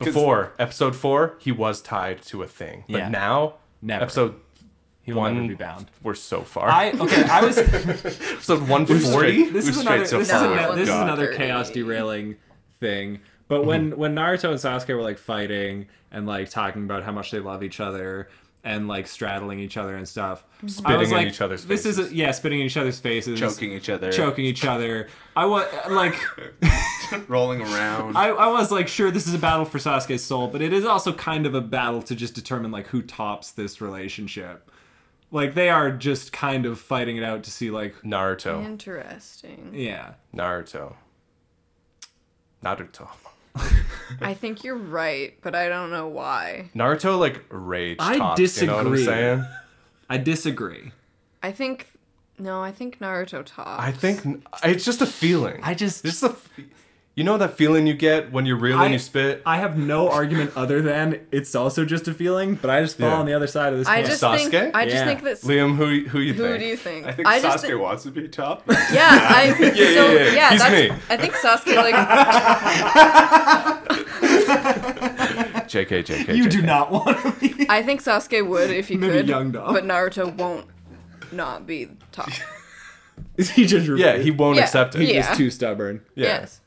[SPEAKER 4] before episode four, he was tied to a thing, but
[SPEAKER 1] Yeah.
[SPEAKER 4] now
[SPEAKER 1] Never.
[SPEAKER 4] episode
[SPEAKER 1] he will
[SPEAKER 4] one
[SPEAKER 1] never be bound.
[SPEAKER 4] We're so far.
[SPEAKER 1] I okay. I was.
[SPEAKER 4] [LAUGHS] episode one
[SPEAKER 1] this
[SPEAKER 4] forty.
[SPEAKER 2] We've
[SPEAKER 1] is another.
[SPEAKER 2] strayed so
[SPEAKER 1] this
[SPEAKER 2] far
[SPEAKER 1] is,
[SPEAKER 2] away
[SPEAKER 1] ano-
[SPEAKER 2] from
[SPEAKER 1] this is
[SPEAKER 2] God. Mm-hmm.
[SPEAKER 1] another chaos derailing thing. But when when Naruto and Sasuke were like fighting and like talking about how much they love each other and like straddling each other and stuff, I was
[SPEAKER 4] in
[SPEAKER 1] like,
[SPEAKER 4] each other's
[SPEAKER 1] This is a, yeah, spitting in each other's faces,
[SPEAKER 2] choking each other,
[SPEAKER 1] choking each other. I was like,
[SPEAKER 2] [LAUGHS] rolling around.
[SPEAKER 1] I, I was like, sure, this is a battle for Sasuke's soul, but it is also kind of a battle to just determine like who tops this relationship. Like they are just kind of fighting it out to see like
[SPEAKER 4] Naruto.
[SPEAKER 3] Interesting.
[SPEAKER 1] yeah.
[SPEAKER 4] Naruto. Naruto.
[SPEAKER 3] I think you're right, but I don't know why.
[SPEAKER 4] Naruto like rage.
[SPEAKER 1] I
[SPEAKER 4] talks, You know what
[SPEAKER 1] disagree.
[SPEAKER 4] I'm saying?
[SPEAKER 1] I disagree.
[SPEAKER 3] I think no, I think Naruto talks.
[SPEAKER 4] I think it's just a feeling.
[SPEAKER 1] I just-
[SPEAKER 4] It's the. You know that feeling you get when you reel
[SPEAKER 1] I-
[SPEAKER 4] and you spit.
[SPEAKER 1] I have no argument other than it's also just a feeling, but I just fall
[SPEAKER 4] Yeah.
[SPEAKER 1] on the other side of this.
[SPEAKER 3] I
[SPEAKER 1] camp.
[SPEAKER 3] just
[SPEAKER 4] Sasuke?
[SPEAKER 3] think I just
[SPEAKER 1] Yeah.
[SPEAKER 3] think that
[SPEAKER 4] Liam, who who you
[SPEAKER 3] who
[SPEAKER 4] think?
[SPEAKER 3] do you think?
[SPEAKER 2] I think Sasuke
[SPEAKER 3] just thi-
[SPEAKER 2] wants to be top.
[SPEAKER 3] Yeah, I yeah, so,
[SPEAKER 4] yeah, yeah.
[SPEAKER 3] yeah,
[SPEAKER 4] He's
[SPEAKER 3] that's
[SPEAKER 4] me.
[SPEAKER 3] I think Sasuke like
[SPEAKER 4] Jk, Jk.
[SPEAKER 1] you
[SPEAKER 4] JK.
[SPEAKER 1] do not want [LAUGHS] to be.
[SPEAKER 3] I think Sasuke would if he
[SPEAKER 1] Maybe
[SPEAKER 3] could,
[SPEAKER 1] Young Dog.
[SPEAKER 3] but Naruto won't not be top.
[SPEAKER 1] he just
[SPEAKER 4] Yeah, he won't
[SPEAKER 3] Yeah.
[SPEAKER 4] accept it.
[SPEAKER 1] he
[SPEAKER 3] Yeah.
[SPEAKER 1] is too stubborn.
[SPEAKER 4] Yeah.
[SPEAKER 3] Yes.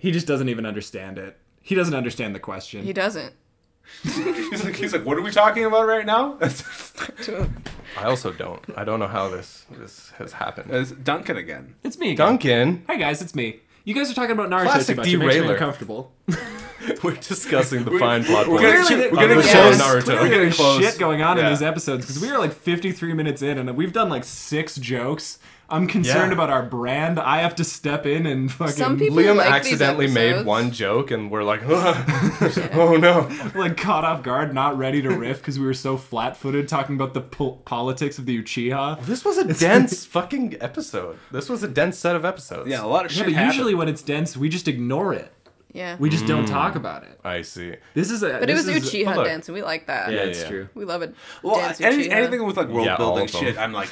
[SPEAKER 1] He just doesn't even understand it. He doesn't understand the question.
[SPEAKER 3] He doesn't.
[SPEAKER 2] [LAUGHS] he's, like, he's like, what are we talking about right now? [LAUGHS]
[SPEAKER 3] To-
[SPEAKER 4] I also don't. I don't know how this this has happened.
[SPEAKER 2] It's Duncan again.
[SPEAKER 1] it's me. Again.
[SPEAKER 4] Duncan, [LAUGHS]
[SPEAKER 1] Hi guys, it's me. You guys are talking about Naruto
[SPEAKER 4] Classic
[SPEAKER 1] too much. It makes me
[SPEAKER 4] derailer.
[SPEAKER 1] uncomfortable.
[SPEAKER 4] we're discussing the fine plot
[SPEAKER 2] we're
[SPEAKER 4] points.
[SPEAKER 2] gonna-
[SPEAKER 1] Clearly
[SPEAKER 2] we're
[SPEAKER 1] the-
[SPEAKER 2] gonna
[SPEAKER 4] of the
[SPEAKER 2] get-
[SPEAKER 4] show
[SPEAKER 1] oh, Yes.
[SPEAKER 2] we're
[SPEAKER 1] Clearly
[SPEAKER 4] Naruto.
[SPEAKER 2] gonna
[SPEAKER 1] there's
[SPEAKER 2] get close.
[SPEAKER 1] shit going on
[SPEAKER 2] Yeah.
[SPEAKER 1] in these episodes because we are like 53 minutes in and we've done like six jokes. I'm concerned
[SPEAKER 4] Yeah.
[SPEAKER 1] about our brand. I have to step in and fucking
[SPEAKER 3] Some people
[SPEAKER 4] Liam
[SPEAKER 3] like these
[SPEAKER 4] accidentally made
[SPEAKER 3] episodes.
[SPEAKER 4] one joke, and we're like, [LAUGHS] oh no.
[SPEAKER 1] like caught off guard, not ready to riff because we were so flat-footed talking about the po- politics of the Uchiha.
[SPEAKER 4] This was a dense fucking episode. This was a dense set of episodes.
[SPEAKER 2] Yeah, a lot of
[SPEAKER 1] Yeah,
[SPEAKER 2] shit.
[SPEAKER 1] but
[SPEAKER 2] happened.
[SPEAKER 1] usually when it's dense, we just ignore it.
[SPEAKER 3] Yeah.
[SPEAKER 1] We just don't talk about it.
[SPEAKER 4] I see.
[SPEAKER 1] This is a.
[SPEAKER 3] but it was
[SPEAKER 4] oh,
[SPEAKER 3] Uchiha
[SPEAKER 4] look.
[SPEAKER 3] dance and we like that.
[SPEAKER 1] Yeah,
[SPEAKER 4] Yeah,
[SPEAKER 1] it's
[SPEAKER 4] yeah.
[SPEAKER 1] true.
[SPEAKER 3] We love it.
[SPEAKER 2] well,
[SPEAKER 3] dance
[SPEAKER 2] any,
[SPEAKER 3] Uchiha.
[SPEAKER 2] anything with like world
[SPEAKER 4] Yeah, all
[SPEAKER 2] building
[SPEAKER 4] of them.
[SPEAKER 2] shit, I'm like,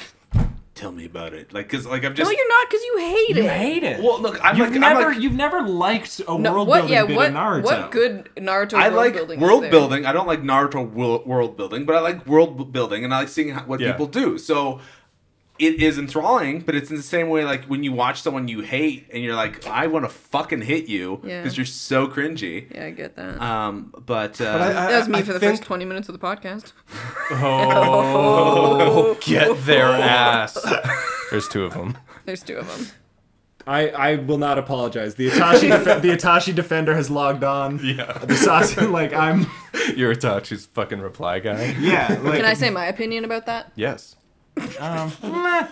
[SPEAKER 2] tell me about it. Like, cause like I'm
[SPEAKER 3] No,
[SPEAKER 2] just.
[SPEAKER 3] you're not cuz you hate
[SPEAKER 1] You
[SPEAKER 3] it.
[SPEAKER 1] hate it.
[SPEAKER 2] well, look, I'm
[SPEAKER 1] you've
[SPEAKER 2] like,
[SPEAKER 1] never,
[SPEAKER 2] I'm like,
[SPEAKER 1] you've never liked a
[SPEAKER 3] No,
[SPEAKER 1] world
[SPEAKER 3] what
[SPEAKER 1] building
[SPEAKER 3] yeah,
[SPEAKER 1] bit
[SPEAKER 3] what
[SPEAKER 1] in Naruto.
[SPEAKER 3] what good Naruto
[SPEAKER 2] I
[SPEAKER 3] world
[SPEAKER 2] like
[SPEAKER 3] building is
[SPEAKER 2] world
[SPEAKER 3] there?
[SPEAKER 2] building. I don't like Naruto wo- world building, but I like world b- building, and I like seeing how, what
[SPEAKER 4] Yeah.
[SPEAKER 2] people do. So it is enthralling, but it's in the same way like when you watch someone you hate, and you're like, I want to fucking hit you
[SPEAKER 3] Yeah.
[SPEAKER 2] because you're so cringy.
[SPEAKER 3] Yeah, I get that.
[SPEAKER 2] Um, but, uh,
[SPEAKER 4] I-
[SPEAKER 3] that was me
[SPEAKER 4] I
[SPEAKER 3] for the
[SPEAKER 4] think-
[SPEAKER 3] first 20 minutes of the podcast. [LAUGHS]
[SPEAKER 4] Oh, get their ass. [LAUGHS] There's two of them.
[SPEAKER 3] There's two of
[SPEAKER 4] [LAUGHS]
[SPEAKER 3] them.
[SPEAKER 1] I, I will not apologize. [LAUGHS] The Itachi def- the Itachi defender has logged on.
[SPEAKER 4] Yeah.
[SPEAKER 1] The Sasuke, [LAUGHS] like I'm.
[SPEAKER 4] You're Itachi's fucking reply guy.
[SPEAKER 1] Yeah. Like,
[SPEAKER 3] Can
[SPEAKER 4] um,
[SPEAKER 3] I say my opinion about that?
[SPEAKER 4] Yes.
[SPEAKER 1] Um, meh.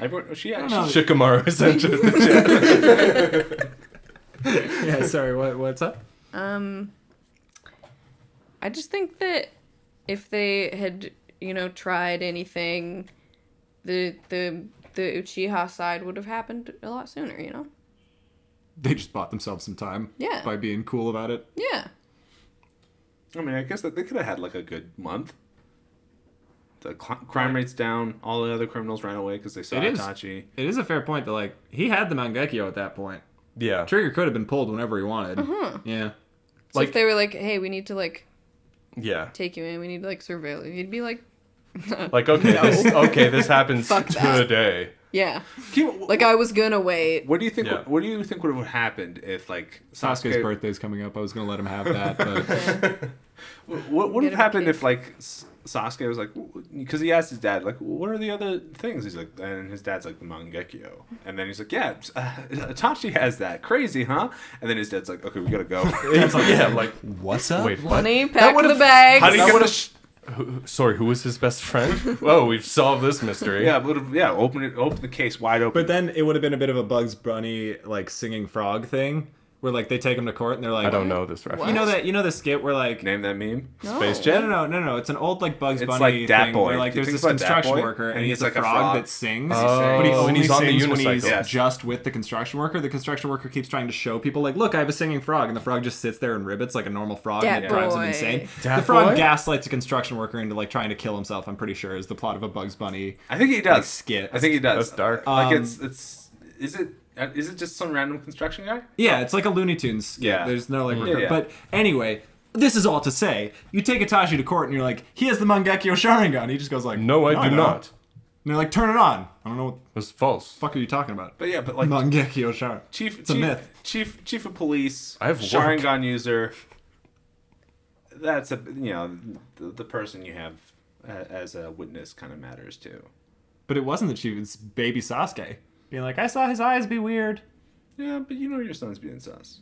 [SPEAKER 2] everyone, she
[SPEAKER 1] know.
[SPEAKER 2] actually.
[SPEAKER 4] Shikamaru is entered the chat.
[SPEAKER 1] yeah. Sorry. What what's up?
[SPEAKER 3] Um, I just think that if they had, you know, tried anything, the the the Uchiha side would have happened a lot sooner. You know?
[SPEAKER 1] They just bought themselves some time.
[SPEAKER 3] Yeah.
[SPEAKER 1] By being cool about it.
[SPEAKER 3] Yeah.
[SPEAKER 2] I mean, I guess that they could have had like a good month. The cl- crime rate's down. All the other criminals ran away because they saw
[SPEAKER 1] It is.
[SPEAKER 2] Itachi.
[SPEAKER 1] It is a fair point that like he had the Mangekyo at that point.
[SPEAKER 4] Yeah.
[SPEAKER 1] Trigger could have been pulled whenever he wanted. Yeah.
[SPEAKER 3] So
[SPEAKER 4] Like-
[SPEAKER 3] if they were like, "Hey, we need to like
[SPEAKER 4] Yeah.
[SPEAKER 3] take you in. We need to like surveil you," he'd be like,
[SPEAKER 4] Like okay,
[SPEAKER 3] No.
[SPEAKER 4] this okay, this happens
[SPEAKER 3] Fuck that.
[SPEAKER 4] today.
[SPEAKER 3] Yeah.
[SPEAKER 2] Keep-
[SPEAKER 3] Like I was gonna wait.
[SPEAKER 2] What do you think?
[SPEAKER 4] Yeah.
[SPEAKER 2] What do you think would have happened if like
[SPEAKER 1] Sasuke's
[SPEAKER 2] Sasuke?
[SPEAKER 1] birthday's coming up. I was gonna let him have that, but
[SPEAKER 2] What would have
[SPEAKER 3] Get him a
[SPEAKER 2] happened
[SPEAKER 3] cake.
[SPEAKER 2] if like S- Sasuke was like, because he asked his dad like, what are the other things? He's like, and his dad's like the Mangekyo, and then he's like, yeah, uh, Itachi has that. Crazy, huh? And then his dad's like, okay, we gotta go.
[SPEAKER 4] It's like, yeah, like
[SPEAKER 1] what's up?
[SPEAKER 4] wait, what?
[SPEAKER 3] Honey, pack the
[SPEAKER 2] would've-
[SPEAKER 3] bags.
[SPEAKER 2] How do you
[SPEAKER 4] That
[SPEAKER 2] get
[SPEAKER 4] would've-
[SPEAKER 2] the sh-
[SPEAKER 4] Who- Sorry, who was his best friend? Whoa, we've solved this mystery.
[SPEAKER 2] yeah, would've- yeah, open it, open the case wide open.
[SPEAKER 1] But then it would have been a bit of a Bugs Bunny like singing frog thing, where like they take him to court and they're like,
[SPEAKER 4] I don't know this reference.
[SPEAKER 1] You know that you know the skit where like
[SPEAKER 2] name that meme.
[SPEAKER 4] Space
[SPEAKER 1] No,
[SPEAKER 4] Jam?
[SPEAKER 1] no, no, no, no. It's an old like Bugs
[SPEAKER 2] It's
[SPEAKER 1] Bunny
[SPEAKER 2] like Dat
[SPEAKER 1] thing
[SPEAKER 2] Boy.
[SPEAKER 1] where like
[SPEAKER 2] Do you
[SPEAKER 1] there's
[SPEAKER 2] think
[SPEAKER 1] this
[SPEAKER 2] about Dat
[SPEAKER 1] construction
[SPEAKER 2] Boy?
[SPEAKER 1] worker and,
[SPEAKER 2] And
[SPEAKER 1] he
[SPEAKER 2] he's
[SPEAKER 1] has a,
[SPEAKER 2] like a
[SPEAKER 1] frog
[SPEAKER 2] frog.
[SPEAKER 1] that sings,
[SPEAKER 4] Oh.
[SPEAKER 1] but he
[SPEAKER 4] And
[SPEAKER 1] only
[SPEAKER 4] he's on the
[SPEAKER 1] sings when he's
[SPEAKER 4] unicycle.
[SPEAKER 2] Yes.
[SPEAKER 1] just with the construction worker. The construction worker keeps trying to show people like, look, I have a singing frog, and the frog just sits there and ribbits like a normal frog,
[SPEAKER 3] Dat
[SPEAKER 1] and it drives him
[SPEAKER 3] Boy.
[SPEAKER 1] insane.
[SPEAKER 4] Dat
[SPEAKER 1] the frog
[SPEAKER 4] Boy?
[SPEAKER 1] gaslights a construction worker into like trying to kill himself. I'm pretty sure is the plot of a Bugs Bunny.
[SPEAKER 2] I think he does.
[SPEAKER 1] skit.
[SPEAKER 2] I think he does.
[SPEAKER 4] That's dark.
[SPEAKER 2] Like
[SPEAKER 1] Um,
[SPEAKER 2] it's it's is it uh, is it just some random construction guy?
[SPEAKER 1] Yeah, it's like a Looney Tunes skit.
[SPEAKER 2] Yeah. Mm-hmm.
[SPEAKER 1] There's no like. recur-
[SPEAKER 2] yeah.
[SPEAKER 1] But anyway, this is all to say, you take Itachi to court and you're like, he has the Mangekyo Sharingan. He just goes like,
[SPEAKER 4] No, I do
[SPEAKER 1] don't."
[SPEAKER 4] not.
[SPEAKER 1] And they're like, turn it on. I don't know what the
[SPEAKER 4] It was false.
[SPEAKER 1] fuck are you talking about. [LAUGHS]
[SPEAKER 2] But yeah, but like
[SPEAKER 1] Mangekyo Sharingan.
[SPEAKER 2] chief,
[SPEAKER 1] It's a
[SPEAKER 2] chief,
[SPEAKER 1] myth.
[SPEAKER 2] chief, chief of police,
[SPEAKER 4] I have work.
[SPEAKER 2] Sharingan user. That's a you know the, the person you have uh, as a witness kind of matters too.
[SPEAKER 1] But it wasn't the chief. It's baby Sasuke being like, I saw his eyes be weird.
[SPEAKER 2] Yeah, but you know your son's being sus.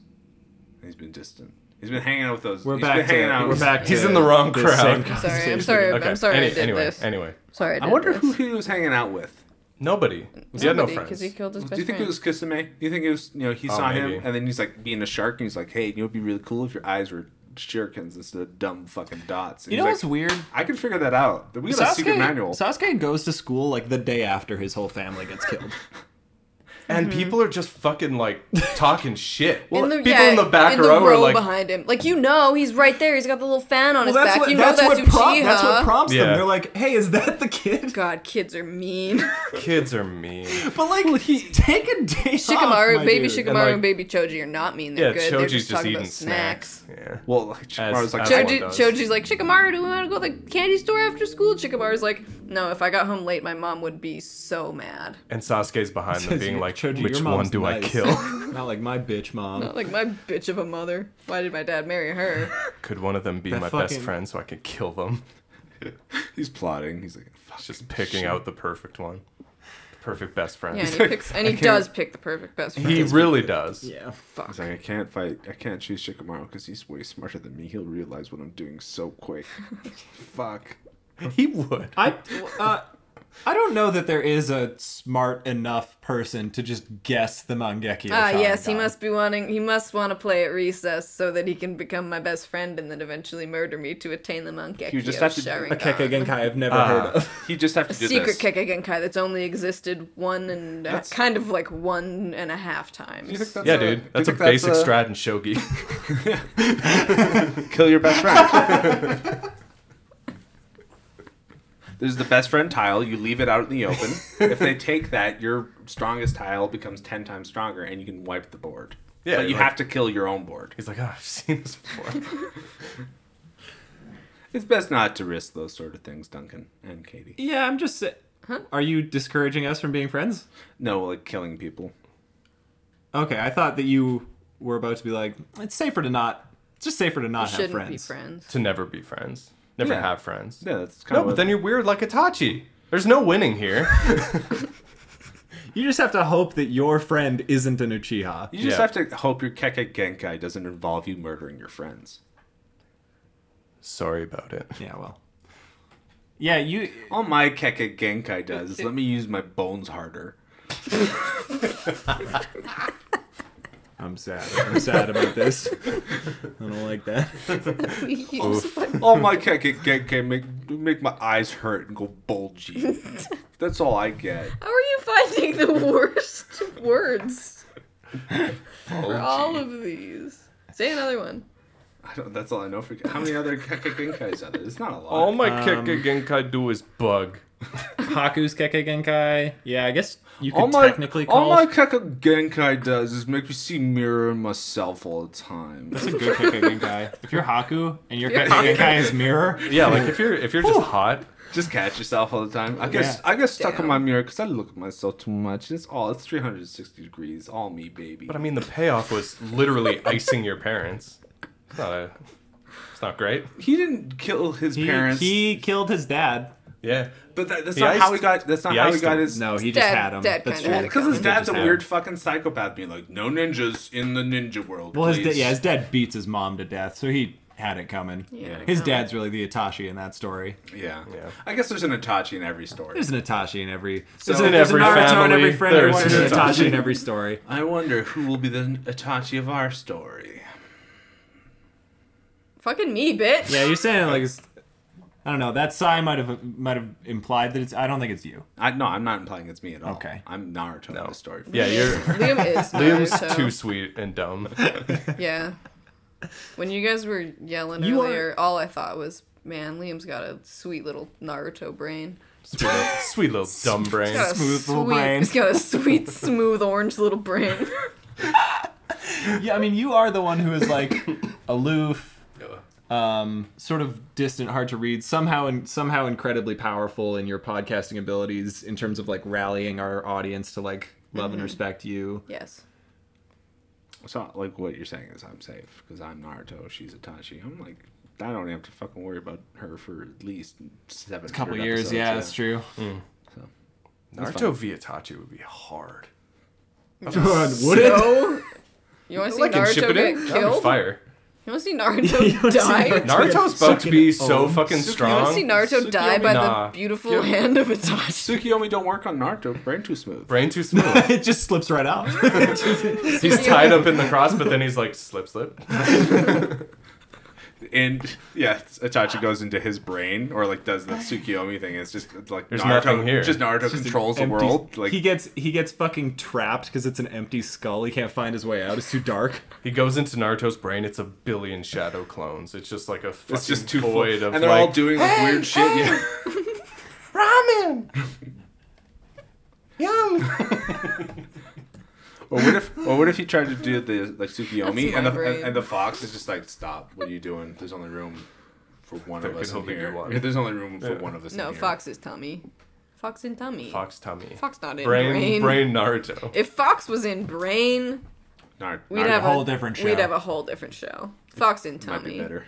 [SPEAKER 2] He's been distant. He's been hanging out with those.
[SPEAKER 1] We're
[SPEAKER 2] he's
[SPEAKER 1] back
[SPEAKER 2] been hanging
[SPEAKER 1] to-
[SPEAKER 2] out
[SPEAKER 1] we're
[SPEAKER 2] with-
[SPEAKER 1] back
[SPEAKER 4] He's
[SPEAKER 1] to
[SPEAKER 4] in the wrong
[SPEAKER 1] the
[SPEAKER 4] crowd.
[SPEAKER 1] same
[SPEAKER 4] Okay.
[SPEAKER 3] Sorry, I'm
[SPEAKER 1] conversation.
[SPEAKER 3] sorry. I'm sorry
[SPEAKER 4] any-
[SPEAKER 3] I did
[SPEAKER 4] anyway,
[SPEAKER 3] this.
[SPEAKER 4] anyway.
[SPEAKER 3] Sorry, I, did
[SPEAKER 2] I wonder
[SPEAKER 3] this.
[SPEAKER 2] who he was hanging out with.
[SPEAKER 4] Nobody. He had no
[SPEAKER 3] because
[SPEAKER 4] friends.
[SPEAKER 3] he killed his best
[SPEAKER 2] Do you think
[SPEAKER 3] friend.
[SPEAKER 2] it was Kisame? Do you think it was you know he saw
[SPEAKER 4] maybe.
[SPEAKER 2] him and then he's like being a shark and he's like, hey, you know, it'd be really cool if your eyes were shurikens instead of dumb fucking dots. And
[SPEAKER 1] You
[SPEAKER 2] he's
[SPEAKER 1] know
[SPEAKER 2] like,
[SPEAKER 1] what's weird?
[SPEAKER 2] I can figure that out. We got a secret manual.
[SPEAKER 1] Sasuke goes to school like the day after his whole family gets [LAUGHS] killed.
[SPEAKER 4] and people are just fucking like talking shit.
[SPEAKER 3] Mm-hmm. In the,
[SPEAKER 4] people
[SPEAKER 3] yeah,
[SPEAKER 4] in the back
[SPEAKER 3] in
[SPEAKER 4] row
[SPEAKER 3] the
[SPEAKER 4] are
[SPEAKER 3] row
[SPEAKER 4] like,
[SPEAKER 3] behind him. Like you know, he's right there. He's got the little fan on his back. you know that's, Uchiha.
[SPEAKER 1] prom- that's what prompts
[SPEAKER 4] Yeah.
[SPEAKER 1] them. They're like, hey, is that the kid? [LAUGHS]
[SPEAKER 3] God, kids are
[SPEAKER 4] [LAUGHS]
[SPEAKER 3] mean. [LAUGHS]
[SPEAKER 4] kids are mean.
[SPEAKER 1] But like, he take a day off,
[SPEAKER 3] Shikamaru,
[SPEAKER 1] my
[SPEAKER 3] baby
[SPEAKER 1] dude.
[SPEAKER 3] Shikamaru, and,
[SPEAKER 4] like-
[SPEAKER 3] baby Choji are not mean. They're
[SPEAKER 4] Yeah,
[SPEAKER 3] good. They're
[SPEAKER 4] Choji's
[SPEAKER 3] just,
[SPEAKER 4] just,
[SPEAKER 3] talking
[SPEAKER 4] eating
[SPEAKER 3] about snacks.
[SPEAKER 4] snacks. Yeah.
[SPEAKER 2] Well, like, Shikamaro's like,
[SPEAKER 4] as
[SPEAKER 2] "Shit,
[SPEAKER 4] one
[SPEAKER 3] Choji,
[SPEAKER 4] does.
[SPEAKER 3] Choji's like, Shikamaru, do we want to go to the candy store after school? Shikamaru's like, no, if I got home late, my mom would be so mad. [LAUGHS]
[SPEAKER 4] And Sasuke's behind
[SPEAKER 1] [LAUGHS]
[SPEAKER 4] them, being like,
[SPEAKER 1] Choji,
[SPEAKER 4] which
[SPEAKER 1] your
[SPEAKER 4] one
[SPEAKER 1] mom's
[SPEAKER 4] do I
[SPEAKER 1] nice. [LAUGHS]
[SPEAKER 4] kill?
[SPEAKER 1] Not like my bitch mom.
[SPEAKER 3] Not like my bitch of a mother. Why did my dad marry
[SPEAKER 4] [LAUGHS]
[SPEAKER 3] her?
[SPEAKER 4] Could one of them be
[SPEAKER 1] That
[SPEAKER 4] my best
[SPEAKER 1] fucking-
[SPEAKER 4] friend so I could kill them?
[SPEAKER 2] He's plotting. He's like, fuck.
[SPEAKER 4] Just picking out the perfect one. The perfect best friend.
[SPEAKER 3] Yeah, and
[SPEAKER 4] [LAUGHS]
[SPEAKER 3] he picks, and he does pick the perfect best friend.
[SPEAKER 4] He really does.
[SPEAKER 1] Yeah.
[SPEAKER 2] He's like, I can't fight. I can't choose Shikamaru because he's way smarter than me. He'll realize what I'm doing so [LAUGHS] quick. fuck.
[SPEAKER 4] He would.
[SPEAKER 1] I uh, I don't know that there is a smart enough person to just guess the Mangeki.
[SPEAKER 3] Ah, yes, he must be wanting. He must want to play at recess so that he can become my best friend and then eventually murder me to attain the Mangekyo
[SPEAKER 2] You just have to-
[SPEAKER 3] Sharingan.
[SPEAKER 1] A Kekkei Genkai I've never heard
[SPEAKER 4] Uh,
[SPEAKER 1] of.
[SPEAKER 2] He just have to do this.
[SPEAKER 3] Secret Kekkei Genkai that's only existed one and uh,
[SPEAKER 2] That's-
[SPEAKER 3] kind of like one and a half times.
[SPEAKER 2] You think that's
[SPEAKER 4] yeah,
[SPEAKER 2] a- you
[SPEAKER 4] dude. That's a
[SPEAKER 2] think
[SPEAKER 4] basic
[SPEAKER 2] a-
[SPEAKER 4] strat in Shogi. [LAUGHS]
[SPEAKER 2] Kill your best friend. [LAUGHS] There's the best friend tile. You leave it out in the open. If they take that, your strongest tile becomes ten times stronger, and you can wipe the board.
[SPEAKER 4] Yeah,
[SPEAKER 2] but you
[SPEAKER 4] like-
[SPEAKER 2] have to kill your own board.
[SPEAKER 4] He's like, oh, I've seen this before.
[SPEAKER 2] It's best not to risk those sort of things, Duncan and Katie.
[SPEAKER 1] Yeah, I'm just. sa- Are you discouraging us from being friends?
[SPEAKER 2] No, like killing people.
[SPEAKER 1] Okay, I thought that you were about to be like, it's safer to not. It's just safer to not have
[SPEAKER 3] Shouldn't
[SPEAKER 1] friends.
[SPEAKER 3] be friends.
[SPEAKER 4] to never be friends. Never
[SPEAKER 2] Yeah.
[SPEAKER 4] have friends.
[SPEAKER 2] Yeah, that's kind
[SPEAKER 4] No,
[SPEAKER 2] of.
[SPEAKER 4] but then you're weird like Itachi. There's no winning here.
[SPEAKER 1] You just have to hope that your friend isn't an Uchiha.
[SPEAKER 2] you just
[SPEAKER 4] Yeah.
[SPEAKER 2] have to hope your Keke Genkai doesn't involve you murdering your friends.
[SPEAKER 4] Sorry about it.
[SPEAKER 1] Yeah, well. Yeah, you.
[SPEAKER 2] All my Keke Genkai does is let me use my bones harder.
[SPEAKER 1] I'm sad. I'm sad about [LAUGHS] this. I don't like that.
[SPEAKER 3] [LAUGHS]
[SPEAKER 2] All my Keke Genkai make make my eyes hurt and go bulgy. That's all I get.
[SPEAKER 3] How are you finding the worst [LAUGHS]
[SPEAKER 4] [LAUGHS] Oh,
[SPEAKER 3] words for all of these? Say another one.
[SPEAKER 2] I don't, that's all I know for how many other Genkais are there? It's not a lot.
[SPEAKER 4] All my Kekka Genkai do is [LAUGHS] bug.
[SPEAKER 1] Haku's Kekkei Genkai. Yeah, I guess you could
[SPEAKER 2] all my
[SPEAKER 1] technically
[SPEAKER 2] all
[SPEAKER 1] call.
[SPEAKER 2] my Kekka Genkai does is make me see mirror in myself all the time. [LAUGHS]
[SPEAKER 1] That's a good Kekkei Genkai. If you're Haku and your
[SPEAKER 3] Yeah.
[SPEAKER 1] Kekkei Genkai is
[SPEAKER 2] [LAUGHS]
[SPEAKER 1] mirror,
[SPEAKER 4] Yeah, like if you're if you're just hot,
[SPEAKER 2] Just catch yourself all the time. I guess
[SPEAKER 1] Yeah.
[SPEAKER 2] I get stuck in
[SPEAKER 3] Damn.
[SPEAKER 2] my mirror because I look at myself too much. It's all it's 360 degrees, all me, baby.
[SPEAKER 4] but I mean the payoff was literally icing your parents. It's not a, it's not great.
[SPEAKER 2] he didn't kill his
[SPEAKER 1] he,
[SPEAKER 2] parents.
[SPEAKER 1] he killed his dad.
[SPEAKER 4] Yeah,
[SPEAKER 2] but that, that's
[SPEAKER 4] he
[SPEAKER 2] not how he
[SPEAKER 4] iced-
[SPEAKER 2] got. That's not
[SPEAKER 4] he
[SPEAKER 2] how he
[SPEAKER 4] iced
[SPEAKER 2] got
[SPEAKER 4] him.
[SPEAKER 2] his.
[SPEAKER 1] No, he just
[SPEAKER 3] Dad-
[SPEAKER 1] had him.
[SPEAKER 3] dad
[SPEAKER 1] That's
[SPEAKER 3] kinda
[SPEAKER 1] true.
[SPEAKER 3] had it
[SPEAKER 2] Because his
[SPEAKER 3] He
[SPEAKER 2] dad's a
[SPEAKER 1] just
[SPEAKER 2] weird fucking psychopath, being like, "No ninjas in the ninja world."
[SPEAKER 1] Well, his da-
[SPEAKER 2] please."
[SPEAKER 1] yeah, his dad beats his mom to death, so he had it coming.
[SPEAKER 3] Yeah.
[SPEAKER 1] His dad's really the Itachi in that story.
[SPEAKER 2] Yeah.
[SPEAKER 4] Yeah.
[SPEAKER 2] I guess there's an Itachi in every story.
[SPEAKER 1] There's an Itachi in every.
[SPEAKER 2] So-
[SPEAKER 1] there's a-
[SPEAKER 2] In
[SPEAKER 1] there's a
[SPEAKER 4] every
[SPEAKER 1] Naruto in
[SPEAKER 4] family,
[SPEAKER 1] every friend.
[SPEAKER 4] there's
[SPEAKER 1] everyone- There's an
[SPEAKER 4] an
[SPEAKER 1] Itachi in every story.
[SPEAKER 2] I wonder who will be the Itachi of our story.
[SPEAKER 3] Fucking me, bitch.
[SPEAKER 1] Yeah, you're saying like it's. I don't know. That sigh might have might have implied that it's. I don't think it's you.
[SPEAKER 2] I no, I'm not implying it's me at all.
[SPEAKER 1] Okay.
[SPEAKER 2] I'm Naruto in this story.
[SPEAKER 4] yeah, you're
[SPEAKER 3] Liam is
[SPEAKER 4] [LAUGHS] Liam's
[SPEAKER 3] Naruto.
[SPEAKER 4] too sweet and dumb.
[SPEAKER 3] Yeah. When you guys were yelling
[SPEAKER 1] You are-
[SPEAKER 3] earlier, all I thought was, man, Liam's got a sweet little Naruto brain.
[SPEAKER 4] Sweet little, sweet little dumb brain.
[SPEAKER 3] He's got a
[SPEAKER 1] Smooth little
[SPEAKER 3] sweet-
[SPEAKER 1] brain.
[SPEAKER 3] He's got a sweet, smooth orange little brain. [LAUGHS]
[SPEAKER 1] Yeah, I mean, you are the one who is
[SPEAKER 2] [COUGHS]
[SPEAKER 1] like aloof, um, sort of distant, hard to read. Somehow and somehow incredibly powerful in your podcasting abilities in terms of like rallying our audience to like love
[SPEAKER 4] Mm-hmm.
[SPEAKER 1] and respect you.
[SPEAKER 3] yes.
[SPEAKER 2] So like what you're saying is I'm safe because I'm Naruto, she's Itachi. I'm like I don't have to fucking worry about her for at least seven
[SPEAKER 1] Couple years, yeah, that's true.
[SPEAKER 4] Naruto Viatachi would be hard.
[SPEAKER 1] Would it?
[SPEAKER 3] So, you want to see
[SPEAKER 4] Like in
[SPEAKER 3] Naruto get
[SPEAKER 4] Shippuden, that would be
[SPEAKER 3] killed?
[SPEAKER 4] fire.
[SPEAKER 3] You want to see
[SPEAKER 1] You wanna
[SPEAKER 3] Naruto
[SPEAKER 1] see
[SPEAKER 3] die?
[SPEAKER 4] Naruto's about to be so fucking
[SPEAKER 3] You want
[SPEAKER 4] strong.
[SPEAKER 3] to see Naruto
[SPEAKER 2] Sukiyomi-
[SPEAKER 3] die by
[SPEAKER 4] Nah.
[SPEAKER 3] the beautiful hand of Itachi?
[SPEAKER 2] Tsukiyomi don't work on Naruto, brain too smooth.
[SPEAKER 4] Brain too
[SPEAKER 3] [LAUGHS]
[SPEAKER 4] smooth.
[SPEAKER 1] [LAUGHS] it just slips right
[SPEAKER 2] [LAUGHS]
[SPEAKER 1] out.
[SPEAKER 4] he's tied up in the cross, but then he's like slip, slip.
[SPEAKER 2] And yeah, Itachi goes into his brain or like does the Tsukiyomi thing. It's just it's like
[SPEAKER 4] There's
[SPEAKER 2] Naruto
[SPEAKER 4] nothing here.
[SPEAKER 2] Just Naruto controls the
[SPEAKER 1] Empty-
[SPEAKER 2] world. Like
[SPEAKER 1] he gets he gets fucking trapped because it's an empty skull. He can't find his way out. It's too dark.
[SPEAKER 4] He goes into Naruto's brain. It's a billion shadow clones. It's just like a fucking
[SPEAKER 2] it's just too full.
[SPEAKER 4] void of
[SPEAKER 2] And they're
[SPEAKER 4] like
[SPEAKER 2] all doing like weird shit. [LAUGHS]
[SPEAKER 3] [LAUGHS]
[SPEAKER 2] Yeah.
[SPEAKER 1] [LAUGHS]
[SPEAKER 4] ramen. Yum.
[SPEAKER 2] Or what if? Or what if he tried to do the like Tsukiyomi
[SPEAKER 3] That's my
[SPEAKER 2] and the
[SPEAKER 3] brain.
[SPEAKER 2] and, and the fox is just like, stop! What are you doing? There's only room for one
[SPEAKER 4] There
[SPEAKER 2] of
[SPEAKER 4] could
[SPEAKER 2] us in
[SPEAKER 4] only be
[SPEAKER 2] here.
[SPEAKER 4] one.
[SPEAKER 2] Yeah, [LAUGHS] There's only room for
[SPEAKER 4] Yeah.
[SPEAKER 2] one of us. in
[SPEAKER 3] No,
[SPEAKER 2] here.
[SPEAKER 3] Fox is tummy. Fox and tummy.
[SPEAKER 4] Fox tummy.
[SPEAKER 3] Fox not in
[SPEAKER 4] brain,
[SPEAKER 3] brain.
[SPEAKER 4] brain Naruto.
[SPEAKER 3] If Fox was in brain,
[SPEAKER 2] Nar-
[SPEAKER 3] we'd
[SPEAKER 2] Naruto
[SPEAKER 3] have
[SPEAKER 1] whole different
[SPEAKER 3] We'd
[SPEAKER 1] show.
[SPEAKER 3] have a whole different show. Fox and
[SPEAKER 2] might
[SPEAKER 3] tummy.
[SPEAKER 2] be better.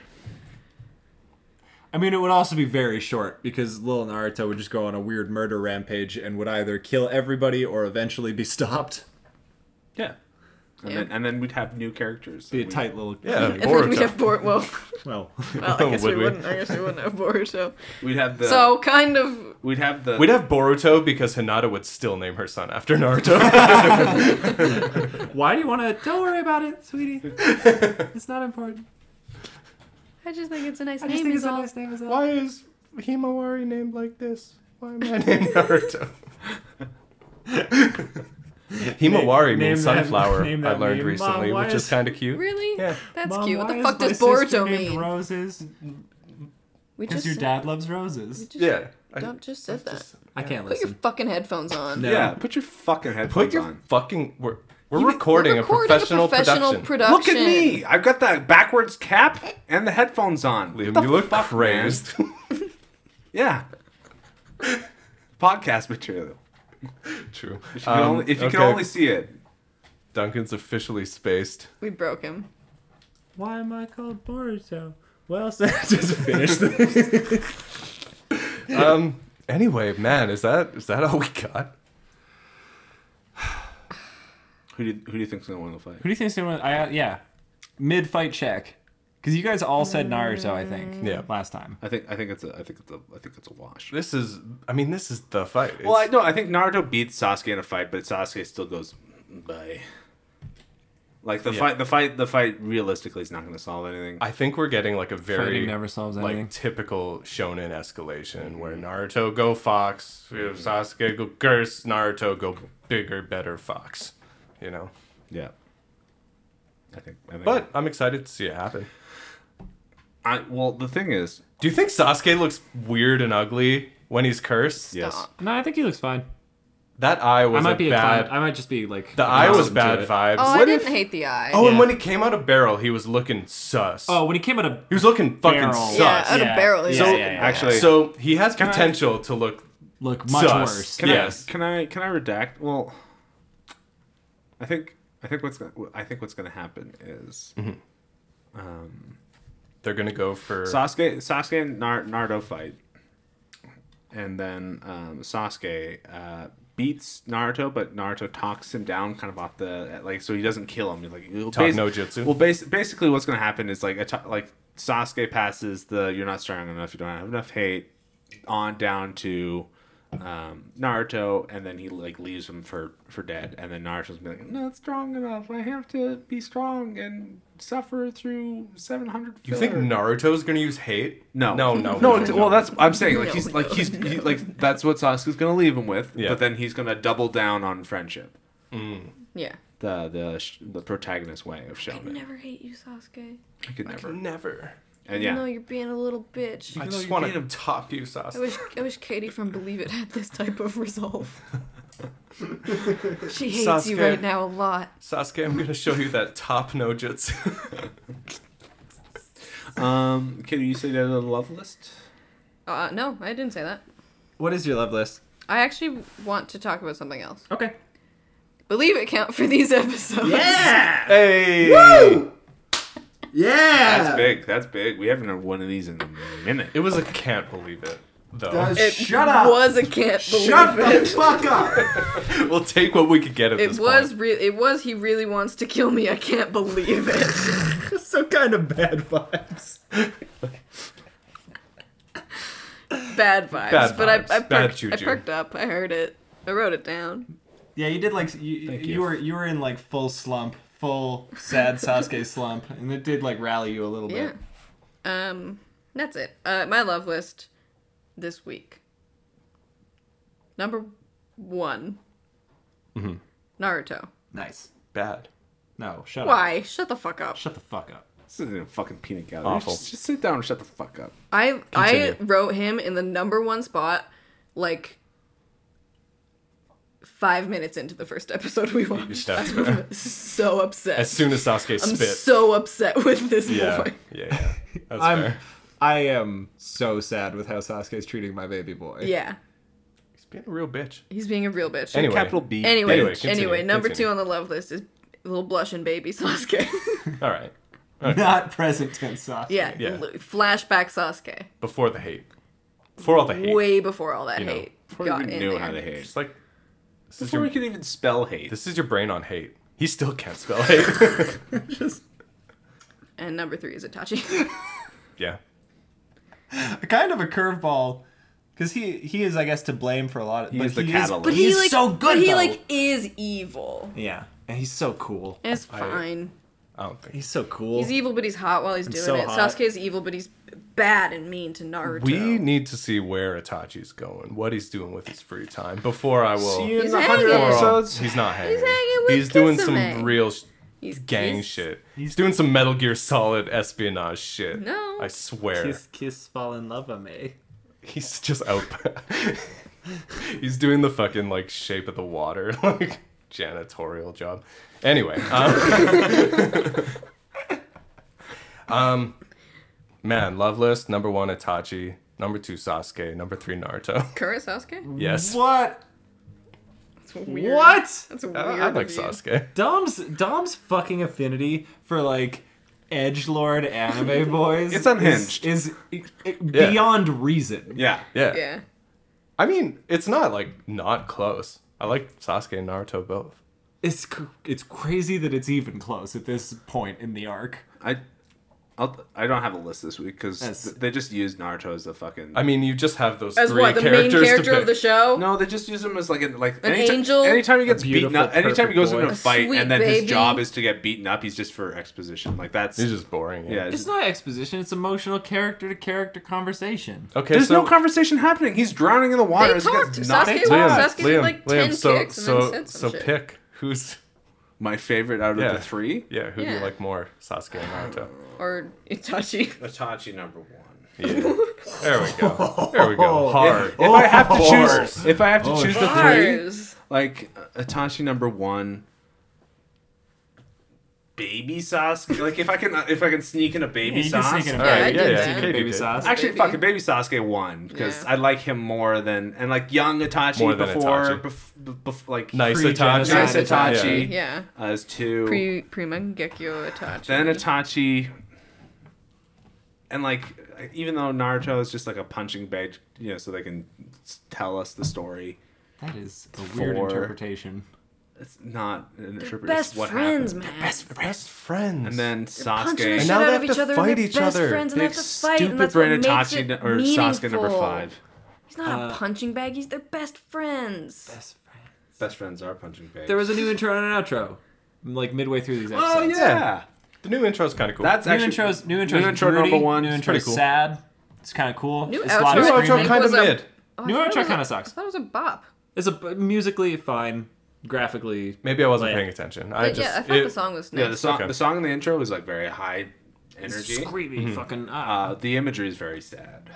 [SPEAKER 1] I mean, it would also be very short because little Naruto would just go on a weird murder rampage and would either kill everybody or eventually be [LAUGHS] stopped.
[SPEAKER 2] Yeah. And
[SPEAKER 3] Yeah.
[SPEAKER 2] then and then we'd have new characters.
[SPEAKER 1] Be a
[SPEAKER 2] We-
[SPEAKER 1] tight little
[SPEAKER 4] Yeah,
[SPEAKER 3] And then we
[SPEAKER 4] Boruto.
[SPEAKER 3] have Bor- well,
[SPEAKER 1] [LAUGHS] Well,
[SPEAKER 3] well, I guess we,
[SPEAKER 4] Would we?
[SPEAKER 3] wouldn't. I guess we wouldn't have Boruto.
[SPEAKER 2] We'd have the.
[SPEAKER 3] So
[SPEAKER 1] [LAUGHS]
[SPEAKER 3] kind of
[SPEAKER 2] we'd have the. [LAUGHS]
[SPEAKER 4] We'd have Boruto because Hinata would still name her son
[SPEAKER 2] [LAUGHS]
[SPEAKER 4] after Naruto.
[SPEAKER 1] why do you want to? Don't worry about it, [LAUGHS] sweetie. It's not important.
[SPEAKER 3] I just think it's a nice
[SPEAKER 1] I just think it's a nice name. Is all.
[SPEAKER 4] Why is Himawari named like this? Why [LAUGHS] am I named Naruto? Himawari
[SPEAKER 1] Name
[SPEAKER 4] means
[SPEAKER 1] that-
[SPEAKER 4] sunflower.
[SPEAKER 1] name
[SPEAKER 4] I
[SPEAKER 1] that
[SPEAKER 4] learned
[SPEAKER 1] name. Mom,
[SPEAKER 4] recently,
[SPEAKER 1] why
[SPEAKER 4] which is
[SPEAKER 1] is-
[SPEAKER 4] kind of cute.
[SPEAKER 3] Really?
[SPEAKER 4] Yeah.
[SPEAKER 3] That's
[SPEAKER 1] Mom,
[SPEAKER 3] cute. What
[SPEAKER 1] why
[SPEAKER 3] the
[SPEAKER 1] is
[SPEAKER 3] fuck
[SPEAKER 1] my
[SPEAKER 3] does
[SPEAKER 1] sister
[SPEAKER 3] Boruto
[SPEAKER 1] named
[SPEAKER 3] mean?
[SPEAKER 1] Roses.
[SPEAKER 3] We
[SPEAKER 1] Because your
[SPEAKER 3] said-
[SPEAKER 1] dad loves roses.
[SPEAKER 3] just-
[SPEAKER 4] Yeah. I-
[SPEAKER 3] Dump just said that.
[SPEAKER 1] I can't
[SPEAKER 3] Put your
[SPEAKER 1] listen.
[SPEAKER 3] fucking headphones on.
[SPEAKER 1] No.
[SPEAKER 2] yeah. Put your fucking headphones
[SPEAKER 4] Put your
[SPEAKER 2] on.
[SPEAKER 4] fucking. We're, we're
[SPEAKER 3] We're
[SPEAKER 4] recording,
[SPEAKER 3] recording
[SPEAKER 4] a professional, production.
[SPEAKER 3] production.
[SPEAKER 2] Look at me! I've got the backwards cap and the headphones on.
[SPEAKER 4] Liam,
[SPEAKER 2] The
[SPEAKER 4] you look
[SPEAKER 2] fuck, man?
[SPEAKER 4] [LAUGHS] crazed.
[SPEAKER 2] Yeah. Podcast material.
[SPEAKER 4] True.
[SPEAKER 2] If you, could only, if you could only see it,
[SPEAKER 4] Duncan's officially spaced.
[SPEAKER 3] We broke him.
[SPEAKER 1] Why am I called Boruto? Well, so [LAUGHS] just finish this.
[SPEAKER 4] Um. Anyway, man, is that is that all we got?
[SPEAKER 2] Who do you, who do you think's gonna win the fight?
[SPEAKER 1] Who do you think's gonna win? I, uh, yeah, mid fight check, because you guys all said Naruto. I
[SPEAKER 3] Mm.
[SPEAKER 1] think.
[SPEAKER 4] Yeah.
[SPEAKER 1] Last time.
[SPEAKER 2] I think I think it's a I think it's a I think it's a wash.
[SPEAKER 4] This is. I mean, this is the fight. It's-
[SPEAKER 2] Well, I no, I think Naruto beats Sasuke in a fight, but Sasuke still goes bye. Like the
[SPEAKER 4] Yeah.
[SPEAKER 2] fight, the fight, the fight. Realistically, is not going to solve anything.
[SPEAKER 4] I think we're getting like a very
[SPEAKER 1] Fighting never solves anything.
[SPEAKER 4] like typical shonen escalation where Naruto go Fox, you know, Sasuke go curse, Naruto go bigger, better Fox. You know,
[SPEAKER 2] yeah, I think. I think
[SPEAKER 4] but I'm excited to see it happen.
[SPEAKER 2] I well, the thing is,
[SPEAKER 4] Do you think Sasuke looks weird and ugly when he's cursed?
[SPEAKER 2] yes,
[SPEAKER 3] Stop.
[SPEAKER 1] No, I think he looks fine.
[SPEAKER 4] That eye was
[SPEAKER 1] I
[SPEAKER 4] a
[SPEAKER 1] might be
[SPEAKER 4] bad.
[SPEAKER 1] a clown. I might just be like
[SPEAKER 4] the eye was
[SPEAKER 1] accustomed
[SPEAKER 4] bad
[SPEAKER 1] to it.
[SPEAKER 4] vibes.
[SPEAKER 3] Oh, I
[SPEAKER 4] What
[SPEAKER 3] didn't
[SPEAKER 4] if-
[SPEAKER 3] hate the eye.
[SPEAKER 4] Oh, and
[SPEAKER 1] Yeah.
[SPEAKER 4] when he came out of barrel, he was looking sus.
[SPEAKER 1] Oh, when he came out of
[SPEAKER 4] he was looking fucking
[SPEAKER 1] Barrel.
[SPEAKER 4] sus.
[SPEAKER 3] yeah, out
[SPEAKER 1] Yeah.
[SPEAKER 3] of barrel. he
[SPEAKER 1] So-
[SPEAKER 3] was-
[SPEAKER 1] yeah, yeah.
[SPEAKER 2] actually,
[SPEAKER 4] So he has
[SPEAKER 2] I-
[SPEAKER 4] potential to look.
[SPEAKER 1] look much
[SPEAKER 4] Sus.
[SPEAKER 1] worse.
[SPEAKER 4] Can
[SPEAKER 2] Can
[SPEAKER 4] Yes.
[SPEAKER 2] I, can I can I redact? Well, I think I think what's gonna, I think what's going to happen is
[SPEAKER 4] They're gonna go for.
[SPEAKER 2] Sasuke Sasuke and Nar- Naruto fight, and then um, Sasuke uh, beats Naruto, but Naruto talks him down, kind of off the like, so he doesn't kill him. He's like he'll
[SPEAKER 4] Talk no jutsu.
[SPEAKER 2] Well, bas- basically, what's going to happen is like a t- like Sasuke passes the "you're not strong enough, you don't have enough hate" on down to um, Naruto, and then he like leaves him for for dead, and then Naruto's gonna be like, "Not strong enough. I have to be strong and suffer through seven hundred.
[SPEAKER 4] you think Naruto's gonna use hate?
[SPEAKER 2] No,
[SPEAKER 3] [LAUGHS]
[SPEAKER 4] no, no,
[SPEAKER 2] no. it's- Well, that's I'm saying. Like
[SPEAKER 3] No,
[SPEAKER 2] he's
[SPEAKER 3] no,
[SPEAKER 2] like he's he, like that's what Sasuke's gonna leave him with.
[SPEAKER 4] Yeah.
[SPEAKER 2] But then he's gonna double down on friendship,
[SPEAKER 3] yeah.
[SPEAKER 2] the the sh- the protagonist way of
[SPEAKER 3] I
[SPEAKER 2] showing.
[SPEAKER 3] never hate you, Sasuke.
[SPEAKER 2] I could never.
[SPEAKER 4] never.
[SPEAKER 2] And
[SPEAKER 3] No,
[SPEAKER 2] Uh, yeah,
[SPEAKER 3] you're being a little bitch.
[SPEAKER 4] I
[SPEAKER 2] know
[SPEAKER 4] just
[SPEAKER 2] you
[SPEAKER 4] want
[SPEAKER 2] beat
[SPEAKER 4] to
[SPEAKER 2] him.
[SPEAKER 4] top you, Sasuke.
[SPEAKER 3] I wish I wish Katie from Believe It had this type of resolve. she hates you
[SPEAKER 4] Sasuke.
[SPEAKER 3] right now a lot.
[SPEAKER 4] Sasuke, I'm gonna show you that top no jutsu.
[SPEAKER 2] um, Katie, you say that on the love list.
[SPEAKER 3] Uh, no, I didn't say that.
[SPEAKER 1] What is your love list?
[SPEAKER 3] I actually want to talk about something else.
[SPEAKER 1] Okay.
[SPEAKER 3] Believe it count for these episodes.
[SPEAKER 4] hey!
[SPEAKER 5] Yeah!
[SPEAKER 2] That's big. That's big. We haven't had one of these in a minute.
[SPEAKER 4] It was a can't believe it, though.
[SPEAKER 5] Guys,
[SPEAKER 3] It
[SPEAKER 5] shut up!
[SPEAKER 3] was a can't believe
[SPEAKER 5] shut
[SPEAKER 3] it.
[SPEAKER 5] the fuck up!
[SPEAKER 4] [LAUGHS] we'll take what we could get at
[SPEAKER 3] It
[SPEAKER 4] this [LAUGHS]
[SPEAKER 3] was
[SPEAKER 4] point.
[SPEAKER 3] real. It was. He really wants to kill me. I can't believe
[SPEAKER 4] [LAUGHS]
[SPEAKER 3] it.
[SPEAKER 1] Some kind of bad vibes.
[SPEAKER 3] Bad vibes.
[SPEAKER 4] Bad
[SPEAKER 3] But I,
[SPEAKER 4] vibes.
[SPEAKER 3] I,
[SPEAKER 4] Bad
[SPEAKER 3] perked, I
[SPEAKER 4] juju.
[SPEAKER 3] perked up. I heard it. I wrote it down.
[SPEAKER 1] Yeah, you did like you, you.
[SPEAKER 2] you.
[SPEAKER 1] were you were in like full slump, full sad
[SPEAKER 3] [LAUGHS]
[SPEAKER 1] Sasuke slump, and it did like rally you a little
[SPEAKER 3] Yeah.
[SPEAKER 1] bit.
[SPEAKER 3] Um. That's it. Uh, my love list this week. Number one.
[SPEAKER 4] Mm-hmm.
[SPEAKER 3] Naruto.
[SPEAKER 1] Nice.
[SPEAKER 4] bad.
[SPEAKER 1] No, shut
[SPEAKER 4] Oh.
[SPEAKER 1] up.
[SPEAKER 3] Why? Shut the fuck up.
[SPEAKER 1] Shut the fuck up.
[SPEAKER 2] This isn't a fucking peanut gallery.
[SPEAKER 4] Awful.
[SPEAKER 2] Just, just sit down and shut the fuck up.
[SPEAKER 3] I I
[SPEAKER 4] Continue.
[SPEAKER 3] wrote him in the number one spot, like five minutes into the first episode we watched.
[SPEAKER 4] stepped
[SPEAKER 3] [LAUGHS] I'm
[SPEAKER 4] [LAUGHS]
[SPEAKER 3] so upset.
[SPEAKER 4] As soon as Sasuke
[SPEAKER 3] I'm
[SPEAKER 4] spit.
[SPEAKER 3] so upset with this [LAUGHS]
[SPEAKER 4] yeah,
[SPEAKER 3] boy.
[SPEAKER 4] yeah, yeah. That's
[SPEAKER 1] I'm.
[SPEAKER 4] fair.
[SPEAKER 1] I am so sad with how Sasuke's treating my baby boy.
[SPEAKER 3] Yeah,
[SPEAKER 4] He's being a real bitch.
[SPEAKER 3] he's being a real bitch.
[SPEAKER 4] Anyway.
[SPEAKER 2] Capital B.
[SPEAKER 3] anyway,
[SPEAKER 4] Anyway,
[SPEAKER 3] anyway,
[SPEAKER 4] continue,
[SPEAKER 3] number
[SPEAKER 4] continue.
[SPEAKER 3] two on the love list is little blushing baby [LAUGHS] Sasuke.
[SPEAKER 4] [LAUGHS] All right.
[SPEAKER 1] [LAUGHS] Not present tense Sasuke.
[SPEAKER 3] yeah,
[SPEAKER 4] Yeah.
[SPEAKER 3] l- flashback Sasuke.
[SPEAKER 4] Before the hate. Before all the hate.
[SPEAKER 3] Way before all that
[SPEAKER 4] know,
[SPEAKER 3] hate
[SPEAKER 2] Before
[SPEAKER 3] got
[SPEAKER 2] we
[SPEAKER 3] in
[SPEAKER 2] knew
[SPEAKER 3] there.
[SPEAKER 2] how to hate.
[SPEAKER 4] It's like this is
[SPEAKER 2] Before we
[SPEAKER 4] your
[SPEAKER 2] could even spell hate.
[SPEAKER 4] this is your brain on hate. He still can't spell hate. [LAUGHS]
[SPEAKER 3] And number three is Itachi. [LAUGHS]
[SPEAKER 4] yeah.
[SPEAKER 1] kind of a curveball because he he is i guess to blame for a lot of
[SPEAKER 2] He
[SPEAKER 1] but
[SPEAKER 2] is the
[SPEAKER 1] he
[SPEAKER 2] catalyst.
[SPEAKER 3] but
[SPEAKER 1] he
[SPEAKER 3] he
[SPEAKER 1] is
[SPEAKER 3] like,
[SPEAKER 1] so good
[SPEAKER 3] but he
[SPEAKER 1] though.
[SPEAKER 3] like is evil.
[SPEAKER 1] yeah and he's so cool
[SPEAKER 3] It's fine.
[SPEAKER 4] I don't think
[SPEAKER 1] he's so cool
[SPEAKER 3] He's evil, but he's hot while he's doing
[SPEAKER 1] so
[SPEAKER 3] it.
[SPEAKER 1] hot.
[SPEAKER 3] Sasuke's evil, but he's bad and mean to Naruto.
[SPEAKER 4] we need to see where Itachi's going, what he's doing with his free time before I will. um,
[SPEAKER 2] See you in
[SPEAKER 3] He's
[SPEAKER 2] the hundred
[SPEAKER 3] hanging.
[SPEAKER 2] episodes.
[SPEAKER 4] He's not hanging.
[SPEAKER 3] hanging with
[SPEAKER 4] He's doing some
[SPEAKER 3] Kisame.
[SPEAKER 4] real sh-
[SPEAKER 3] He's-
[SPEAKER 4] gang
[SPEAKER 3] he's-
[SPEAKER 4] shit. He's doing some Metal Gear Solid espionage shit.
[SPEAKER 3] No.
[SPEAKER 4] I swear.
[SPEAKER 1] kiss fall in love on me
[SPEAKER 4] He's just out. He's doing the fucking like shape of the water, [LAUGHS] like janitorial job. Anyway, um, [LAUGHS] um, man, love list number one Itachi, number two Sasuke, number three Naruto. [LAUGHS]
[SPEAKER 3] current Sasuke.
[SPEAKER 4] Yes,
[SPEAKER 1] what
[SPEAKER 3] That's weird.
[SPEAKER 1] what
[SPEAKER 3] That's weird.
[SPEAKER 4] I, I like
[SPEAKER 3] of you.
[SPEAKER 4] Sasuke.
[SPEAKER 1] dom's dom's fucking affinity for like edge lord
[SPEAKER 3] [LAUGHS]
[SPEAKER 1] anime boys
[SPEAKER 2] It's unhinged.
[SPEAKER 1] is, is i- i-
[SPEAKER 4] Yeah.
[SPEAKER 1] beyond reason
[SPEAKER 2] Yeah.
[SPEAKER 4] Yeah.
[SPEAKER 3] Yeah.
[SPEAKER 4] I mean, it's not like not close. I like Sasuke and Naruto both.
[SPEAKER 1] it's cr- it's crazy that it's even close at this point in the arc
[SPEAKER 2] I. I'll, I don't have a list this week because
[SPEAKER 1] That's-
[SPEAKER 2] they just used Naruto as a fucking.
[SPEAKER 4] I mean, you just have those
[SPEAKER 3] As
[SPEAKER 4] three
[SPEAKER 3] what the main
[SPEAKER 4] characters
[SPEAKER 3] character
[SPEAKER 4] to
[SPEAKER 3] of the
[SPEAKER 4] pick.
[SPEAKER 3] show?
[SPEAKER 2] No, they just use him as like an like
[SPEAKER 3] An angel?
[SPEAKER 2] Anytime he gets
[SPEAKER 1] beautiful,
[SPEAKER 2] beaten up, anytime he
[SPEAKER 1] perfect
[SPEAKER 2] goes
[SPEAKER 1] boy.
[SPEAKER 2] into a
[SPEAKER 1] A
[SPEAKER 2] fight
[SPEAKER 3] sweet
[SPEAKER 2] and then
[SPEAKER 3] baby.
[SPEAKER 2] his job is to get beaten up, he's just for exposition. Like that's
[SPEAKER 4] He's just boring.
[SPEAKER 2] yeah. it's-
[SPEAKER 1] it's not exposition it's emotional character to character conversation
[SPEAKER 4] Okay.
[SPEAKER 2] there's
[SPEAKER 4] so
[SPEAKER 2] no conversation happening. He's drowning in the water.
[SPEAKER 3] They
[SPEAKER 2] This guy's
[SPEAKER 3] talked.
[SPEAKER 2] not-
[SPEAKER 3] Sasuke
[SPEAKER 4] Liam,
[SPEAKER 3] Sasuke did like
[SPEAKER 4] Liam,
[SPEAKER 3] 10
[SPEAKER 4] so
[SPEAKER 3] kicks and
[SPEAKER 4] so
[SPEAKER 3] then said some
[SPEAKER 4] so
[SPEAKER 3] shit.
[SPEAKER 4] pick who's
[SPEAKER 2] my favorite out of
[SPEAKER 4] Yeah.
[SPEAKER 2] the three.
[SPEAKER 4] Yeah, who do you
[SPEAKER 3] Yeah.
[SPEAKER 4] like more, Sasuke and
[SPEAKER 1] [LAUGHS]
[SPEAKER 4] Naruto?
[SPEAKER 3] or Itachi.
[SPEAKER 2] Itachi number one.
[SPEAKER 4] Yeah. There we go. There
[SPEAKER 1] [LAUGHS]
[SPEAKER 4] we go. Hard.
[SPEAKER 1] Oh,
[SPEAKER 2] If I have to
[SPEAKER 4] Bars.
[SPEAKER 2] choose, if I have
[SPEAKER 4] Oh,
[SPEAKER 2] to choose the three,
[SPEAKER 3] Bars.
[SPEAKER 2] like uh, Itachi number one, baby Sasuke. Like if I can, uh, if I can sneak in a baby
[SPEAKER 1] you can sneak in a
[SPEAKER 2] Sasuke.
[SPEAKER 1] All
[SPEAKER 3] Yeah,
[SPEAKER 1] right,
[SPEAKER 3] I
[SPEAKER 4] yeah,
[SPEAKER 3] did
[SPEAKER 4] yeah,
[SPEAKER 3] that.
[SPEAKER 4] Katie
[SPEAKER 1] baby
[SPEAKER 4] did.
[SPEAKER 1] sauce.
[SPEAKER 2] Actually,
[SPEAKER 3] Baby.
[SPEAKER 2] fuck it, baby Sasuke won because
[SPEAKER 3] Yeah.
[SPEAKER 2] I like him more than and like young Itachi
[SPEAKER 4] More than
[SPEAKER 2] before,
[SPEAKER 4] Itachi.
[SPEAKER 2] bef- bef- like
[SPEAKER 4] Nice
[SPEAKER 1] Free
[SPEAKER 4] Itachi.
[SPEAKER 1] genocide.
[SPEAKER 2] nice
[SPEAKER 1] Nice
[SPEAKER 2] Itachi
[SPEAKER 3] Itachi, yeah.
[SPEAKER 2] as two.
[SPEAKER 3] Pre pre Mangekyo Itachi.
[SPEAKER 2] then Itachi, and like even though Naruto is just like a punching bag, you know, so they can s- tell us the story.
[SPEAKER 1] That is a weird
[SPEAKER 2] Four.
[SPEAKER 1] interpretation.
[SPEAKER 2] It's not an interpretation.
[SPEAKER 3] Best
[SPEAKER 2] it's what
[SPEAKER 3] friends,
[SPEAKER 2] happened.
[SPEAKER 3] man.
[SPEAKER 4] Best friends.
[SPEAKER 2] And then
[SPEAKER 3] Punching the
[SPEAKER 2] Sasuke,
[SPEAKER 4] And
[SPEAKER 3] shit
[SPEAKER 4] now they
[SPEAKER 3] out
[SPEAKER 4] have
[SPEAKER 3] of each
[SPEAKER 4] to
[SPEAKER 3] other.
[SPEAKER 4] fight
[SPEAKER 3] and they're
[SPEAKER 4] each
[SPEAKER 3] best
[SPEAKER 4] other.
[SPEAKER 3] friends, and they
[SPEAKER 2] big
[SPEAKER 3] have to fight, and
[SPEAKER 2] stupid
[SPEAKER 3] that's what
[SPEAKER 2] brain
[SPEAKER 3] makes
[SPEAKER 2] Itachi
[SPEAKER 3] it
[SPEAKER 2] n- or
[SPEAKER 3] meaningful.
[SPEAKER 2] Sasuke number five.
[SPEAKER 3] He's not a punching bag. He's their best friends.
[SPEAKER 2] Best friends are punching bags.
[SPEAKER 1] There was a new intro and an outro, like midway through these episodes.
[SPEAKER 2] oh yeah,
[SPEAKER 4] the new intro's kind of cool.
[SPEAKER 2] that's
[SPEAKER 1] New
[SPEAKER 2] actually
[SPEAKER 1] intros, new intros,
[SPEAKER 2] new intro
[SPEAKER 1] broody,
[SPEAKER 2] number one.
[SPEAKER 1] New
[SPEAKER 2] It's
[SPEAKER 1] intro
[SPEAKER 4] pretty cool.
[SPEAKER 1] sad. It's kind of cool.
[SPEAKER 3] New
[SPEAKER 1] it's a lot
[SPEAKER 3] outro
[SPEAKER 1] of
[SPEAKER 3] is
[SPEAKER 4] new
[SPEAKER 1] screaming.
[SPEAKER 4] intro
[SPEAKER 3] Screaming
[SPEAKER 4] kind of
[SPEAKER 3] was a-
[SPEAKER 4] mid.
[SPEAKER 3] Oh, I
[SPEAKER 1] New
[SPEAKER 3] thought it
[SPEAKER 1] intro
[SPEAKER 3] was a-
[SPEAKER 1] kinda sucks.
[SPEAKER 3] I thought it was a bop.
[SPEAKER 1] It's a musically fine, graphically.
[SPEAKER 4] Maybe I wasn't
[SPEAKER 1] Like-
[SPEAKER 4] paying attention. I
[SPEAKER 3] But
[SPEAKER 4] just
[SPEAKER 3] yeah, I thought
[SPEAKER 4] it-
[SPEAKER 3] the song was nice.
[SPEAKER 2] Yeah, the song
[SPEAKER 4] Okay.
[SPEAKER 2] the song in the intro is like very high energy.
[SPEAKER 1] Screamy fucking. Uh,
[SPEAKER 2] Uh, the imagery is very sad.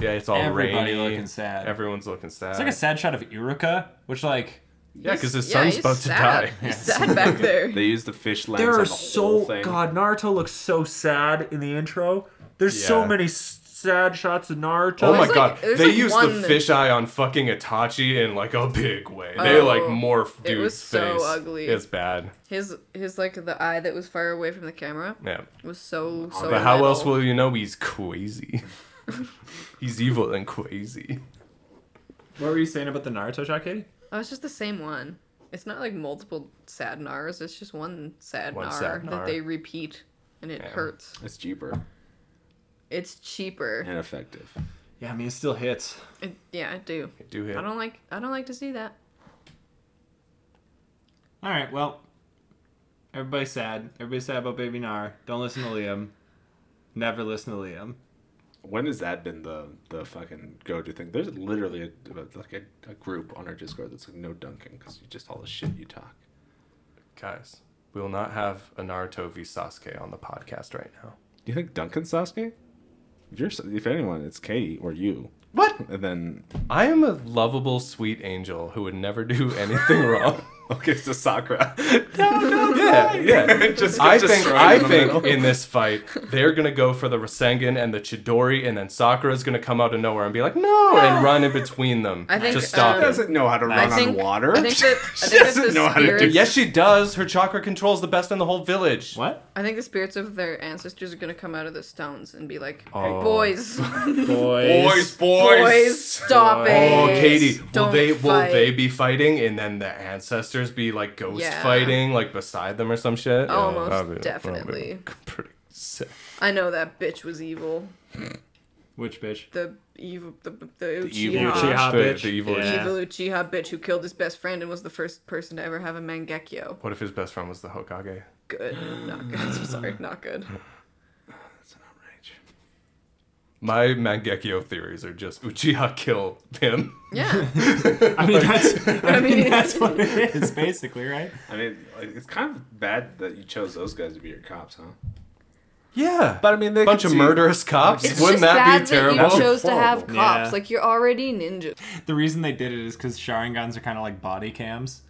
[SPEAKER 4] Yeah, it's all
[SPEAKER 1] Everybody
[SPEAKER 4] rainy.
[SPEAKER 1] looking sad.
[SPEAKER 4] Everyone's looking sad.
[SPEAKER 1] it's like a sad shot of Eureka, which like
[SPEAKER 4] yeah, because his
[SPEAKER 3] Yeah,
[SPEAKER 4] son's
[SPEAKER 3] he's
[SPEAKER 4] about
[SPEAKER 3] sad.
[SPEAKER 4] to die.
[SPEAKER 3] [LAUGHS] He's sad
[SPEAKER 4] [LAUGHS]
[SPEAKER 3] back there.
[SPEAKER 2] They use the fish lens. on the whole thing.
[SPEAKER 1] Naruto looks so sad in the intro. There's
[SPEAKER 4] Yeah.
[SPEAKER 1] s- sad shots of Naruto.
[SPEAKER 4] Oh my
[SPEAKER 3] There's like-
[SPEAKER 4] god,
[SPEAKER 3] there's
[SPEAKER 4] they
[SPEAKER 3] like
[SPEAKER 4] used
[SPEAKER 3] one-
[SPEAKER 4] the fisheye on fucking Itachi in like a big way. they like
[SPEAKER 3] Oh,
[SPEAKER 4] morph dude's
[SPEAKER 3] it was so
[SPEAKER 4] face.
[SPEAKER 3] ugly.
[SPEAKER 4] It's bad.
[SPEAKER 3] His his like the eye that was far away from the camera
[SPEAKER 4] Yeah.
[SPEAKER 3] was so so.
[SPEAKER 4] But how
[SPEAKER 3] little.
[SPEAKER 4] else will you know he's crazy? [LAUGHS] he's evil and crazy.
[SPEAKER 1] What were you saying about the Naruto shot, Katie?
[SPEAKER 3] Oh, it's just the same one. It's not like multiple sad nars. It's just one sad
[SPEAKER 4] One
[SPEAKER 3] nar
[SPEAKER 4] sad
[SPEAKER 3] that
[SPEAKER 4] nar.
[SPEAKER 3] they repeat, and it hurts.
[SPEAKER 2] It's cheaper
[SPEAKER 3] It's cheaper.
[SPEAKER 2] and effective.
[SPEAKER 1] Yeah, I mean it still hits.
[SPEAKER 3] It, yeah, I do.
[SPEAKER 4] Do hit.
[SPEAKER 3] I don't like. I don't like to see that.
[SPEAKER 1] All right, well, everybody's sad. Everybody's sad about Baby Nar. Don't listen to Liam. Never listen to Liam.
[SPEAKER 2] When has that been the the fucking go to thing? There's literally a, like a, a group on our Discord that's like no dunking because you just all the shit you talk.
[SPEAKER 4] Guys, we will not have a Naruto v Sasuke on the podcast right now.
[SPEAKER 2] Do you think Duncan Sasuke? If you're s- if anyone, it's Katie or you.
[SPEAKER 4] What?
[SPEAKER 2] And then
[SPEAKER 4] I am a lovable, sweet angel who would
[SPEAKER 3] [LAUGHS]
[SPEAKER 4] never do anything wrong.
[SPEAKER 2] [LAUGHS] okay, so Sakura.
[SPEAKER 4] [LAUGHS] yeah, yeah.
[SPEAKER 2] [LAUGHS] just
[SPEAKER 4] I
[SPEAKER 2] just
[SPEAKER 4] think
[SPEAKER 2] thrown
[SPEAKER 4] I
[SPEAKER 2] in the
[SPEAKER 4] think
[SPEAKER 2] middle.
[SPEAKER 4] in this fight they're gonna go for the Rasengan and the Chidori, and then Sakura's gonna come out of nowhere and be like, "No!" and run in between them
[SPEAKER 3] I think,
[SPEAKER 4] to stop
[SPEAKER 2] She
[SPEAKER 3] um,
[SPEAKER 4] it.
[SPEAKER 2] doesn't know how to
[SPEAKER 3] I
[SPEAKER 2] run
[SPEAKER 3] think
[SPEAKER 2] on water.
[SPEAKER 3] I
[SPEAKER 2] [LAUGHS]
[SPEAKER 3] think that, I
[SPEAKER 2] She
[SPEAKER 3] think that
[SPEAKER 2] doesn't
[SPEAKER 3] the
[SPEAKER 2] know how to do
[SPEAKER 3] spirits.
[SPEAKER 4] Yes, she does. Her chakra control's the best in the whole village.
[SPEAKER 1] What?
[SPEAKER 3] I think the spirits of their ancestors are gonna come out of the stones and be like,
[SPEAKER 4] Oh.
[SPEAKER 3] "Boys, [LAUGHS]
[SPEAKER 2] boys, boys,
[SPEAKER 3] boys, stop it!"
[SPEAKER 4] Oh, Katie, will
[SPEAKER 3] Don't
[SPEAKER 4] they will
[SPEAKER 3] fight."
[SPEAKER 4] they be fighting, and then the ancestors be like ghost
[SPEAKER 3] Yeah.
[SPEAKER 4] fighting, like beside them or some shit? Yeah,
[SPEAKER 3] Almost
[SPEAKER 4] that'd be- that'd be
[SPEAKER 3] definitely.
[SPEAKER 4] [LAUGHS] Pretty sick.
[SPEAKER 3] I know that bitch was evil.
[SPEAKER 1] Which bitch?
[SPEAKER 3] The evil, the the, the
[SPEAKER 2] evil
[SPEAKER 3] Uchiha.
[SPEAKER 1] Uchiha. Ah,
[SPEAKER 4] the,
[SPEAKER 1] bitch.
[SPEAKER 4] the evil.
[SPEAKER 1] Yeah.
[SPEAKER 3] evil Uchiha bitch who killed his best friend and was the first person to ever have a Mangekyo.
[SPEAKER 4] What if his best friend was the Hokage?
[SPEAKER 3] Good, not good. [LAUGHS] I'm sorry, not good.
[SPEAKER 2] It's an outrage.
[SPEAKER 4] My Mangekyo theories are just Uchiha [LAUGHS] kill him.
[SPEAKER 1] [LAUGHS]
[SPEAKER 3] Yeah,
[SPEAKER 1] I mean that's I
[SPEAKER 3] I
[SPEAKER 1] mean
[SPEAKER 3] mean-
[SPEAKER 1] that's what
[SPEAKER 3] [LAUGHS]
[SPEAKER 1] it is basically, right?
[SPEAKER 2] [LAUGHS] I mean, like, it's kind of bad that you chose those guys to be your cops, huh?
[SPEAKER 4] Yeah.
[SPEAKER 2] But I mean, they
[SPEAKER 4] bunch of murderous cops.
[SPEAKER 3] it's just
[SPEAKER 4] Wouldn't that
[SPEAKER 3] bad
[SPEAKER 4] be terrible?
[SPEAKER 3] that you chose to
[SPEAKER 2] Horrible.
[SPEAKER 3] have cops.
[SPEAKER 1] Yeah.
[SPEAKER 3] Like you're already ninja.
[SPEAKER 1] The reason they did it is because Sharingan's are kind of like body cams,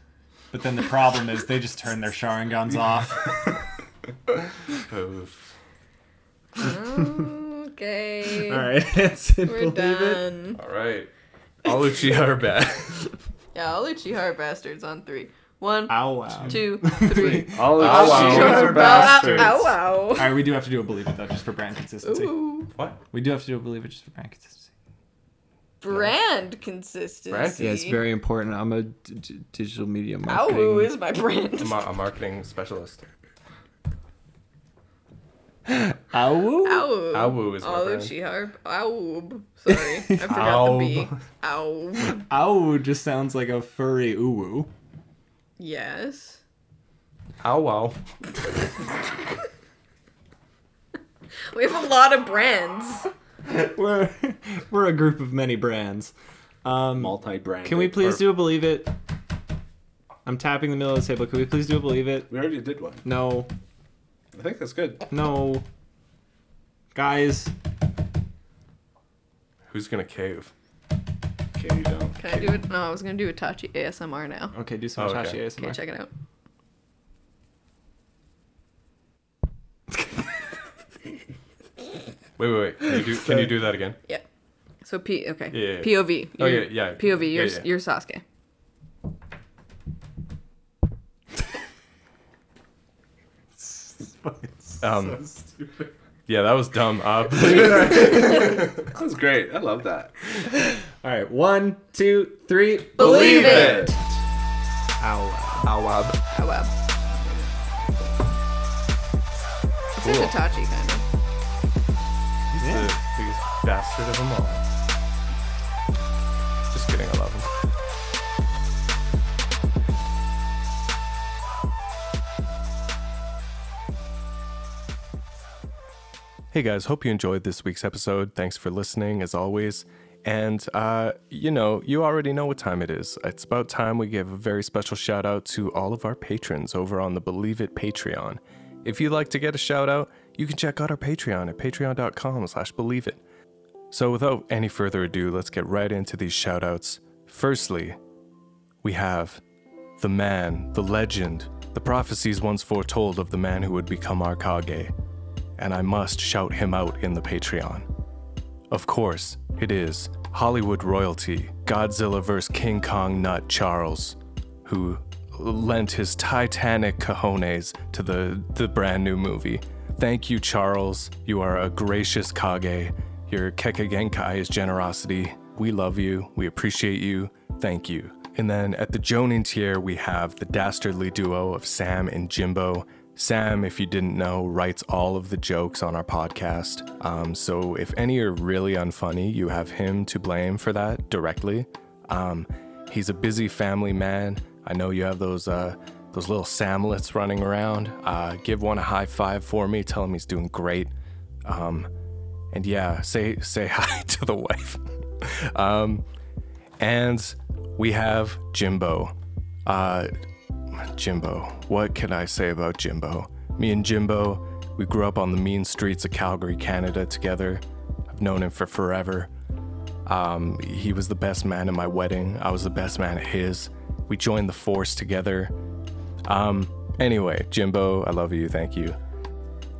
[SPEAKER 1] but then the problem is they just turn their Sharingans
[SPEAKER 3] [LAUGHS]
[SPEAKER 1] off.
[SPEAKER 4] Oof.
[SPEAKER 3] Okay,
[SPEAKER 1] [LAUGHS] All right, that's it.
[SPEAKER 3] we're done.
[SPEAKER 4] All right. All Uchiha are bad.
[SPEAKER 3] Yeah, all Uchiha are bastards on three. One,
[SPEAKER 1] Ow wow. [LAUGHS]
[SPEAKER 3] two, three.
[SPEAKER 2] [LAUGHS] All the
[SPEAKER 4] Ow, wow.
[SPEAKER 2] cheaters are
[SPEAKER 4] Ow,
[SPEAKER 2] bastards.
[SPEAKER 3] Ow,
[SPEAKER 1] All right, we do have to do a believe it though, just for brand
[SPEAKER 3] ow.
[SPEAKER 1] consistency.
[SPEAKER 3] Ooh.
[SPEAKER 4] what?
[SPEAKER 1] We do have to do a believe it just for brand consistency.
[SPEAKER 3] Brand consistency.
[SPEAKER 4] Brand- yeah,
[SPEAKER 1] important. I'm a digital media
[SPEAKER 3] Ow is my brand.
[SPEAKER 4] I'm a, a marketing specialist.
[SPEAKER 3] Ow.
[SPEAKER 4] Ow is my
[SPEAKER 3] All
[SPEAKER 4] brand.
[SPEAKER 3] Uchiha are Ow. Sorry, I forgot the B. Ow.
[SPEAKER 1] Ow just sounds like a furry uwu.
[SPEAKER 3] Yes.
[SPEAKER 4] Ow wow.
[SPEAKER 3] We have a lot of brands.
[SPEAKER 1] [LAUGHS] We're we're a group of many brands. Um,
[SPEAKER 2] Multi-brand.
[SPEAKER 1] can we please do a believe it? I'm tapping the middle of the table. Could we please do a believe it?
[SPEAKER 2] We already did one.
[SPEAKER 1] No.
[SPEAKER 2] I think that's good.
[SPEAKER 1] No. Guys.
[SPEAKER 4] Who's gonna cave?
[SPEAKER 2] Okay, you don't.
[SPEAKER 3] Can I do it? No, I was gonna do Itachi ASMR now.
[SPEAKER 1] Okay, do some
[SPEAKER 4] Oh,
[SPEAKER 1] Itachi
[SPEAKER 4] okay.
[SPEAKER 1] ASMR.
[SPEAKER 3] Okay, check it out.
[SPEAKER 4] Wait, wait, wait. Can you do, can you do that again?
[SPEAKER 3] Yeah. So P. Okay.
[SPEAKER 4] Yeah, yeah, yeah.
[SPEAKER 3] POV.
[SPEAKER 4] Oh,
[SPEAKER 3] You're-
[SPEAKER 4] yeah, yeah.
[SPEAKER 3] POV. You're
[SPEAKER 4] Yeah, yeah.
[SPEAKER 3] you're Sasuke.
[SPEAKER 4] [LAUGHS] Um, yeah, that was dumb. Uh, please-
[SPEAKER 2] That was great. I love that.
[SPEAKER 1] All right, one, two, three.
[SPEAKER 3] Believe it.
[SPEAKER 1] Ow.
[SPEAKER 3] Oh wow. It's an Itachi kind of.
[SPEAKER 4] He's the biggest bastard of them all. Just kidding, I love him. Hey guys, hope you enjoyed this week's episode. Thanks for listening, as always. And, uh, you know, you already know what time it is. It's about time we give a very special shout out to all of our patrons over on the Believe It Patreon. If you'd like to get a shout out, you can check out our Patreon at patreon.com slash believe it. So without any further ado, let's get right into these shout outs. Firstly, we have the man, the legend, the prophecies once foretold of the man who would become our Kage and I must shout him out in the Patreon. Of course, it is Hollywood royalty, Godzilla vs. King Kong nut Charles, who lent his titanic cojones to the, the brand new movie. Thank you, Charles. You are a gracious Kage. Your Kekagenkai is generosity. We love you. We appreciate you. Thank you. And then at the Jonin tier, we have the dastardly duo of Sam and Jimbo. Sam, if you didn't know, writes all of the jokes on our podcast. Um, so if any are really unfunny, you have him to blame for that directly. Um, he's a busy family man. I know you have those uh, those little Samlets running around. Uh, give one a high five for me. Tell him he's doing great. Um, and yeah, say say [LAUGHS] hi to the wife. [LAUGHS] um, and we have Jimbo. Uh, Jimbo. What can I say about Jimbo? Me and Jimbo, we grew up on the mean streets of Calgary, Canada together. I've known him for forever. Um, he was the best man at my wedding. I was the best man at his. We joined the force together. Um, anyway, Jimbo, I love you. Thank you.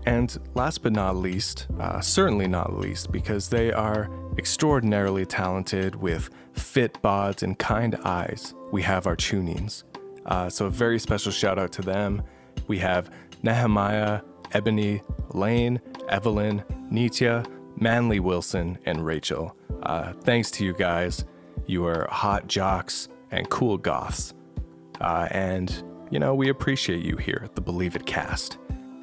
[SPEAKER 4] And last but not least, uh, certainly not least, because they are extraordinarily talented with fit bods and kind eyes, we have our tunings. Uh, so a very special shout out to them. We have Nehemiah, Ebony, Lane, Evelyn, Nitya, Manly Wilson, and Rachel. Uh, thanks to you guys. You are hot jocks and cool goths. Uh, and, you know, we appreciate you here at the Believe It cast.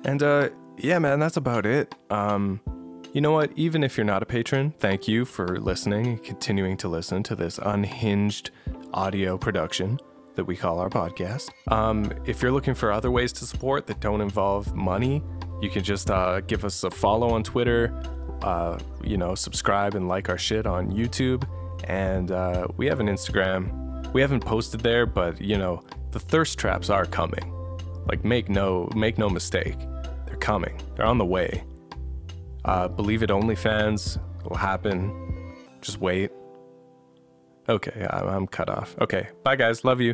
[SPEAKER 4] And, uh, yeah, man, that's about it. Um, you know what? Even if you're not a patron, thank you for listening and continuing to listen to this unhinged audio production that we call our podcast. Um, if you're looking for other ways to support that don't involve money, you can just uh, give us a follow on Twitter, uh, you know, subscribe and like our shit on YouTube. And uh, we have an Instagram. We haven't posted there, but, you know, the thirst traps are coming. Like, make no, make no mistake. They're coming. They're on the way. Uh, believe it, OnlyFans will happen. Just wait. Okay, I- I'm cut off. Okay, bye guys. Love you.